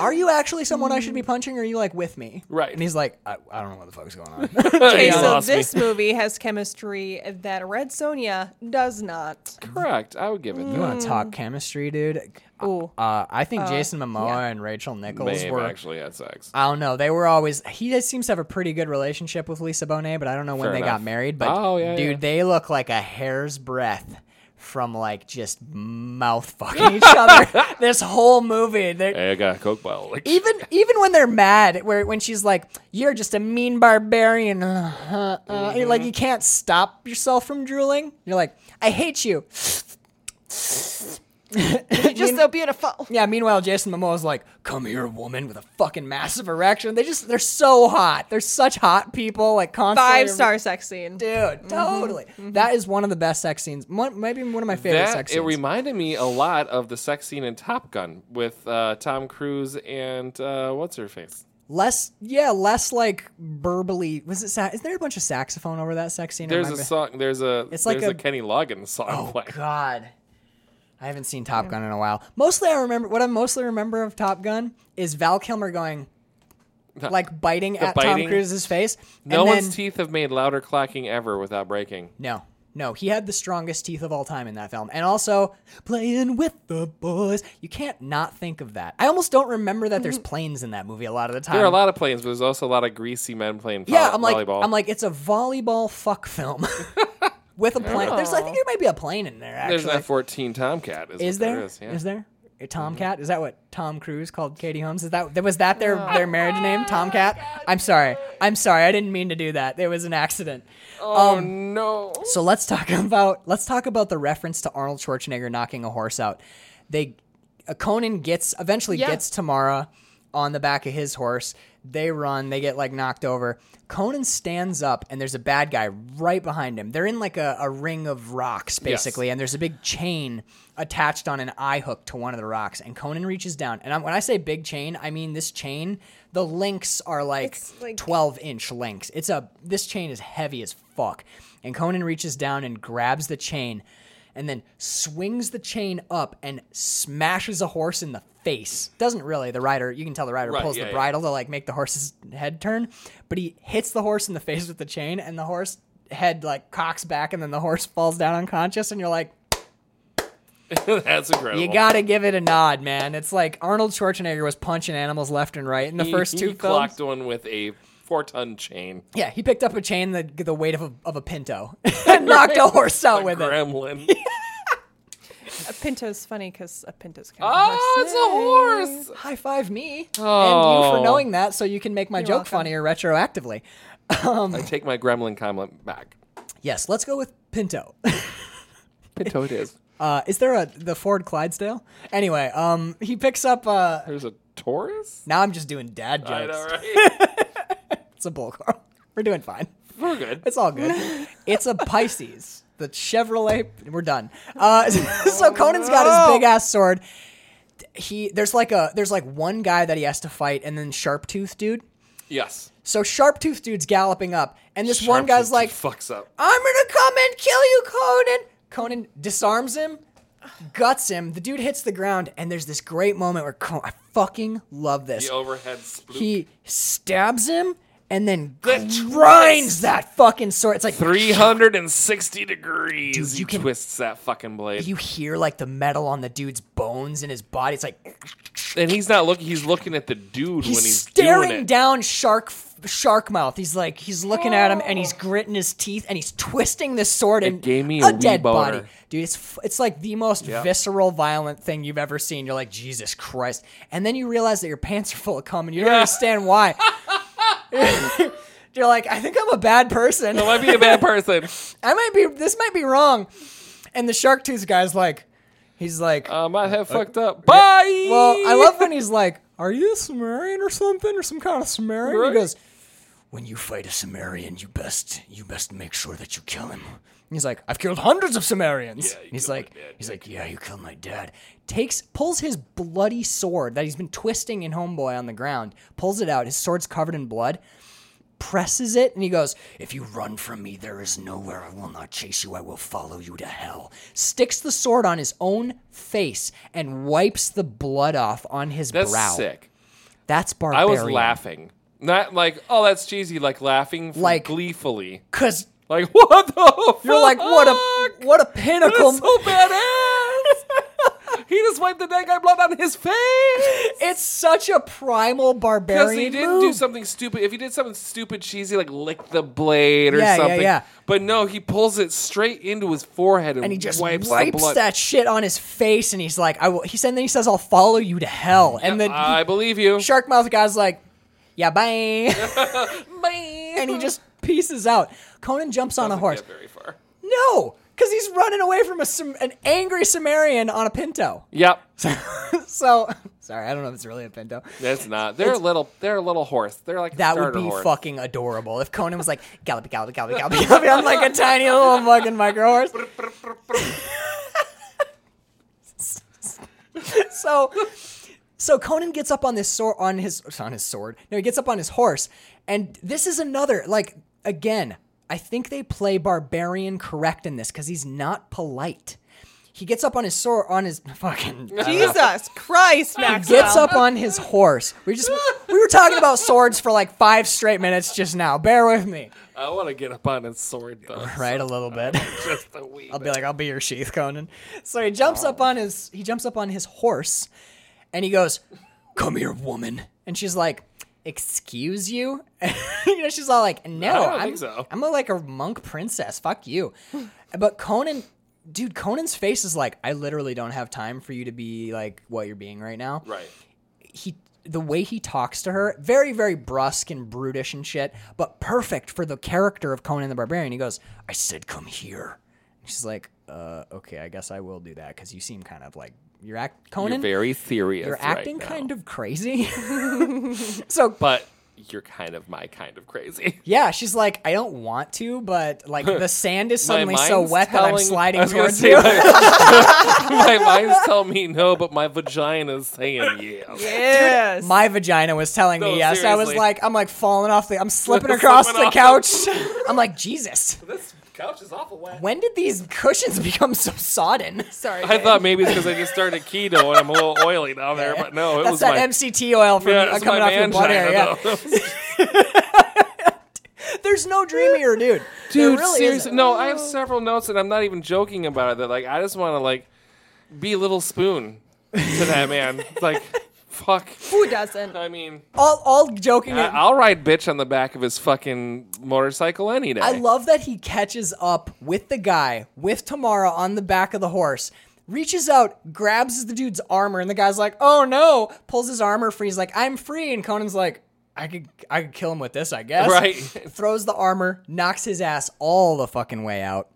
Are you actually someone I should be punching, or are you like with me?
Right.
And he's like, I, I don't know what the fuck's going on.
[LAUGHS]
Okay,
You
so
lost me.
this movie has chemistry that Red Sonia does not.
Correct. I would give it
Mm.
You
that.
want to talk chemistry, dude?
Ooh.
Uh, I think Jason Momoa and Rachel Nichols
Babe
were.
actually had sex.
I don't know. They were always. He just seems to have a pretty good relationship with Lisa Bonet, but I don't know when
Fair
they
enough.
got married. But
Oh, yeah,
dude,
yeah.
they look like a hair's breadth from like just mouth [LAUGHS]
[LAUGHS]
fucking each other. This whole movie. They're,
Hey, I got a Coke
[LAUGHS]
bottle. Like,
even even when they're mad, where when she's like, "You're just a mean barbarian," uh, uh, uh,"
Mm-hmm.
you're like you can't stop yourself from drooling. You're like, "I hate you."
You're just so beautiful.
Yeah, meanwhile, Jason Momoa's like, come here, woman, with a fucking massive erection. They just, they're so hot. They're such hot people, like constantly.
Five star sex scene.
Dude, totally. That is one of the best sex scenes. One, maybe one of my favorite
that
sex
it
scenes.
reminded me a lot of the sex scene in Top Gun with uh, Tom Cruise and uh, what's her face.
less, yeah, less like burbly. Was it, sa- is there a bunch of saxophone over that sex scene? It
There's a
reminded-
song. There's a.
It's like
there's a,
a- Oh,
Kenny Loggins song. playing.
God. I haven't seen Top Gun in a while. Mostly, I remember what I mostly remember of Top Gun is Val Kilmer going, like biting at Tom
biting.
Cruise's face.
No
and
one's
then-
teeth have made louder clacking ever without breaking.
No, no, he had the strongest teeth of all time in that film, and also playing with the boys. You can't not think of that. I almost don't remember that there's planes in that movie a lot of the time.
There are a lot of planes, but there's also a lot of greasy men playing vo-
yeah, I'm like,
volleyball.
I'm like, it's a volleyball
[LAUGHS]
fuck film with a plane. There's, I think there might be a plane in there. Actually,
there's that 14 Tomcat. Is,
is
what
there?
is, yeah. Mm-hmm.
Is there? A Tomcat? Is that what Tom Cruise called Katie Holmes? Is that was that their
Oh.
their marriage name? Tomcat? I'm sorry. I'm sorry. I didn't mean to do that. It was an accident. Um,
Oh no!
So let's talk about let's talk about the reference to Arnold Schwarzenegger knocking a horse out. They uh, Conan gets eventually
Yeah.
gets Tamara on the back of his horse. They run, they get like knocked over. Conan stands up and there's a bad guy right behind him. They're in like a, a ring of rocks basically and there's a big chain attached on an eye hook to one of the rocks and Conan reaches down. And I'm, when I say big chain, I mean this chain, the links are like,
It's like-
12 inch lengths. It's a this chain is heavy as fuck. And Conan reaches down and grabs the chain and then swings the chain up and smashes a horse in the face. Doesn't really. The rider, you can tell the rider
Right,
pulls
yeah,
the
yeah.
bridle to like make the horse's head turn, but he hits the horse in the face with the chain and the horse head like cocks back and then the horse falls down unconscious and you're like
[LAUGHS] That's incredible.
you got to give it a nod, man. It's like Arnold Schwarzenegger was punching animals left and right in
[LAUGHS]
the
He-
first two
He
films.
clocked one with a four-ton chain.
Yeah, he picked up a chain the the weight of a, of a pinto [LAUGHS] and knocked a horse
Oh,
out with it.
Gremlin.
A Pinto's funny because a Pinto's kind of
[LAUGHS] oh,
horse.
it's a horse.
High five me and you
Oh.
for knowing that, so you can make my joke
welcome.
funnier retroactively.
I take my gremlin comment back.
Yes, let's go with pinto. [LAUGHS]
Pinto it is.
Uh, is there a the Ford Clydesdale? Anyway, um, he picks up. Uh,
There's a [LAUGHS] Taurus.
now I'm just doing dad jokes.
I know, right?
It's a bull car. [LAUGHS] We're doing fine.
[LAUGHS] We're good.
It's all good. it's a Pisces. The Chevrolet. We're done. Uh, [LAUGHS] so Conan's got his big ass sword. He there's like a there's like one guy that he has to fight, and then Sharp Tooth dude.
Yes.
So Sharp Tooth dude's galloping up, and this one
Sharptooth
guy's like,
fucks up.
"I'm gonna come and kill you, Conan." Conan disarms him, guts him. The dude hits the ground, and there's this great moment where Con- I fucking love this.
The overhead sploop.
He stabs him and then
The
grinds
twist.
that fucking sword. It's like
360 degrees. he
you can-
twists that fucking blade.
you hear like the metal on the dude's bones in his body. It's like
and he's not looking. He's looking at the dude
He's,
when he's
staring
doing it.
down shark shark mouth. He's like he's looking at him and he's gritting his teeth and he's twisting this sword and
gave me a wee
dead
boner.
body. Dude, it's f- it's like the most
Yeah.
visceral violent thing you've ever seen. You're like, "Jesus Christ." And then you realize that your pants are full of cum and you don't
Yeah.
understand why.
[LAUGHS]
[LAUGHS] You're like, "I think I'm a bad person."
I might be a bad
[LAUGHS]
person.
I might be this might be wrong. And the shark tooth guy's like he's like
I might have Uh, fucked up. Bye.
Well, I love when he's like, Are you a Sumerian or something? Or some kind of Sumerian?
Right.
He goes, When you fight a Sumerian, you best you best make sure that you kill him. And he's like, I've killed hundreds of Sumerians. And he's like he's like, Yeah, you killed my dad. Takes pulls his bloody sword that he's been twisting in Homeboy on the ground, pulls it out, his sword's covered in blood presses it and he goes, If you run from me, there is nowhere. I will not chase you. I will follow you to hell. Sticks the sword on his own face and wipes the blood off on his
That's
brow.
sick.
That's barbarian.
I was laughing. Not like, oh, that's cheesy. Like laughing, f-
Like-
gleefully.
Because
Like what the? Fuck?
you're like, What a what a pinnacle.
That's [LAUGHS] so badass. he just wiped the dead guy blood on his face.
it's such a primal
Because
barbarian.
he didn't do
move.
something stupid. If he did something stupid, cheesy, like lick the blade or
Yeah, yeah,
something.
yeah.
But no, he pulls it straight into his forehead and,
and he just
wipes,
wipes,
the blood.
that shit on his face and he's like, I will he said and then he says, I'll follow you to hell. And then he
I believe you.
Shark mouth guy's like,
[LAUGHS]
yeah, bye. bye. And he just pieces out. Conan jumps on a
Doesn't
horse.
get very far.
No, because he's running away from a, Sum- an angry Sumerian on a pinto. [LAUGHS]
Yep,
So, [LAUGHS] sorry, I don't know if it's really a pinto.
that's not. They're a little. They're a little horse. They're like a
That would
starter
be
horse.
fucking adorable if Conan was like, gallopy, gallopy, gallopy, gallopy, gallopy. I'm like a tiny little fucking micro horse. [LAUGHS] so so Conan gets up on this sword on his on his sword. No, he gets up on his horse, and this is another like again. I think they play barbarian correct in this because he's not polite. He gets up on his sword on his fucking.
Jesus Christ, Maxwell.
Gets up on his horse. We just we were talking about swords for like five straight minutes just now. Bear with me,
I want to get up on his sword though.
right? A little bit.
[LAUGHS]
[LAUGHS]
Just a wee.
I'll be like, I'll be your sheath, Conan. So he jumps up on his he jumps up on his horse and he goes, Come here, woman. And she's like, Excuse you? [LAUGHS] you know, she's all like, No,
don't
I'm
think so."
I'm a, like a monk princess. Fuck you. [LAUGHS] but Conan dude, Conan's face is like, I literally don't have time for you to be like what you're being right now
Right.
he the way he talks to her, very, very brusque and brutish and shit, but perfect for the character of Conan the Barbarian. He goes, I said, come here. And she's like, uh, okay, I guess I will do that because you seem kind of like, you're act
You're
Conan,
very serious.
you're acting
right now.
kind
[LAUGHS]
of crazy. [LAUGHS] so,
But you're kind of [LAUGHS] my kind of crazy.
yeah, she's like, I don't want to, but
[LAUGHS]
like the sand is
My
suddenly so
mind's
wet that I'm
telling- I
sliding
was gonna
towards
say,
you.
My, [LAUGHS] my mind's telling me no, but my vagina's saying yeah.
[LAUGHS]
Yes.
My vagina was telling
No,
me yes. I was
seriously.
like, I'm like falling
[LAUGHS]
off the, I'm slipping across
Slipping
the
off.
couch. [LAUGHS] I'm like, Jesus.
This couch is awful wet.
When did these cushions [LAUGHS] become so sodden?
Sorry.
I
babe.
thought maybe it's because I just started keto and I'm a little oily down there, but no, it
That's
was
that
my,
MCT oil from
yeah,
uh,
it's
coming
my
off your butt
mangina,
hair. Yeah.
though.
There's no dreamier, [LAUGHS] dude. There
Dude,
really
seriously,
isn't.
no, I have several notes and I'm not even joking about it. That like I just want to like be a little spoon to that man.
[LAUGHS]
like, fuck.
Who doesn't?
I mean,
All, all joking.
I, I'll ride bitch on the back of his fucking motorcycle any day.
I love that he catches up with the guy with Tamara on the back of the horse. Reaches out, grabs the dude's armor, and the guy's like, "Oh no!" Pulls his armor free. He's like, "I'm free," and Conan's like, "I could, I could kill him with this, I guess."
right.
[LAUGHS] Throws the armor, knocks his ass all the fucking way out,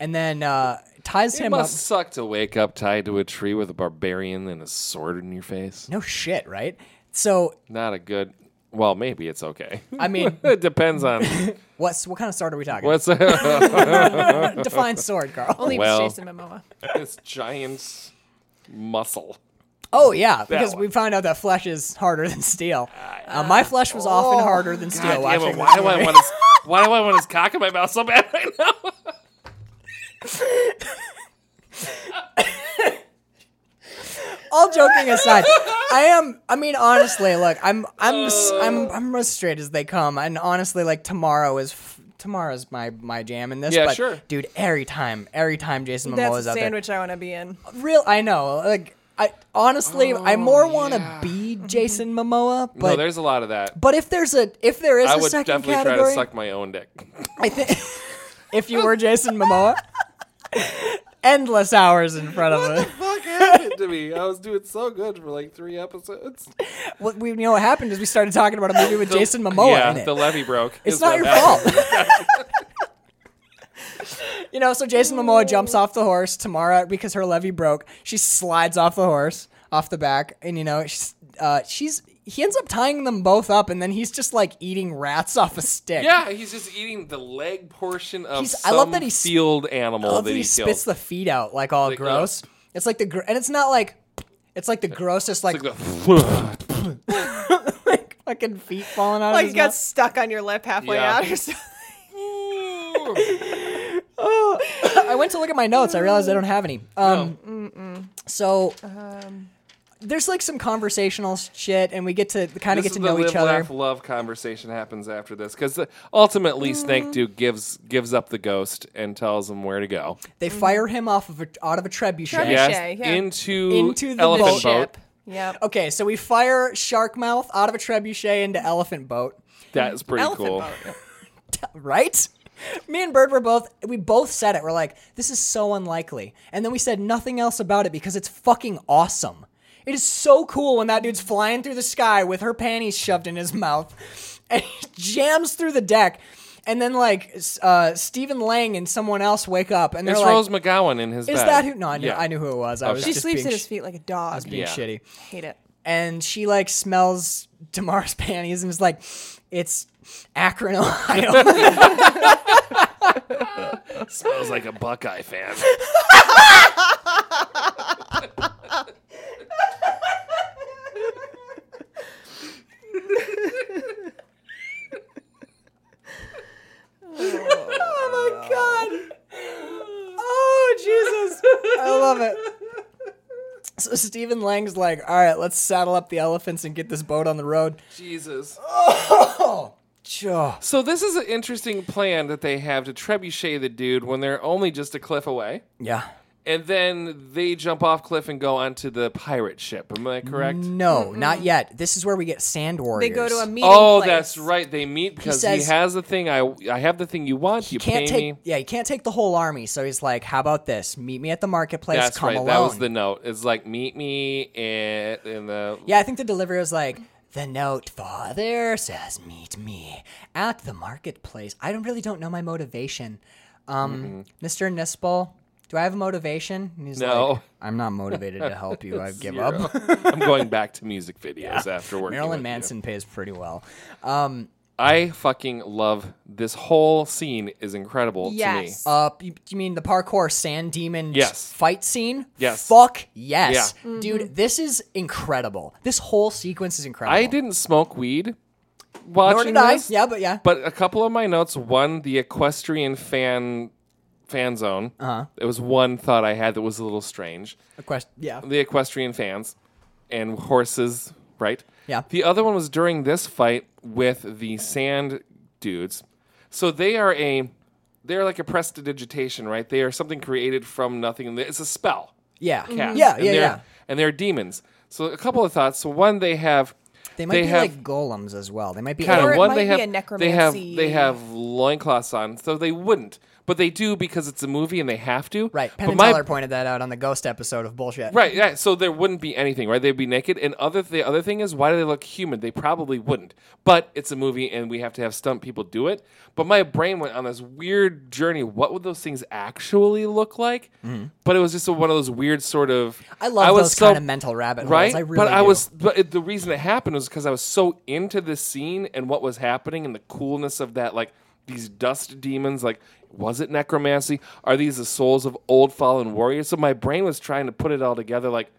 and then uh, ties
It
him
must
up.
suck to wake up tied to a tree with a barbarian and a sword in your face.
No shit, right? So,
Not a good. Well, maybe it's okay.
I mean,
[LAUGHS] it depends
[LAUGHS]
on
what's what kind of sword are we talking?
what's uh,
[LAUGHS] Define
[LAUGHS]
sword, Carl.
Only
Well.
Jason Momoa.
his giant muscle.
Oh yeah, because we
one.
found out that flesh is harder than steel. Uh, my flesh was often harder than steel.
Oh, God damn
watching
it,
this
why do I [LAUGHS] want his Why
movie.
do I want his cock in my mouth so bad right now? [LAUGHS]
All joking aside, I am. I mean, honestly, look, I'm, I'm,
Uh.
s- I'm, I'm as straight as they come, and honestly, like tomorrow is. F- Tomorrow's my my jam in this,
Yeah,
but
sure.
dude, every time, every time Jason Momoa
That's
is
a
out there,
sandwich I want to be in.
real I know. Like I honestly, I more want to be Jason Momoa, but
Oh, no, there's a lot of that.
but if there's a if there is
I
a
would
second
definitely try
category,
to suck my own dick.
I think [LAUGHS] if you were Jason Momoa, endless hours in front of us.
Fuck happened to me. I was doing so good for like three episodes.
[LAUGHS] What we you know what happened is we started talking about a movie with Jason Momoa
yeah,
in it.
the levee broke.
it's
is
not
what
your
happened.
fault. [LAUGHS] you know, so Jason Momoa jumps off the horse. Tamara, because her levee broke, she slides off the horse, off the back, and you know she's uh, she's he ends up tying them both up, and then he's just like eating rats off a stick.
Yeah, he's just eating the leg portion of
He's-
some
I love that he sp-
field animal
I love
that
that
he,
he spits
kills.
the feet out like all
Like, uh,
gross. It's like the gr- and it's not like it's like the grossest like,
It's like the-
[LAUGHS] like [LAUGHS] fucking feet falling out.
Like
of
it
his
got
mouth.
stuck on your lip halfway
Yeah.
out
[LAUGHS]
or something.
I went to look at my notes. I realized I don't have any. Um, so there's like some conversational shit, and we get to kind of
This is
get to
the
know
live,
each other.
laugh, love conversation happens after this because ultimately
Mm.
Snake Dude gives gives up the ghost and tells him where to go.
They fire him off of a, out of a trebuchet.
Trebuchet.
Yes,
yeah.
into
Into the
elephant
boat.
boat.
Yep.
Okay, so we fire Sharkmouth out of a trebuchet into Elephant Boat,
That is pretty
Elephant
cool.
boat.
right? Me and Bird were both we both said it. We're like, this is so unlikely, and then we said nothing else about it because it's fucking awesome. It is so cool when that dude's flying through the sky with her panties shoved in his [LAUGHS] mouth, and he jams through the deck, and then like s- uh, Stephen Lang and someone else wake up, and they're
It's
like,
Rose McGowan in his
"Is
bed.
that who?" No, I knew,
Yeah.
I knew who it was. I was
Okay.
She
just
sleeps
being
at his
sh-
feet like a dog.
being
Yeah.
shitty
Hate it.
and she like smells [LAUGHS] Tamar's panties and is like, "It's Akron, [LAUGHS] Ohio."
Smells like a Buckeye
[LAUGHS]
fan.
oh my god! [LAUGHS] Oh Jesus! I love it. So Stephen Lang's like, "All right, let's saddle up the elephants and get this boat on the road."
Jesus.
Sure.
So this is an interesting plan that they have to trebuchet the dude when they're only just a cliff away.
Yeah.
And then they jump off cliff and go onto the pirate ship. Am I correct?
No, not yet. This is where we get sand warriors.
They go to a meeting.
Oh,
place.
that's right. They meet because he,
says-
has the thing. I I have the thing you want. you pay
can't take
me.
yeah, you can't take the whole army. So he's like, "How about this? Meet me at the marketplace.
That's
come
right.
alone."
That was the note. It's like meet me uh, at in the
[LAUGHS] Yeah, I think the delivery was like, the note father says, meet me at the marketplace. I don't really don't know my motivation.
Mm-hmm.
Um, Mr. Nispel, do I have a motivation? And he's like,
No.
I'm not motivated to
[LAUGHS]
help you. I give
zero.
up.
I'm going back to music videos after working. with
Marilyn
you.
Manson pays pretty well.
I fucking love this whole scene. is incredible to me.
Yes.
Uh, you, you mean the parkour sand demon
Yes.
fight scene?
Yes.
Fuck yes. Dude, this is incredible. This whole sequence is incredible.
I didn't smoke weed watching
Nor did I.
this.
Yeah, but yeah.
But a couple of my notes, one the equestrian fan fan zone. Uh-huh. It was one thought I had that was a little strange.
A question. Yeah.
The equestrian fans and horses, right?
Yeah.
The other one was during this fight with the sand dudes. So they are a they're like a prestidigitation, right? They are something created from nothing. It's a spell.
Yeah.
cast.
Mm-hmm. Yeah,
And
yeah,
they're-
yeah.
And they're demons. So a couple of thoughts. So one, they have
They might be
have
like golems as well. They might be
kind
Or
of
it
one.
might
They
be
have
a
they have
necromancy.
they have loincloths on, so they wouldn't, but they do because it's a movie and they have to.
Right. Penn
But
and
my
Teller pointed that out on the ghost episode of bullshit.
Right, yeah. So there wouldn't be anything, right? They'd be naked. And other the other thing is, why do they look human? They probably wouldn't. But it's a movie, and we have to have stunt people do it. But my brain went on this weird journey. What would those things actually look like? But it was just a, one of those weird sort of.
Mm-hmm. I love
was
those
so-
kind of mental rabbit holes.
Right,
I really
but I
do.
was. But it, the reason it happened was because I was so into this scene and what was happening and the coolness of that, like these dust demons. Like, was it necromancy? Are these the souls of old fallen warriors? So my brain was trying to put it all together, like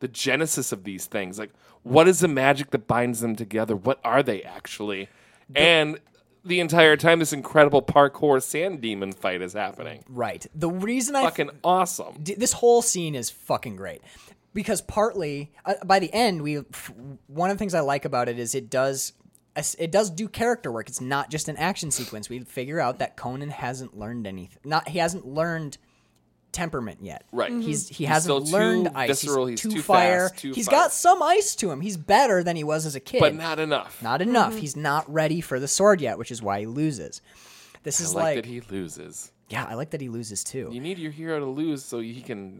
the genesis of these things. Like, what is the magic that binds them together? What are they actually? and the entire time, this incredible parkour sand demon fight is happening.
Right. The reason I
Fucking awesome.
d- this whole scene is fucking great because partly uh, by the end we f- one of the things I like about it is it does as- it does do character work. It's not just an action sequence. We figure out that Conan hasn't learned anything. Not he hasn't learned temperament yet.
Right. Mhm.
He's he
still
hasn't
too
learned ice.
visceral,
he's,
he's
too,
too
fire.
fast, too
He's
fire.
got some ice to him. He's better than he was as a kid.
but not enough.
Not enough. He's not ready for the sword yet, which is why he loses. This
I
is
like,
like,
that he loses.
yeah, I like that he loses too.
You need your hero to lose so he can.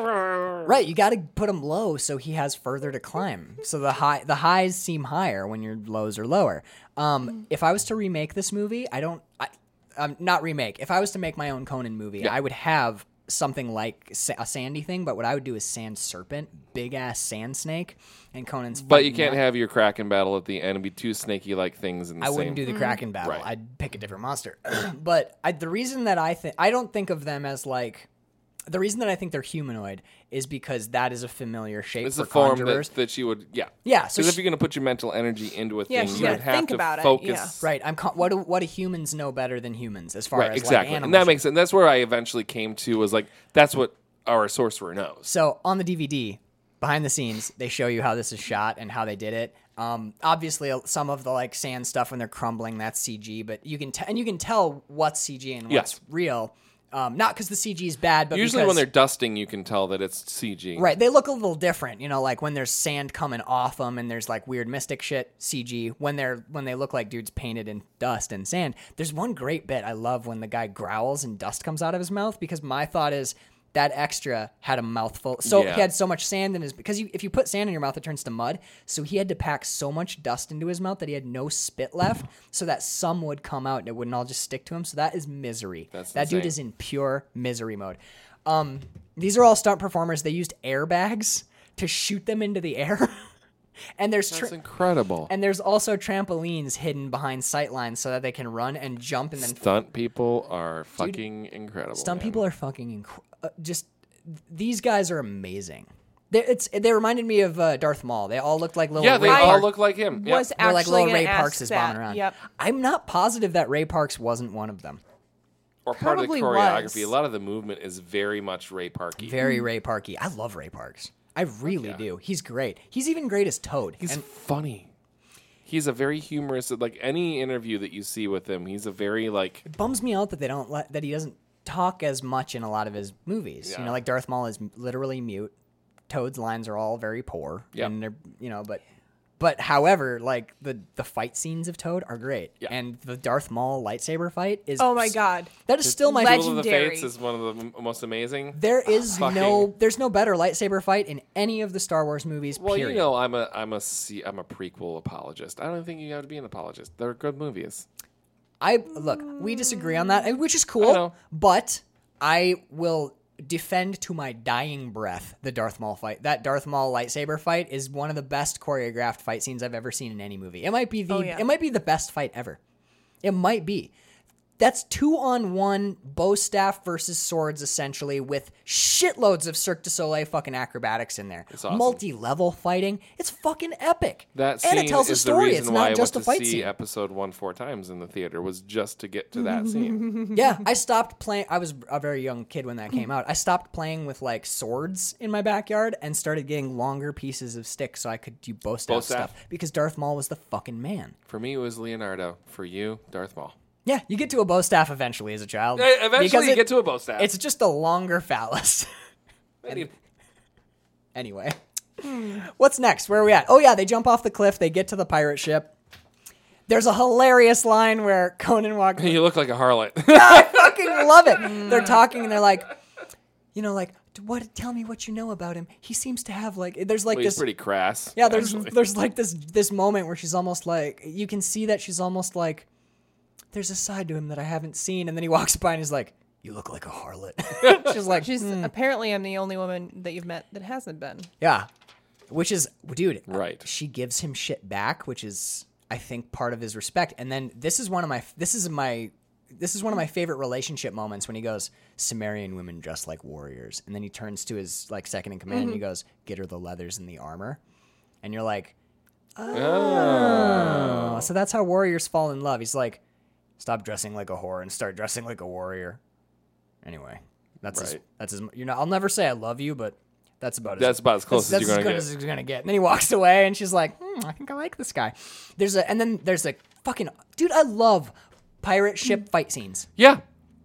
Right, you got to put him low so he has further to climb. So the high the highs seem higher when your lows are lower. Um,
Mm-hmm.
If I was to remake this movie, I don't. I, um, not remake. If I was to make my own Conan movie, I would have something like sa- a sandy thing. But what I would do is sand serpent, big ass sand snake, and Conan's.
But
fucking
you can't
nuts.
have your Kraken battle at the end and be two snaky like things in the
I
same. Mm-hmm.
wouldn't do the Kraken battle.
Right.
I'd pick a different monster. [CLEARS THROAT] but I, the reason that I think I don't think of them as like the reason that I think they're humanoid is because that is a familiar shape
It's
for
a form
conjurers.
that, that she would, yeah,
Yeah, so
Because if
she-
you're gonna put your mental energy into a thing,
Yeah, she's
you would
gotta
have
think
to
about it,
focus.
yeah.
Right. I'm. Con- what do what do humans know better than humans as far
right,
as
exactly,
Like
and that
animals?
makes sense. That's where I eventually came to was like, that's what our sorcerer knows.
So on the DVD, behind the scenes, they show you how this is shot and how they did it. Um, obviously, uh, some of the like sand stuff when they're crumbling, that's CG. But you can t- and you can tell what's CG and what's
Yes.
real. Um, not because the CG is bad, but
Usually,
because-
when they're dusting, you can tell that it's CG.
Right, they look a little different, you know, like when there's sand coming off them and there's like weird mystic shit, CG. When they're when they look like dudes painted in dust and sand. There's one great bit I love when the guy growls and dust comes out of his mouth because my thought is that extra had a mouthful. So
Yeah.
he had so much sand in his because you, if you put sand in your mouth it turns to mud. So he had to pack so much dust into his mouth that he had no spit left so that some would come out and it wouldn't all just stick to him. So that is misery.
That's
that dude
insane.
is in pure misery mode. Um, these are all stunt performers. They used airbags to shoot them into the air, [LAUGHS] and there's
That's
tra-
incredible.
and there's also trampolines hidden behind sight lines so that they can run and jump and then.
Stunt people are fucking incredible.
Stunt
man.
people are fucking inc- uh, just. These guys are amazing. They, it's they reminded me of uh, Darth Maul. They all looked like little.
Yeah, they
Ray
all
Park-
look like him. Yep.
Was
they were
actually
like little
gonna
Ray
ask
Parks is
that.
bombing around.
Yep.
I'm not positive that Ray Parks wasn't one of them.
or part of the
probably
choreography.
was.
A lot of the movement is very much Ray Parky.
Very Ray Parky. I love Ray Parks. I really do. He's great. He's even great as Toad.
He's
and
funny. He's a very humorous. Like any interview that you see with him, he's a very like
bums me out that they don't let that he doesn't talk as much in a lot of his movies. You
Yeah.
know, like Darth Maul is literally mute. Toad's lines are all very poor.
Yep.
And they're you know, but but however, like the the fight scenes of Toad are great.
Yeah.
And the Darth Maul lightsaber fight is
Oh my god.
That is still my
Duel of the
Legendary.
Fates is one of the m- most amazing.
There is
Fucking-
no there's no better lightsaber fight in any of the Star Wars movies.
Well,
period.
you know, I'm a I'm a se- I'm a prequel apologist. I don't think you have to be an apologist. They're good movies.
I look, we disagree on that, which is
I
cool.
know.
But I will defend to my dying breath the Darth Maul fight. That Darth Maul lightsaber fight is one of the best choreographed fight scenes I've ever seen in any movie. It might be the
Oh, yeah.
it might be the best fight ever. It might be. That's two on one bow staff versus swords, essentially, with shitloads of Cirque du Soleil fucking acrobatics in there.
awesome.
Multi level fighting. It's fucking epic.
That scene
and it tells
is
a story.
the reason
It's
why I
not
went
just a
to
fight
see
scene.
episode one four times in the theater was just to get to that
[LAUGHS]
scene.
yeah, I stopped playing. I was a very young kid when that came out. I stopped playing with like swords in my backyard and started getting longer pieces of stick so I could do bow staff,
Bow staff.
stuff because Darth Maul was the fucking man.
For me, it was Leonardo. For you, Darth Maul.
Yeah, you get to a bow staff eventually as a child.
Eh, Eventually,
Because
you
it-
get to a bow staff.
It's just a longer phallus. [LAUGHS]
I need-
anyway, what's next? Where are we at? Oh yeah, they jump off the cliff. They get to the pirate ship. There's a hilarious line where Conan walks
you look like a harlot.
fucking love it. They're talking and they're like, you know, like, "D- what? Tell me what you know about him. He seems to have like, there's like
He's
this.
pretty crass.
yeah, there's
actually.
there's like this this moment where she's almost like, you can see that she's almost like, there's a side to him that I haven't seen, and then he walks by and he's like, you look like a harlot. [LAUGHS] she's like, hmm.
She's apparently I'm the only woman that you've met that hasn't been.
yeah, which is, dude, uh,
Right.
She gives him shit back, which is, I think, part of his respect. And then this is one of my this is my this is one of my favorite relationship moments when he goes, Sumerian women dress like warriors. And then he turns to his like second in command and he goes, Get her the leathers and the armor. And you're like, Oh, so that's how warriors fall in love. He's like, Stop dressing like a whore and start dressing like a warrior. Anyway. That's his,
Right.
that's his, you know I'll never say I love you, but that's about as
That's about as close
that's
as you're
as
gonna
good
get.
as he's gonna get. And then he walks away, and she's like, hmm, "I think I like this guy." There's a, and then there's a fucking dude. I love pirate ship fight scenes.
yeah,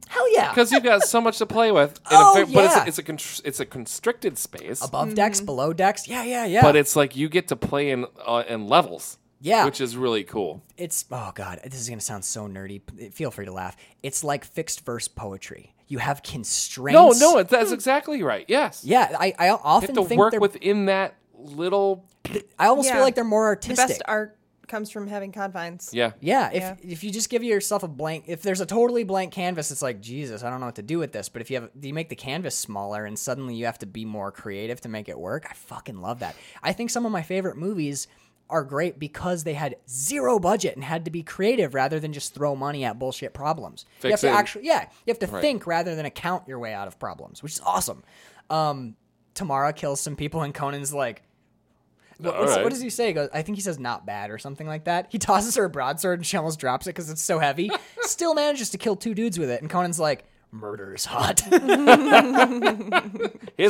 Hell yeah.
because you've got so much to play with. In
Oh,
a, fa- But it's
yeah.
a, it's a contr- it's a constricted space.
Above decks, below decks. Yeah, yeah, yeah.
but it's like you get to play in uh, in levels.
Yeah.
which is really cool.
it's oh god this is going to sound so nerdy p- feel free to laugh it's like fixed verse poetry you have
No,
constraints
no, it- that's exactly right. Yes,
Hmm. yeah i, I often
to
think
work
they're
within that little.
i almost
Yeah.
feel like they're more
The
artistic
best art comes from having confines.
Yeah,
yeah if,
Yeah.
if you just give yourself a blank if there's a totally blank canvas it's like jesus i don't know what to do with this but if you have you make the canvas smaller and suddenly you have to be more creative to make it work i fucking love that i think some of my favorite movies are great because they had zero budget and had to be creative rather than just throw money at bullshit problems you have
Fix
to
it.
actually yeah you have to think rather than account your way out of problems which is awesome um tamara kills some people and conan's like what,
All
what's-
right.
what does he say? He goes, I think he says not bad or something like that. He tosses her a broadsword and she almost drops it because it's so heavy. Still manages to kill two dudes with it. And Conan's like, murder is hot.
his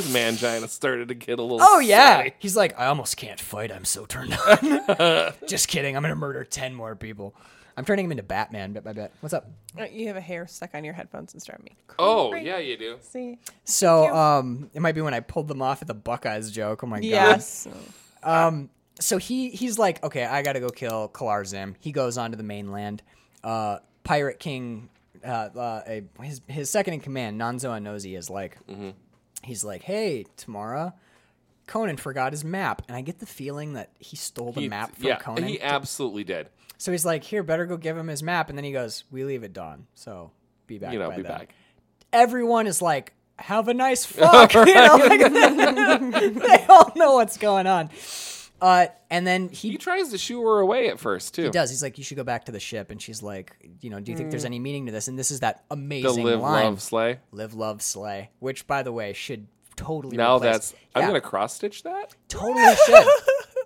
mangina started to get a little.
oh, yeah. He's like, I almost can't fight. I'm so turned on. [LAUGHS] Just kidding. I'm going to murder 10 more people. I'm turning him into Batman bit by bit. What's up?
Uh, You have a hair stuck on your headphones and start me.
Oh yeah, you do.
See?
So um, it might be when I pulled them off at the Buckeyes joke. Oh, my God.
Yes.
so he he's like, okay, I gotta go kill Kalar Zim. He goes onto the mainland. Uh, Pirate King, uh, uh, a, his his second in command, Nanzo Anozi, is like,
Mm-hmm.
he's like, hey, Tamara, Conan forgot his map, and I get the feeling that he stole the
He-
map from
yeah,
Conan.
he absolutely did.
so he's like, here, better go give him his map, and then he goes, we leave at dawn, so be back.
You know,
by
be
then."
back.
Everyone is like. Have a nice
[LAUGHS]
fuck. you know, [LAUGHS] like, they all know what's going on. Uh, and then he
He tries to shoo her away at first too.
he does. He's like, you should go back to the ship. And she's like, you know, do you think there's any meaning to this? And this is that
The
amazing
live,
line,
love, slay.
live, love, slay. Which, by the way, should totally.
Now
replace-
that's
Yeah,
I'm gonna cross stitch that.
totally
[LAUGHS]
should.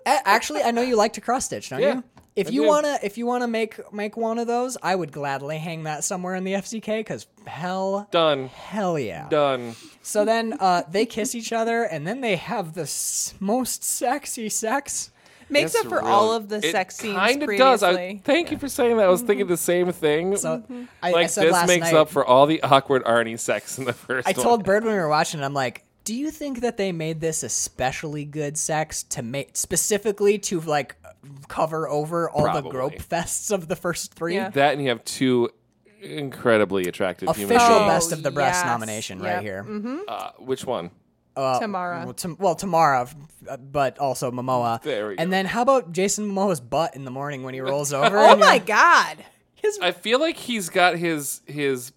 A- Actually, I know you like to cross stitch, don't
Yeah,
you? If
I
you
do.
wanna, if you wanna make make one of those, I would gladly hang that somewhere in the FCK because hell,
Done,
hell yeah.
done.
So then uh, they kiss each other, and then they have the s- most sexy sex.
Makes up
It's
for
real-
all of the
it
sex scenes.
Kind of
previously.
does. I, thank you for saying that. I was thinking the same thing.
So I, I
like
said
this
last
makes
night,
up for all the awkward Arnie sex in the first.
I
one.
told Bird when we were watching, it, I'm like, do you think that they made this especially good sex to make specifically to like cover over all
Probably.
the grope fests of the first three?
Yeah.
that, and you have two incredibly attractive
Official
human beings.
Oh,
best of the breast
yes.
nomination right
Yep. Mm-hmm.
here.
Uh, which one?
Tamara.
Well, Tam- well, Tamara, uh, but also Momoa.
There we
and
go.
then how about Jason Momoa's butt in the morning when he
[LAUGHS]
rolls over?
Oh
and you're-
my god.
His
I feel like he's got his his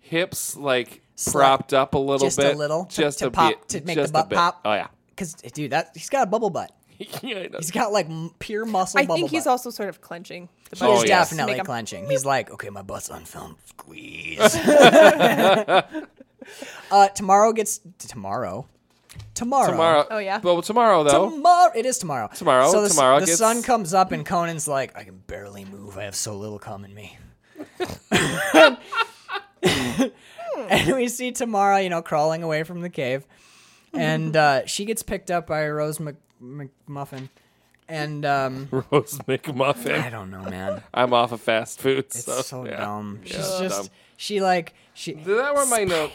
hips like
Sli-
propped up a little
just
bit,
a little to-
just
to
a
pop-
bit,
to make the
just a
butt
bit.
pop.
Oh yeah. [LAUGHS]
because dude, that he's got a bubble butt.
Yeah, I know.
He's got like m- pure muscle.
I
bubble
think he's
butt.
also sort of clenching. The
He
button
Oh,
is
just
yes.
to
definitely
make 'em-
clenching. He's like, okay, my butt's on film.
[LAUGHS]
Squeeze. [LAUGHS] uh, tomorrow gets tomorrow. Tomorrow.
tomorrow.
Oh, yeah.
But tomorrow though,
Tomorrow. It is tomorrow.
Tomorrow,
So the, s-
tomorrow
the
gets-
sun comes up and Conan's like, I can barely move. I have so little cum in me. [LAUGHS] and we see Tamara, you know, crawling away from the cave, and uh, she gets picked up by Rose Mc- McMuffin, and um,
[LAUGHS] Rose McMuffin.
I don't know, man.
I'm off of fast food. so,
so
yeah.
dumb. She's
it's
just
dumb.
she like she
That where my note.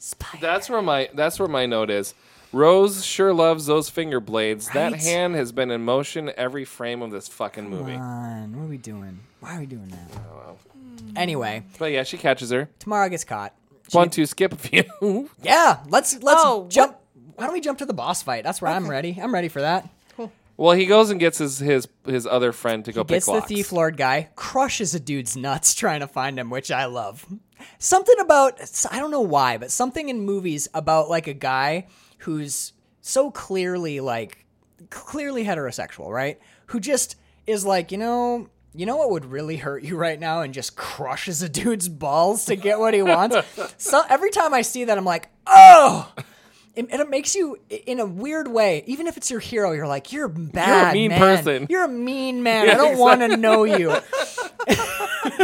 spider.
That's where my that's where my note is. Rose sure loves those finger blades. That
Right?
hand has been in motion every frame of this fucking movie.
Man, what are we doing? Why are we doing that?
Oh,
Hmm. Anyway,
But yeah, she catches her.
Tamara gets caught.
One, two, skip a few. [LAUGHS]
Yeah, let's let's
Oh, what-
jump. Why don't we jump to the boss fight? That's where I'm ready. I'm ready for that.
well, he goes and gets his his his other friend to go pick
Gets the
locks. [LAUGHS]
thief lord guy, crushes a dude's nuts [LAUGHS] trying to find him, which I love. Something about I don't know why, but something in movies about like a guy who's so clearly like clearly heterosexual, right? Who just is like, you know, you know what would really hurt you right now and just crushes a dude's balls to get what
[LAUGHS]
he wants. so every time I see that I'm like, "Oh, and and it makes you, i- in a weird way, even if it's your hero, you're like, you're bad.
mean
man.
person."
You're a mean man.
Yeah,
I don't want to
[LAUGHS]
know you.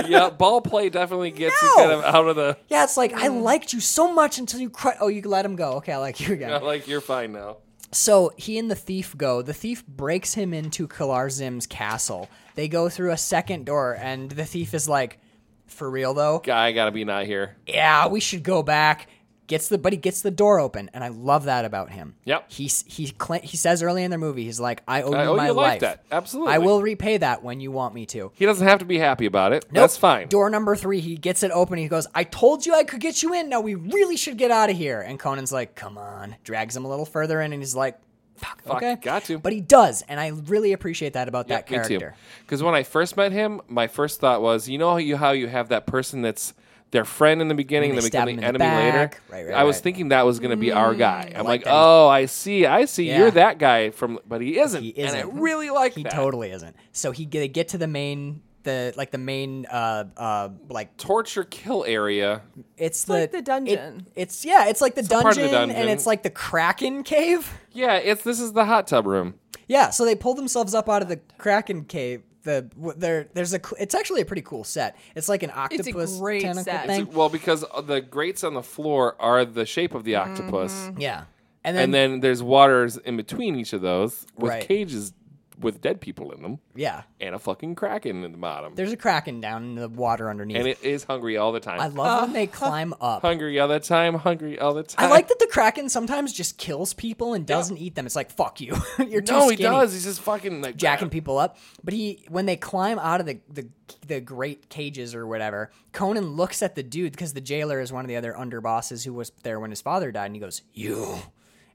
yeah, ball play definitely gets you
No!
kind of out of the [LAUGHS]
Yeah, it's like,
Mm.
I liked you so much until you cry. Oh, you let him go. Okay, I like you again.
like you're fine now.
So he and the thief go. The thief breaks him into Kalar Zim's castle. They go through a second door, and the thief is like, For real though,
Guy gotta be not here.
yeah, we should go back. Gets the but he gets the door open, and I love that about him.
Yep.
He s- he cl- he says early in their movie, he's like, "I owe you
I owe
my
you a life
life.
debt. Absolutely.
I will repay that when you want me to."
He doesn't have to be happy about it.
Nope.
That's fine.
Door number three, he gets it open. He goes, "I told you I could get you in. Now we really should get out of here." And Conan's like, "Come on," drags him a little further in, and he's like, "Fuck, okay,
got to.
But he does, and I really appreciate that about that
Me too.
character.
Because when I first met him, my first thought was, you know how you how you have that person that's their friend in the beginning and
And
they
they
become
stab
the
him
enemy
in the
later.
back. Right, right,
I was
right.
thinking that was going to be our guy. I'm
like
like,
that.
oh, I see, I see.
Yeah.
You're that guy from, but he isn't.
He
And I
isn't.
really like
He
that.
totally isn't. So he they get to the main, the like the main, uh, uh, like
torture kill area.
it's, the
like the
it-
dungeon.
it's yeah, it's like the
part of the
dungeon, and
dungeon.
it's like the Kraken cave. [LAUGHS]
Yeah, it's this is the hot tub room.
Yeah, so they pull themselves up out of the Kraken cave. The w- there, there's a. cl- It's actually a pretty cool set. It's like an octopus
great
tentacle
set.
thing.
Well, because uh, the grates on the floor are the shape of the octopus,
yeah, and Mm-hmm. then,
and then there's waters in between each of those with
Right.
cages with dead people in them
yeah,
and a fucking kraken in the bottom.
there's a Kraken down in the water underneath.
and it is hungry all the time.
I love when
[LAUGHS]
they climb up.
hungry all the time, hungry all the time.
I like that the Kraken sometimes just kills people and doesn't eat them. It's like fuck you, [LAUGHS] you're too
[LAUGHS] No, he
skinny.
does. He's just fucking like
jacking people up. But he, when they climb out of the the, the great cages or whatever, Conan looks at the dude because the jailer is one of the other underbosses who was there when his father died, and he goes, "You,"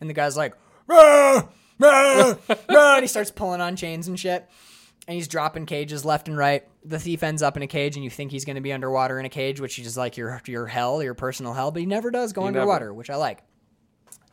and the guy's like, "Rah, rah, rah," and he starts pulling on chains and shit. And he's dropping cages left and right. The thief ends up in a cage, and you think he's going to be underwater in a cage, which is just like your your hell, your personal hell. But he never does go
never-
underwater, which I like.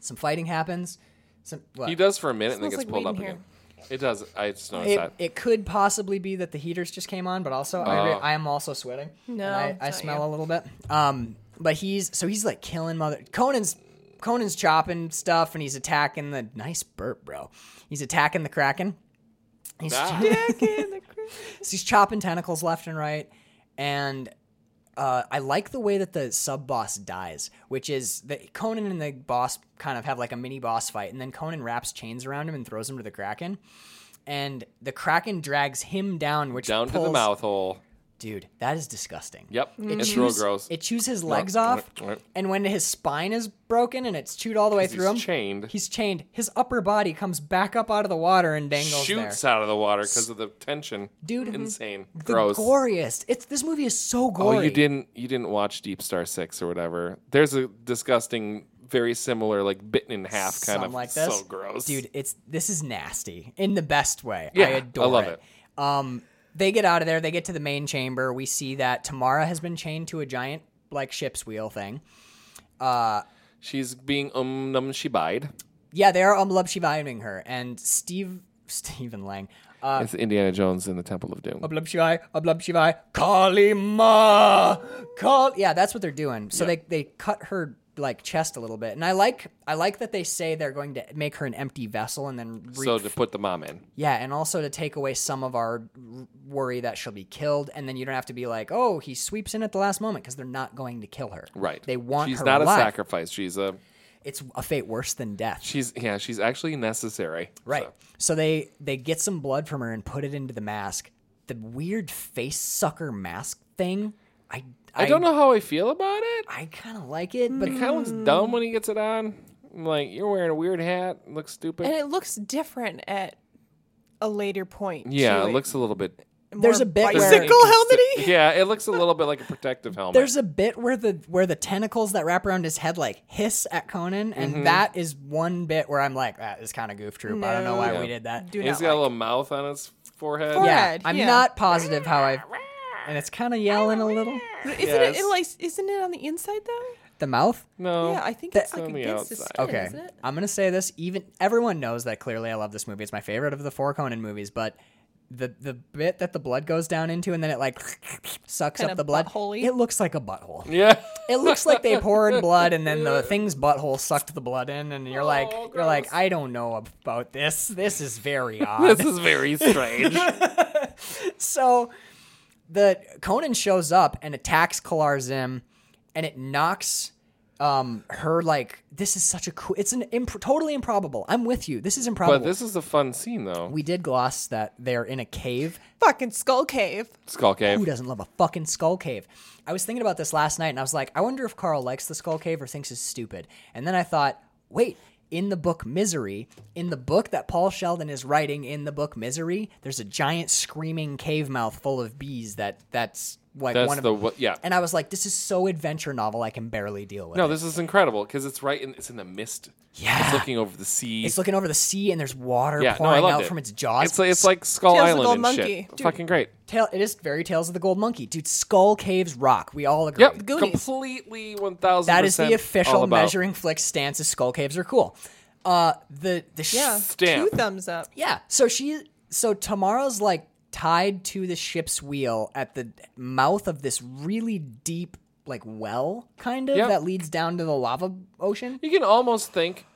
Some fighting happens. Some, what?
He does for a minute and then gets
Smells like
pulled
weed
up
in here.
again. It does. I just noticed
It,
that.
it could possibly be that the heaters just came on, but also I, re- I am also sweating.
No,
and I,
it's
I
not
smell
you.
a little bit. Um, but he's so he's like killing mother. Conan's Conan's chopping stuff, and he's attacking the nice burp, bro. He's attacking the kraken. He's,
Ah.
[LAUGHS] so he's chopping tentacles left and right, and uh, I like the way that the sub boss dies, which is that Conan and the boss kind of have like a mini boss fight, and then Conan wraps chains around him and throws him to the kraken. And the Kraken drags him down, which
Down to the
pulls-
mouth hole.
Dude, that is disgusting.
Yep. It's real
chews-
gross.
It chews his legs off,
right.
and when his spine is broken and it's chewed all the way
'Cause
through
he's
him,
chained.
He's chained. His upper body comes back up out of the water and dangles there.
Shoots out of the water because of the tension.
Dude,
insane.
the
gross.
goriest. It's this movie is so gory.
Oh, you didn't you didn't watch Deep Star Six or whatever. There's a disgusting, very similar, like bitten in half kind
Something
of
like this.
[LAUGHS] so gross.
dude. It's this is nasty in the best way.
Yeah,
I
I
adore
love
Um, they get out of there. They get to the main chamber. We see that Tamara has been chained to a giant like ship's wheel thing.
She's being um num shibied.
Yeah, they are um love shivaing her and Steve Stephen Lang. Uh,
It's Indiana Jones in the Temple of Doom.
Ablub Shivai, Ablub Shivai, Kalima, Kal. Yeah, that's what they're doing. So they they cut her like chest a little bit, and I like I like that they say they're going to make her an empty vessel and then re-
So to put the mom in.
yeah, and also to take away some of our r- worry that she'll be killed, and then you don't have to be like, oh, he sweeps in at the last moment because they're not going to kill her.
Right.
They want
She's
her
not
alive.
a sacrifice. She's a
It's a fate worse than death.
She's yeah, she's actually necessary.
Right.
So,
So. they they get some blood from her and put it into the mask. The weird face sucker mask thing. I I, Mm.
I, don't know Mm-hmm. how I feel about it.
I kind of like it, but
It kind of looks dumb when he gets it on. I'm like, you're wearing a weird hat. It Looks stupid.
And it looks different at a later point.
yeah,
too.
it looks a little bit.
there's
more
a bit
bicycle
where
Bicycle helmet-y?
Yeah, it looks a little bit like a protective helmet.
there's a bit where the where the tentacles that wrap around his head like hiss at Conan, and
Mm-hmm.
that is one bit where I'm like, that is kind of goof troop. I don't know why
No.
we did that.
Do
And he's
not
got
like
a little mouth on his forehead.
Forehead.
yeah,
Red,
I'm
yeah.
not positive how I. And it's kind of yelling a little.
[LAUGHS]
Isn't it,
Yes.
it like isn't it on the inside though?
The mouth.
No.
yeah, I think
that-
it's like
on the
against the
outside.
skin,
Okay.
isn't it?
I'm going to say this even everyone knows that clearly I love this movie. It's my favorite of the four Conan movies, but the the bit that the blood goes down into and then it like sucks
Kinda
up the blood.
butthole-y?
It looks like a butthole.
yeah.
[LAUGHS] It looks like they poured blood and then
[LAUGHS]
the thing's butthole sucked the blood in and you're like
Oh,
you're like
gross.
I don't know about this. This is
[LAUGHS]
very
this
odd.
is
[LAUGHS]
very strange.
so the Conan shows up and attacks Kalar Zim and it knocks um, her like this is such a cool. It's an imp- totally improbable. I'm with you. This is improbable.
But this is a fun scene, though.
we did gloss that they're in a cave.
Fucking Skull Cave.
Skull Cave.
Who doesn't love a fucking skull cave? I was thinking about this last night and I was like, I wonder if Carl likes the skull cave or thinks it's stupid. And then I thought, wait, in the book Misery, in the book that Paul Sheldon is writing in the book Misery, there's a giant screaming cave mouth full of bees that that's like
That's
one of
the wa- yeah.
And I was like, this is so adventure novel I can barely deal with.
No,
it.
this is incredible because it's right in it's in the mist.
Yeah.
it's looking over the sea.
It's looking over the sea and there's water
yeah, no, I
pouring
loved
out
it.
from its jaws.
It's like, it's like Skull
Tales of the
Island
Gold
and
Monkey.
shit. Fucking great.
Tale, it is very Tales of the Gold Monkey, dude. Skull caves rock. We all agree.
Yep,
Goonies.
completely one thousand.
That is the official measuring flick stance is skull caves are cool. Uh the the sh-
Yeah.
Stamp.
Two thumbs up.
yeah. So she so Tamara's like tied to the ship's wheel at the mouth of this really deep like well kind of
Yeah.
that leads down to the lava ocean.
You can almost think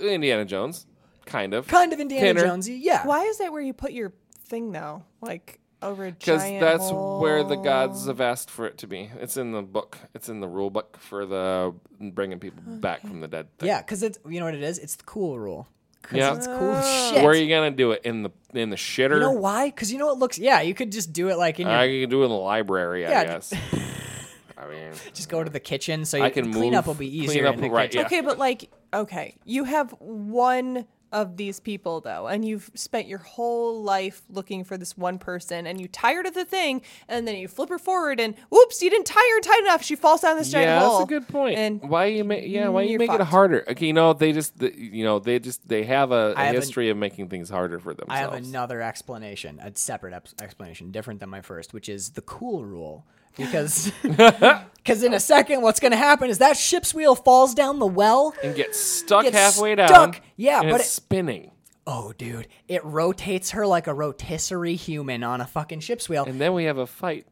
Indiana Jones, kind of.
Kind of Indiana
Tanner.
Jonesy. Yeah.
Why is that where you put your thing though? Like over a
Because
giant
that's
hole?
where the gods have asked for it to be. It's in the book. It's in the rule book for the bringing people back from the dead. Thing.
Yeah, cuz it's you know what it is? It's the cool rule. 'Cause
Yeah.
it's cool shit.
Oh.
Where are you gonna do it in the in the shitter?
You know why? Cuz you know it looks yeah, you could just do it like in your
I can do it in the library, I
Yeah. [LAUGHS]
guess. I mean,
just go to the kitchen so you
I can move.
clean up will be easier
Clean
in
up,
the
right?
kitchen.
Yeah.
Okay, but like, okay, you have one of these people though, and you've spent your whole life looking for this one person, and you tired of the thing, and then you flip her forward, and whoops, you didn't tie her tight enough. She falls down this giant
yeah,
hole.
that's a good point.
And
why you make yeah? Why you
you're
make it
fucked.
harder? Okay, you know they just the, you know they just they have a, a
have an-
history of making things harder for themselves.
I have another explanation, a separate ex- explanation, different than my first, which is the cool rule. Because
[LAUGHS]
[LAUGHS] cause in a second, what's going to happen is that ship's wheel falls down the well.
and get stuck
Get
halfway down.
stuck. Yeah,
and
but
it's
it-
spinning.
Oh, dude. It rotates her like a rotisserie human on a fucking ship's wheel.
And then we have a fight.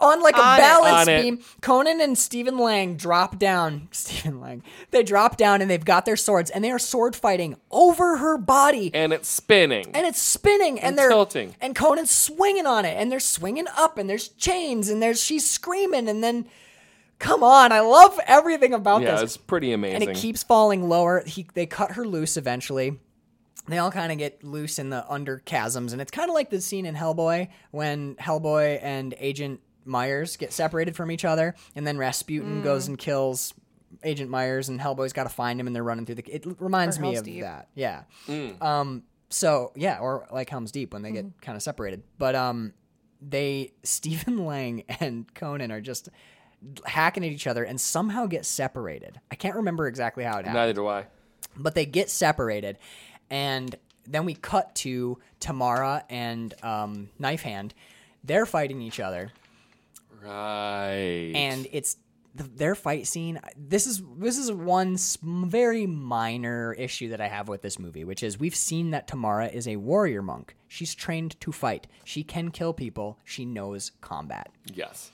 on like a
On it.
balance
On it.
beam. Conan and Stephen Lang drop down. [LAUGHS] Stephen Lang. They drop down and they've got their swords and they are sword fighting over her body.
And it's spinning.
and it's spinning and,
And
they're
tilting.
and Conan's swinging on it and they're swinging up and there's chains and there's she's screaming and then come on I love everything about
yeah,
this
it's pretty amazing.
and it keeps falling lower he they cut her loose eventually they all kind of get loose in the under chasms and it's kind of like the scene in Hellboy when Hellboy and Agent Myers get separated from each other and then
Mm.
Rasputin goes and kills Agent Myers and Hellboy's got to find him and they're running through the it reminds me
Hell's
of
Deep.
that yeah um so yeah or like Helm's Deep when they
Mm-hmm.
get kind of separated but um they [LAUGHS] Stephen Lang and Conan are just hacking at each other and somehow get separated I can't remember exactly how it happened
Neither do I.
but they get separated and then we cut to tamara and um, knife hand they're fighting each other
Right.
and it's the, their fight scene this is this is one s- very minor issue that i have with this movie which is we've seen that tamara is a warrior monk she's trained to fight she can kill people she knows combat
yes.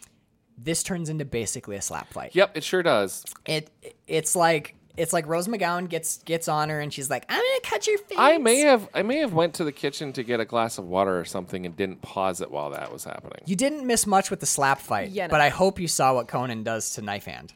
this turns into basically a slap fight
Yep, it sure does.
it it's like it's like rose mcgowan gets gets on her and she's like i'm gonna cut your face
I may have I may have went to the kitchen to get a glass of water or something and didn't pause it while that was happening.
You didn't miss much with the slap fight,
Yeah, no.
but I hope you saw what Conan does to Knife Hand.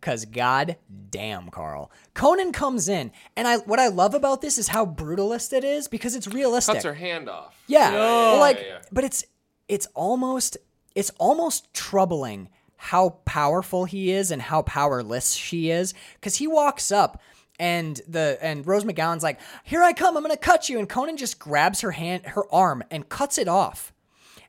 Cause god damn, Carl. Conan comes in, and I what I love about this is how brutalist it is because it's realistic.
Cuts her hand off.
Yeah. Well,
yeah,
like,
yeah.
but it's it's almost it's almost troubling how powerful he is and how powerless she is because he walks up and the and Rose McGowan's like, "Here I come, I'm gonna cut you," and Conan just grabs her hand, her arm, and cuts it off,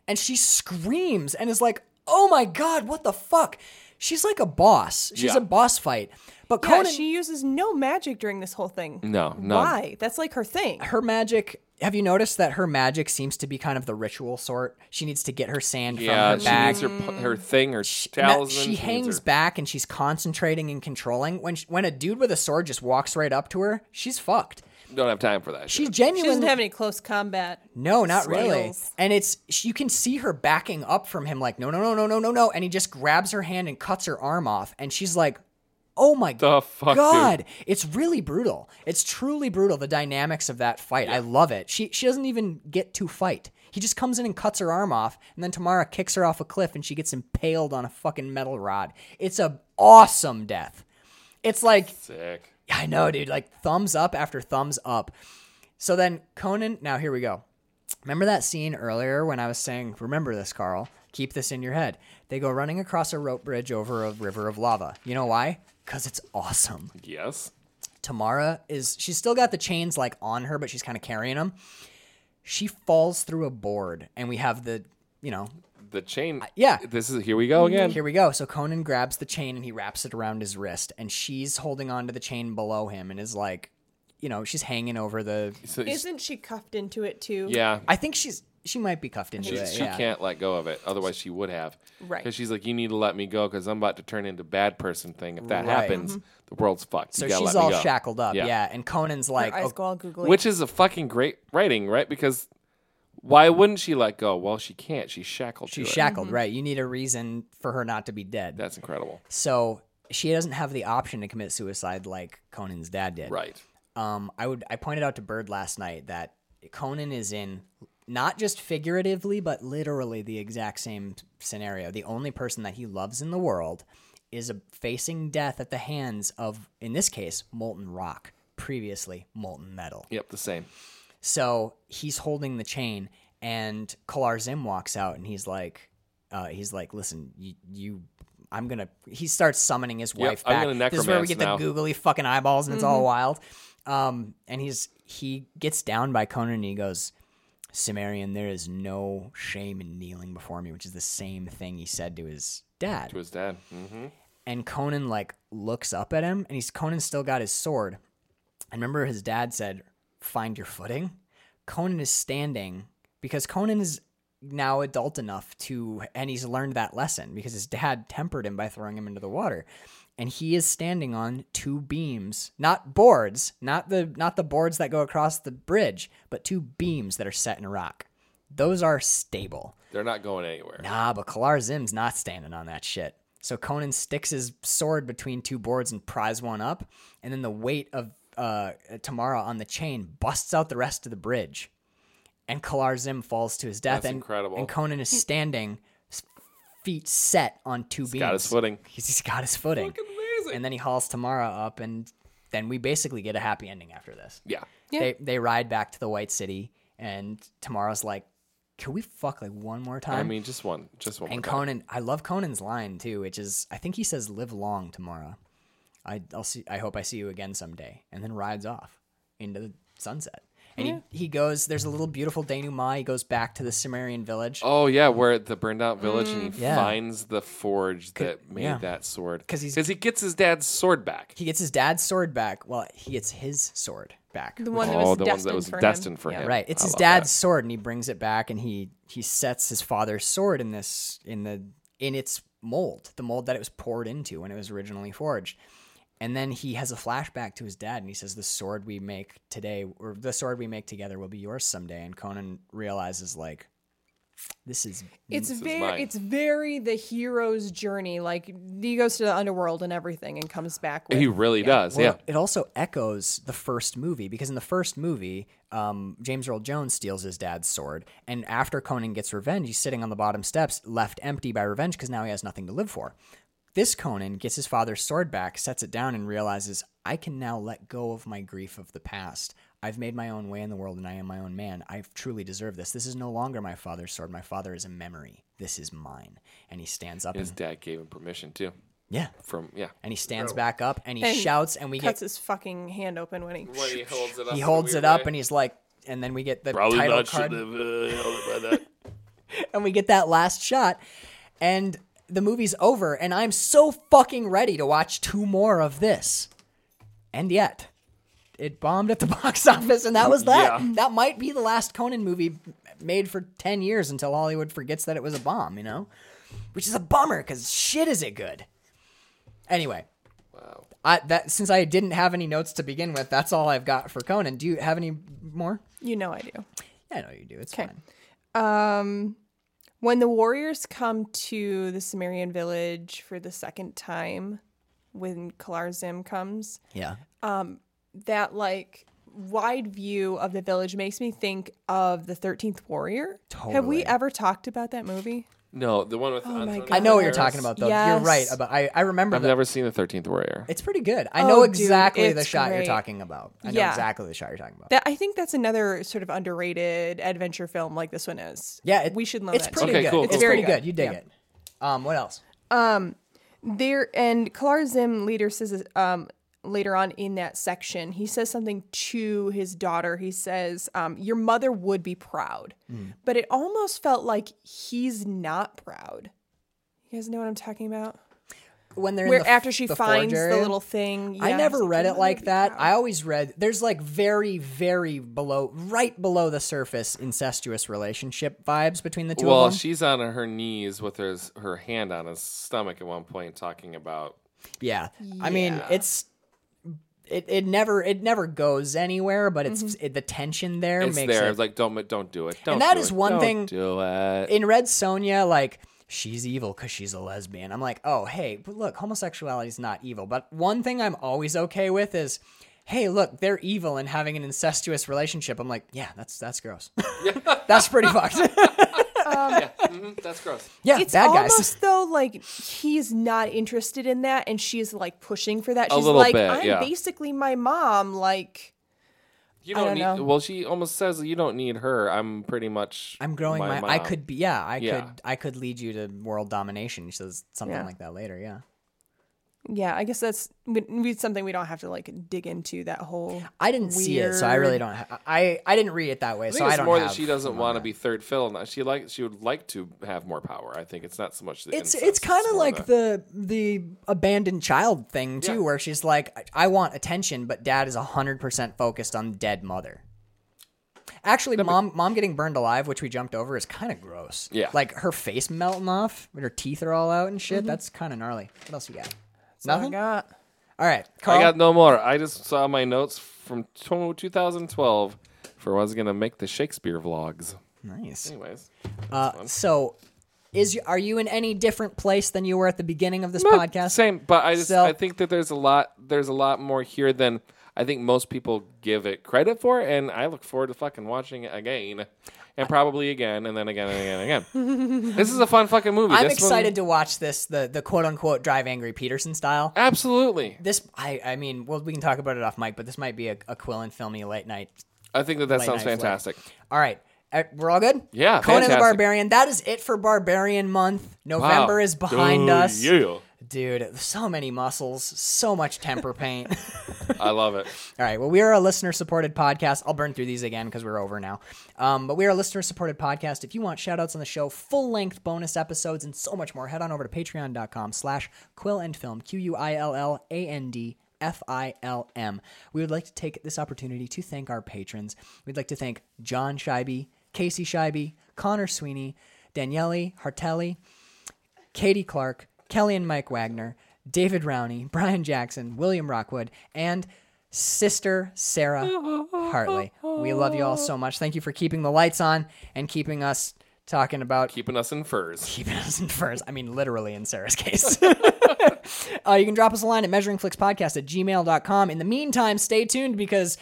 and she screams and is like, "Oh my god, what the fuck." She's like a boss. She's
Yeah.
a boss fight. But
yeah,
Conan,
she uses no magic during this whole thing.
No, none.
Why? That's like her thing.
her magic have you noticed that her magic seems to be kind of the ritual sort she needs to get her sand
Yeah,
from her
she
bag
needs her pu- her thing, her she,
Ma-
talisman.
she
needs
hangs
her-
back and she's concentrating and controlling when sh when a dude with a sword just walks right up to her she's fucked
Don't have time for that.
she
shit.
She
genuinely
doesn't have any close combat.
no not really
skills.
and it's sh- you can see her backing up from him like no no no no no no no and he just grabs her hand and cuts her arm off and she's like oh my
the fuck,
god it's really brutal it's truly brutal the dynamics of that fight i love it she she doesn't even get to fight he just comes in and cuts her arm off and then tamara kicks her off a cliff and she gets impaled on a fucking metal rod it's a awesome death It's like
Sick.
I know, dude. Like thumbs up after thumbs up. So then Conan, now here we go. Remember that scene earlier when I was saying, remember this, Carl, keep this in your head. They go running across a rope bridge over a river of lava. You know why? Because it's awesome.
Yes.
Tamara is, she's still got the chains like on her, but she's kind of carrying them. She falls through a board, and we have the, you know,
The chain.
yeah.
This is here we go again.
Here we go. So Conan grabs the chain and he wraps it around his wrist, and she's holding on to the chain below him and is like, you know, she's hanging over the.
So it's-
Isn't she cuffed into it too?
yeah.
I think she's she might be cuffed into
She,
it.
she
yeah.
can't let go of it. Otherwise, she would have.
Right.
Because she's like, you need to let me go because I'm about to turn into bad person thing. If that
Right. Mm-hmm.
happens, the world's fucked.
So
you gotta
she's
let me
all
go."
shackled up. Yeah. And Conan's like,
Her eyes
"Oh,
go all googly.
Which is a fucking great writing, right? Because why wouldn't she let go? Well, she can't. She's shackled.
she's
to it.
shackled,
Mm-hmm.
right? You need a reason for her not to be dead.
That's incredible.
so she doesn't have the option to commit suicide like Conan's dad did.
Right.
um, I would I pointed out to Bird last night that Conan is in not just figuratively but literally the exact same scenario. The only person that he loves in the world is a, facing death at the hands of, in this case, molten rock. Previously, molten metal.
Yep. The same.
So he's holding the chain, and Kalar Zim walks out, and he's like, uh, he's like, listen, you, you, I'm gonna. He starts summoning his wife
I'm
back.
gonna
this is where we
necromance
get
now.
the googly fucking eyeballs, and it's all wild. Um, and he's he gets down by Conan, and he goes. Cimmerian, there is no shame in kneeling before me, which is the same thing he said to his dad
To his dad. Mm-hmm.
and Conan like looks up at him and he's Conan's still got his sword. And remember his dad said, "Find your footing." Conan is standing because Conan is now adult enough to and he's learned that lesson because his dad tempered him by throwing him into the water. And he is standing on two beams, not boards, not the not the boards that go across the bridge, but two beams that are set in rock. Those are stable.
They're not going anywhere.
Nah, but Kalar Zim's not standing on that shit. So Conan sticks his sword between two boards and pries one up, and then the weight of uh, Tamara on the chain busts out the rest of the bridge, and Kalar Zim falls to his death.
That's
and,
incredible.
And Conan is standing, s- feet set on two beams.
Got his footing.
He's, he's got his footing.
amazing.
And then he hauls Tamara up, and then we basically get a happy ending after this.
Yeah.
They they ride back to the White City, and Tamara's like, "Can we fuck like one more time?"
I mean, just one. Just one.
Um, And
more time.
Conan, I love Conan's line too, which is I think he says "Live long, tomorrow." I, I'll see. I hope I see you again someday, and then rides off into the sunset. And he, he goes. There's a little beautiful denouement. He goes back to the Cimmerian village
Oh yeah, we're at the burned out village, and he
Mm, Yeah.
finds the forge that made
yeah.
that sword.
'Cause he's-
he gets his dad's sword back.
He gets his dad's sword back. Well, he gets his sword back.
the one that
oh,
was
the one
destined
that was
for him.
destined for him.
right. It's
I
his
love
dad's
that.
sword, and he brings it back, and he he sets his father's sword in this in the in its mold, the mold that it was poured into when it was originally forged. And then he has a flashback to his dad, and he says, "The sword we make today, or the sword we make together, will be yours someday." And Conan realizes, like, this is
It's
mine.
very, it's very the hero's journey. Like he goes to the underworld and everything, and comes back. With,
He really does.
Well,
yeah.
It also echoes the first movie because in the first movie, um, James Earl Jones steals his dad's sword, and after Conan gets revenge, he's sitting on the bottom steps, left empty by revenge because now he has nothing to live for. This Conan gets his father's sword back, sets it down, and realizes I can now let go of my grief of the past. I've made my own way in the world, and I am my own man. I truly deserve this. This is no longer my father's sword. My father is a memory. This is mine. And he stands up
His
and
dad gave him permission too.
yeah,
From yeah.
and he stands back up and he
And
shouts, and we get
cuts his fucking hand open when he.
he holds it up.
he holds it up and he's like and then we get the
probably
title
not
card
should have uh, held it by that.
[LAUGHS] and we get that last shot and the movie's over and i'm so fucking ready to watch two more of this and yet it bombed at the [LAUGHS] box office and that was that
Yeah.
that might be the last conan movie made for 10 years until hollywood forgets that it was a bomb you know which is a bummer because shit is it good anyway
Wow.
I, that since I didn't have any notes to begin with, that's all I've got for Conan. Do you have any more?
You know I do.
Yeah, I know you do. It's
'Kay.
fine.
Um, when the warriors come to the Sumerian village for the second time, when Kalar Zim comes,
Yeah.
that like wide view of the village makes me think of the Thirteenth Warrior. Have we
Totally.
ever talked about that movie?
No, the one with.
Oh
Antonio
God.
I know what you're
Banderas.
talking about, though. You're
Yes.
right. About I, I remember
I've
that.
never seen the Thirteenth Warrior.
It's pretty good. I
Oh,
know
dude,
exactly the
it's
shot you're
great.
talking about. I know
Yeah.
exactly the shot you're talking about.
That I think that's another sort of underrated adventure film like this one is.
yeah, it,
we should know
It's
that.
pretty
Okay,
good.
cool,
it's
cool,
pretty
cool.
good. You dig it. Um, what else?
there and Klarzim later says um later on in that section he says something to his daughter he says um, your mother would be proud
Hmm.
but it almost felt like he's not proud you guys know what i'm talking about
When they're in
where
the f-
after she
the
finds
forge
the
area?
little thing
I
yeah,
never
he's
read
"Your
it
mother
like
would be
that.
proud."
I always read there's like very, very below, right below the surface, incestuous relationship vibes between the two
Well,
of them.
she's on her knees with her her hand on his stomach at one point, talking about.
yeah. I mean, it's it, it never it never goes anywhere, but it's it, the tension there
It's
makes
there.
it
It's like don't don't do it. Don't
that
do
is
it.
one
Don't
thing-
Do it.
in Red Sonia, like she's evil because she's a lesbian. I'm like, oh hey, but look, homosexuality is not evil. But one thing I'm always okay with is, hey, look, they're evil and having an incestuous relationship. I'm like, yeah, that's that's gross. [LAUGHS] that's pretty fucked.
Mhm, That's gross.
yeah,
it's
bad
almost
guys.
though like he's not interested in that and she's like pushing for that
A
she's
little
like
bit,
i'm
yeah.
basically my mom like
You
I
don't,
don't
need.
know.
Well, she almost says you don't need her. I'm pretty much.
I'm growing my. I
mom."
could be. Yeah, I
Yeah.
could. I could lead you to world domination. She says something
Yeah.
like that later. Yeah.
Yeah, I guess that's we- we- something we don't have to like dig into that whole.
I didn't see it, so I really
Weird.
don't. Ha- I I didn't read it that way,
I think
so
it's
I don't.
more
have
that she doesn't
them
want
on
to
that.
be third fiddle. and that She like she would like to have more power. I think it's not so much the.
It's
incest,
it's kind of
more
like the the abandoned child thing too,
Yeah.
where she's like, I I want attention, but dad is hundred percent focused on dead mother. Actually, mom mom getting burned alive, which we jumped over, is kind of gross.
Yeah. Mm-hmm.
like her face melting off, and her teeth are all out and shit. That's kind of gnarly. What else you got? Nothing. All right, Carl.
I got no more. I just saw my notes from tw- 2012 for when I was gonna make the Shakespeare vlogs.
nice.
Anyways,
Uh, so, is you- are you in any different place than you were at the beginning of this
No,
podcast?
Same, but I just
So-
I think that there's a lot there's a lot more here than I think most people give it credit for, and I look forward to fucking watching it again, and probably again, and then again and again and
[LAUGHS]
again. this is a fun fucking movie.
I'm
This
excited
One,
to watch this the the quote unquote drive angry Peterson style.
absolutely,
This I I mean, well, we can talk about it off mic, but this might be a, a Quill and filmy late night.
I think that that
Late
sounds
night flick.
fantastic.
All right. Uh, We're all good?
Yeah,
Conan the
fantastic.
Barbarian. That is it for Barbarian Month. November
Wow.
is behind
Oh,
us.
Yeah,
Dude, so many muscles, so much
[LAUGHS]
temper paint.
I love it.
All right. Well, we are a listener supported podcast. I'll burn through these again because we're over now. Um, but we are a listener supported podcast. If you want shout outs on the show, full length bonus episodes, and so much more, head on over to patreon.com slash quill and film, Q U I L L A N D. F I L M. We would like to take this opportunity to thank our patrons. We'd like to thank John Scheibe, Casey Scheibe, Connor Sweeney, Daniele Hartelli, Katie Clark, Kelly and Mike Wagner, David Rowney, Brian Jackson, William Rockwood, and sister Sarah Hartley. We love you all so much. Thank you for keeping the lights on and keeping us talking about
Keeping us in furs.
keeping us in furs. I mean, literally in Sarah's case. [LAUGHS] uh, you can drop us a line at measuringflixpodcast at gmail.com. In the meantime, stay tuned because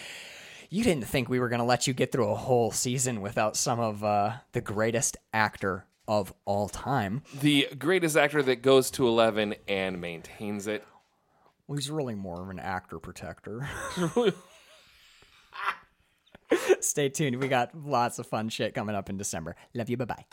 you didn't think we were going to let you get through a whole season without some of uh, the greatest actor of all time.
The greatest actor that goes to 11 and maintains it.
Well, he's really more of an actor protector. [LAUGHS]
[LAUGHS]
Stay tuned. We got lots of fun shit coming up in December. Love you. Bye bye.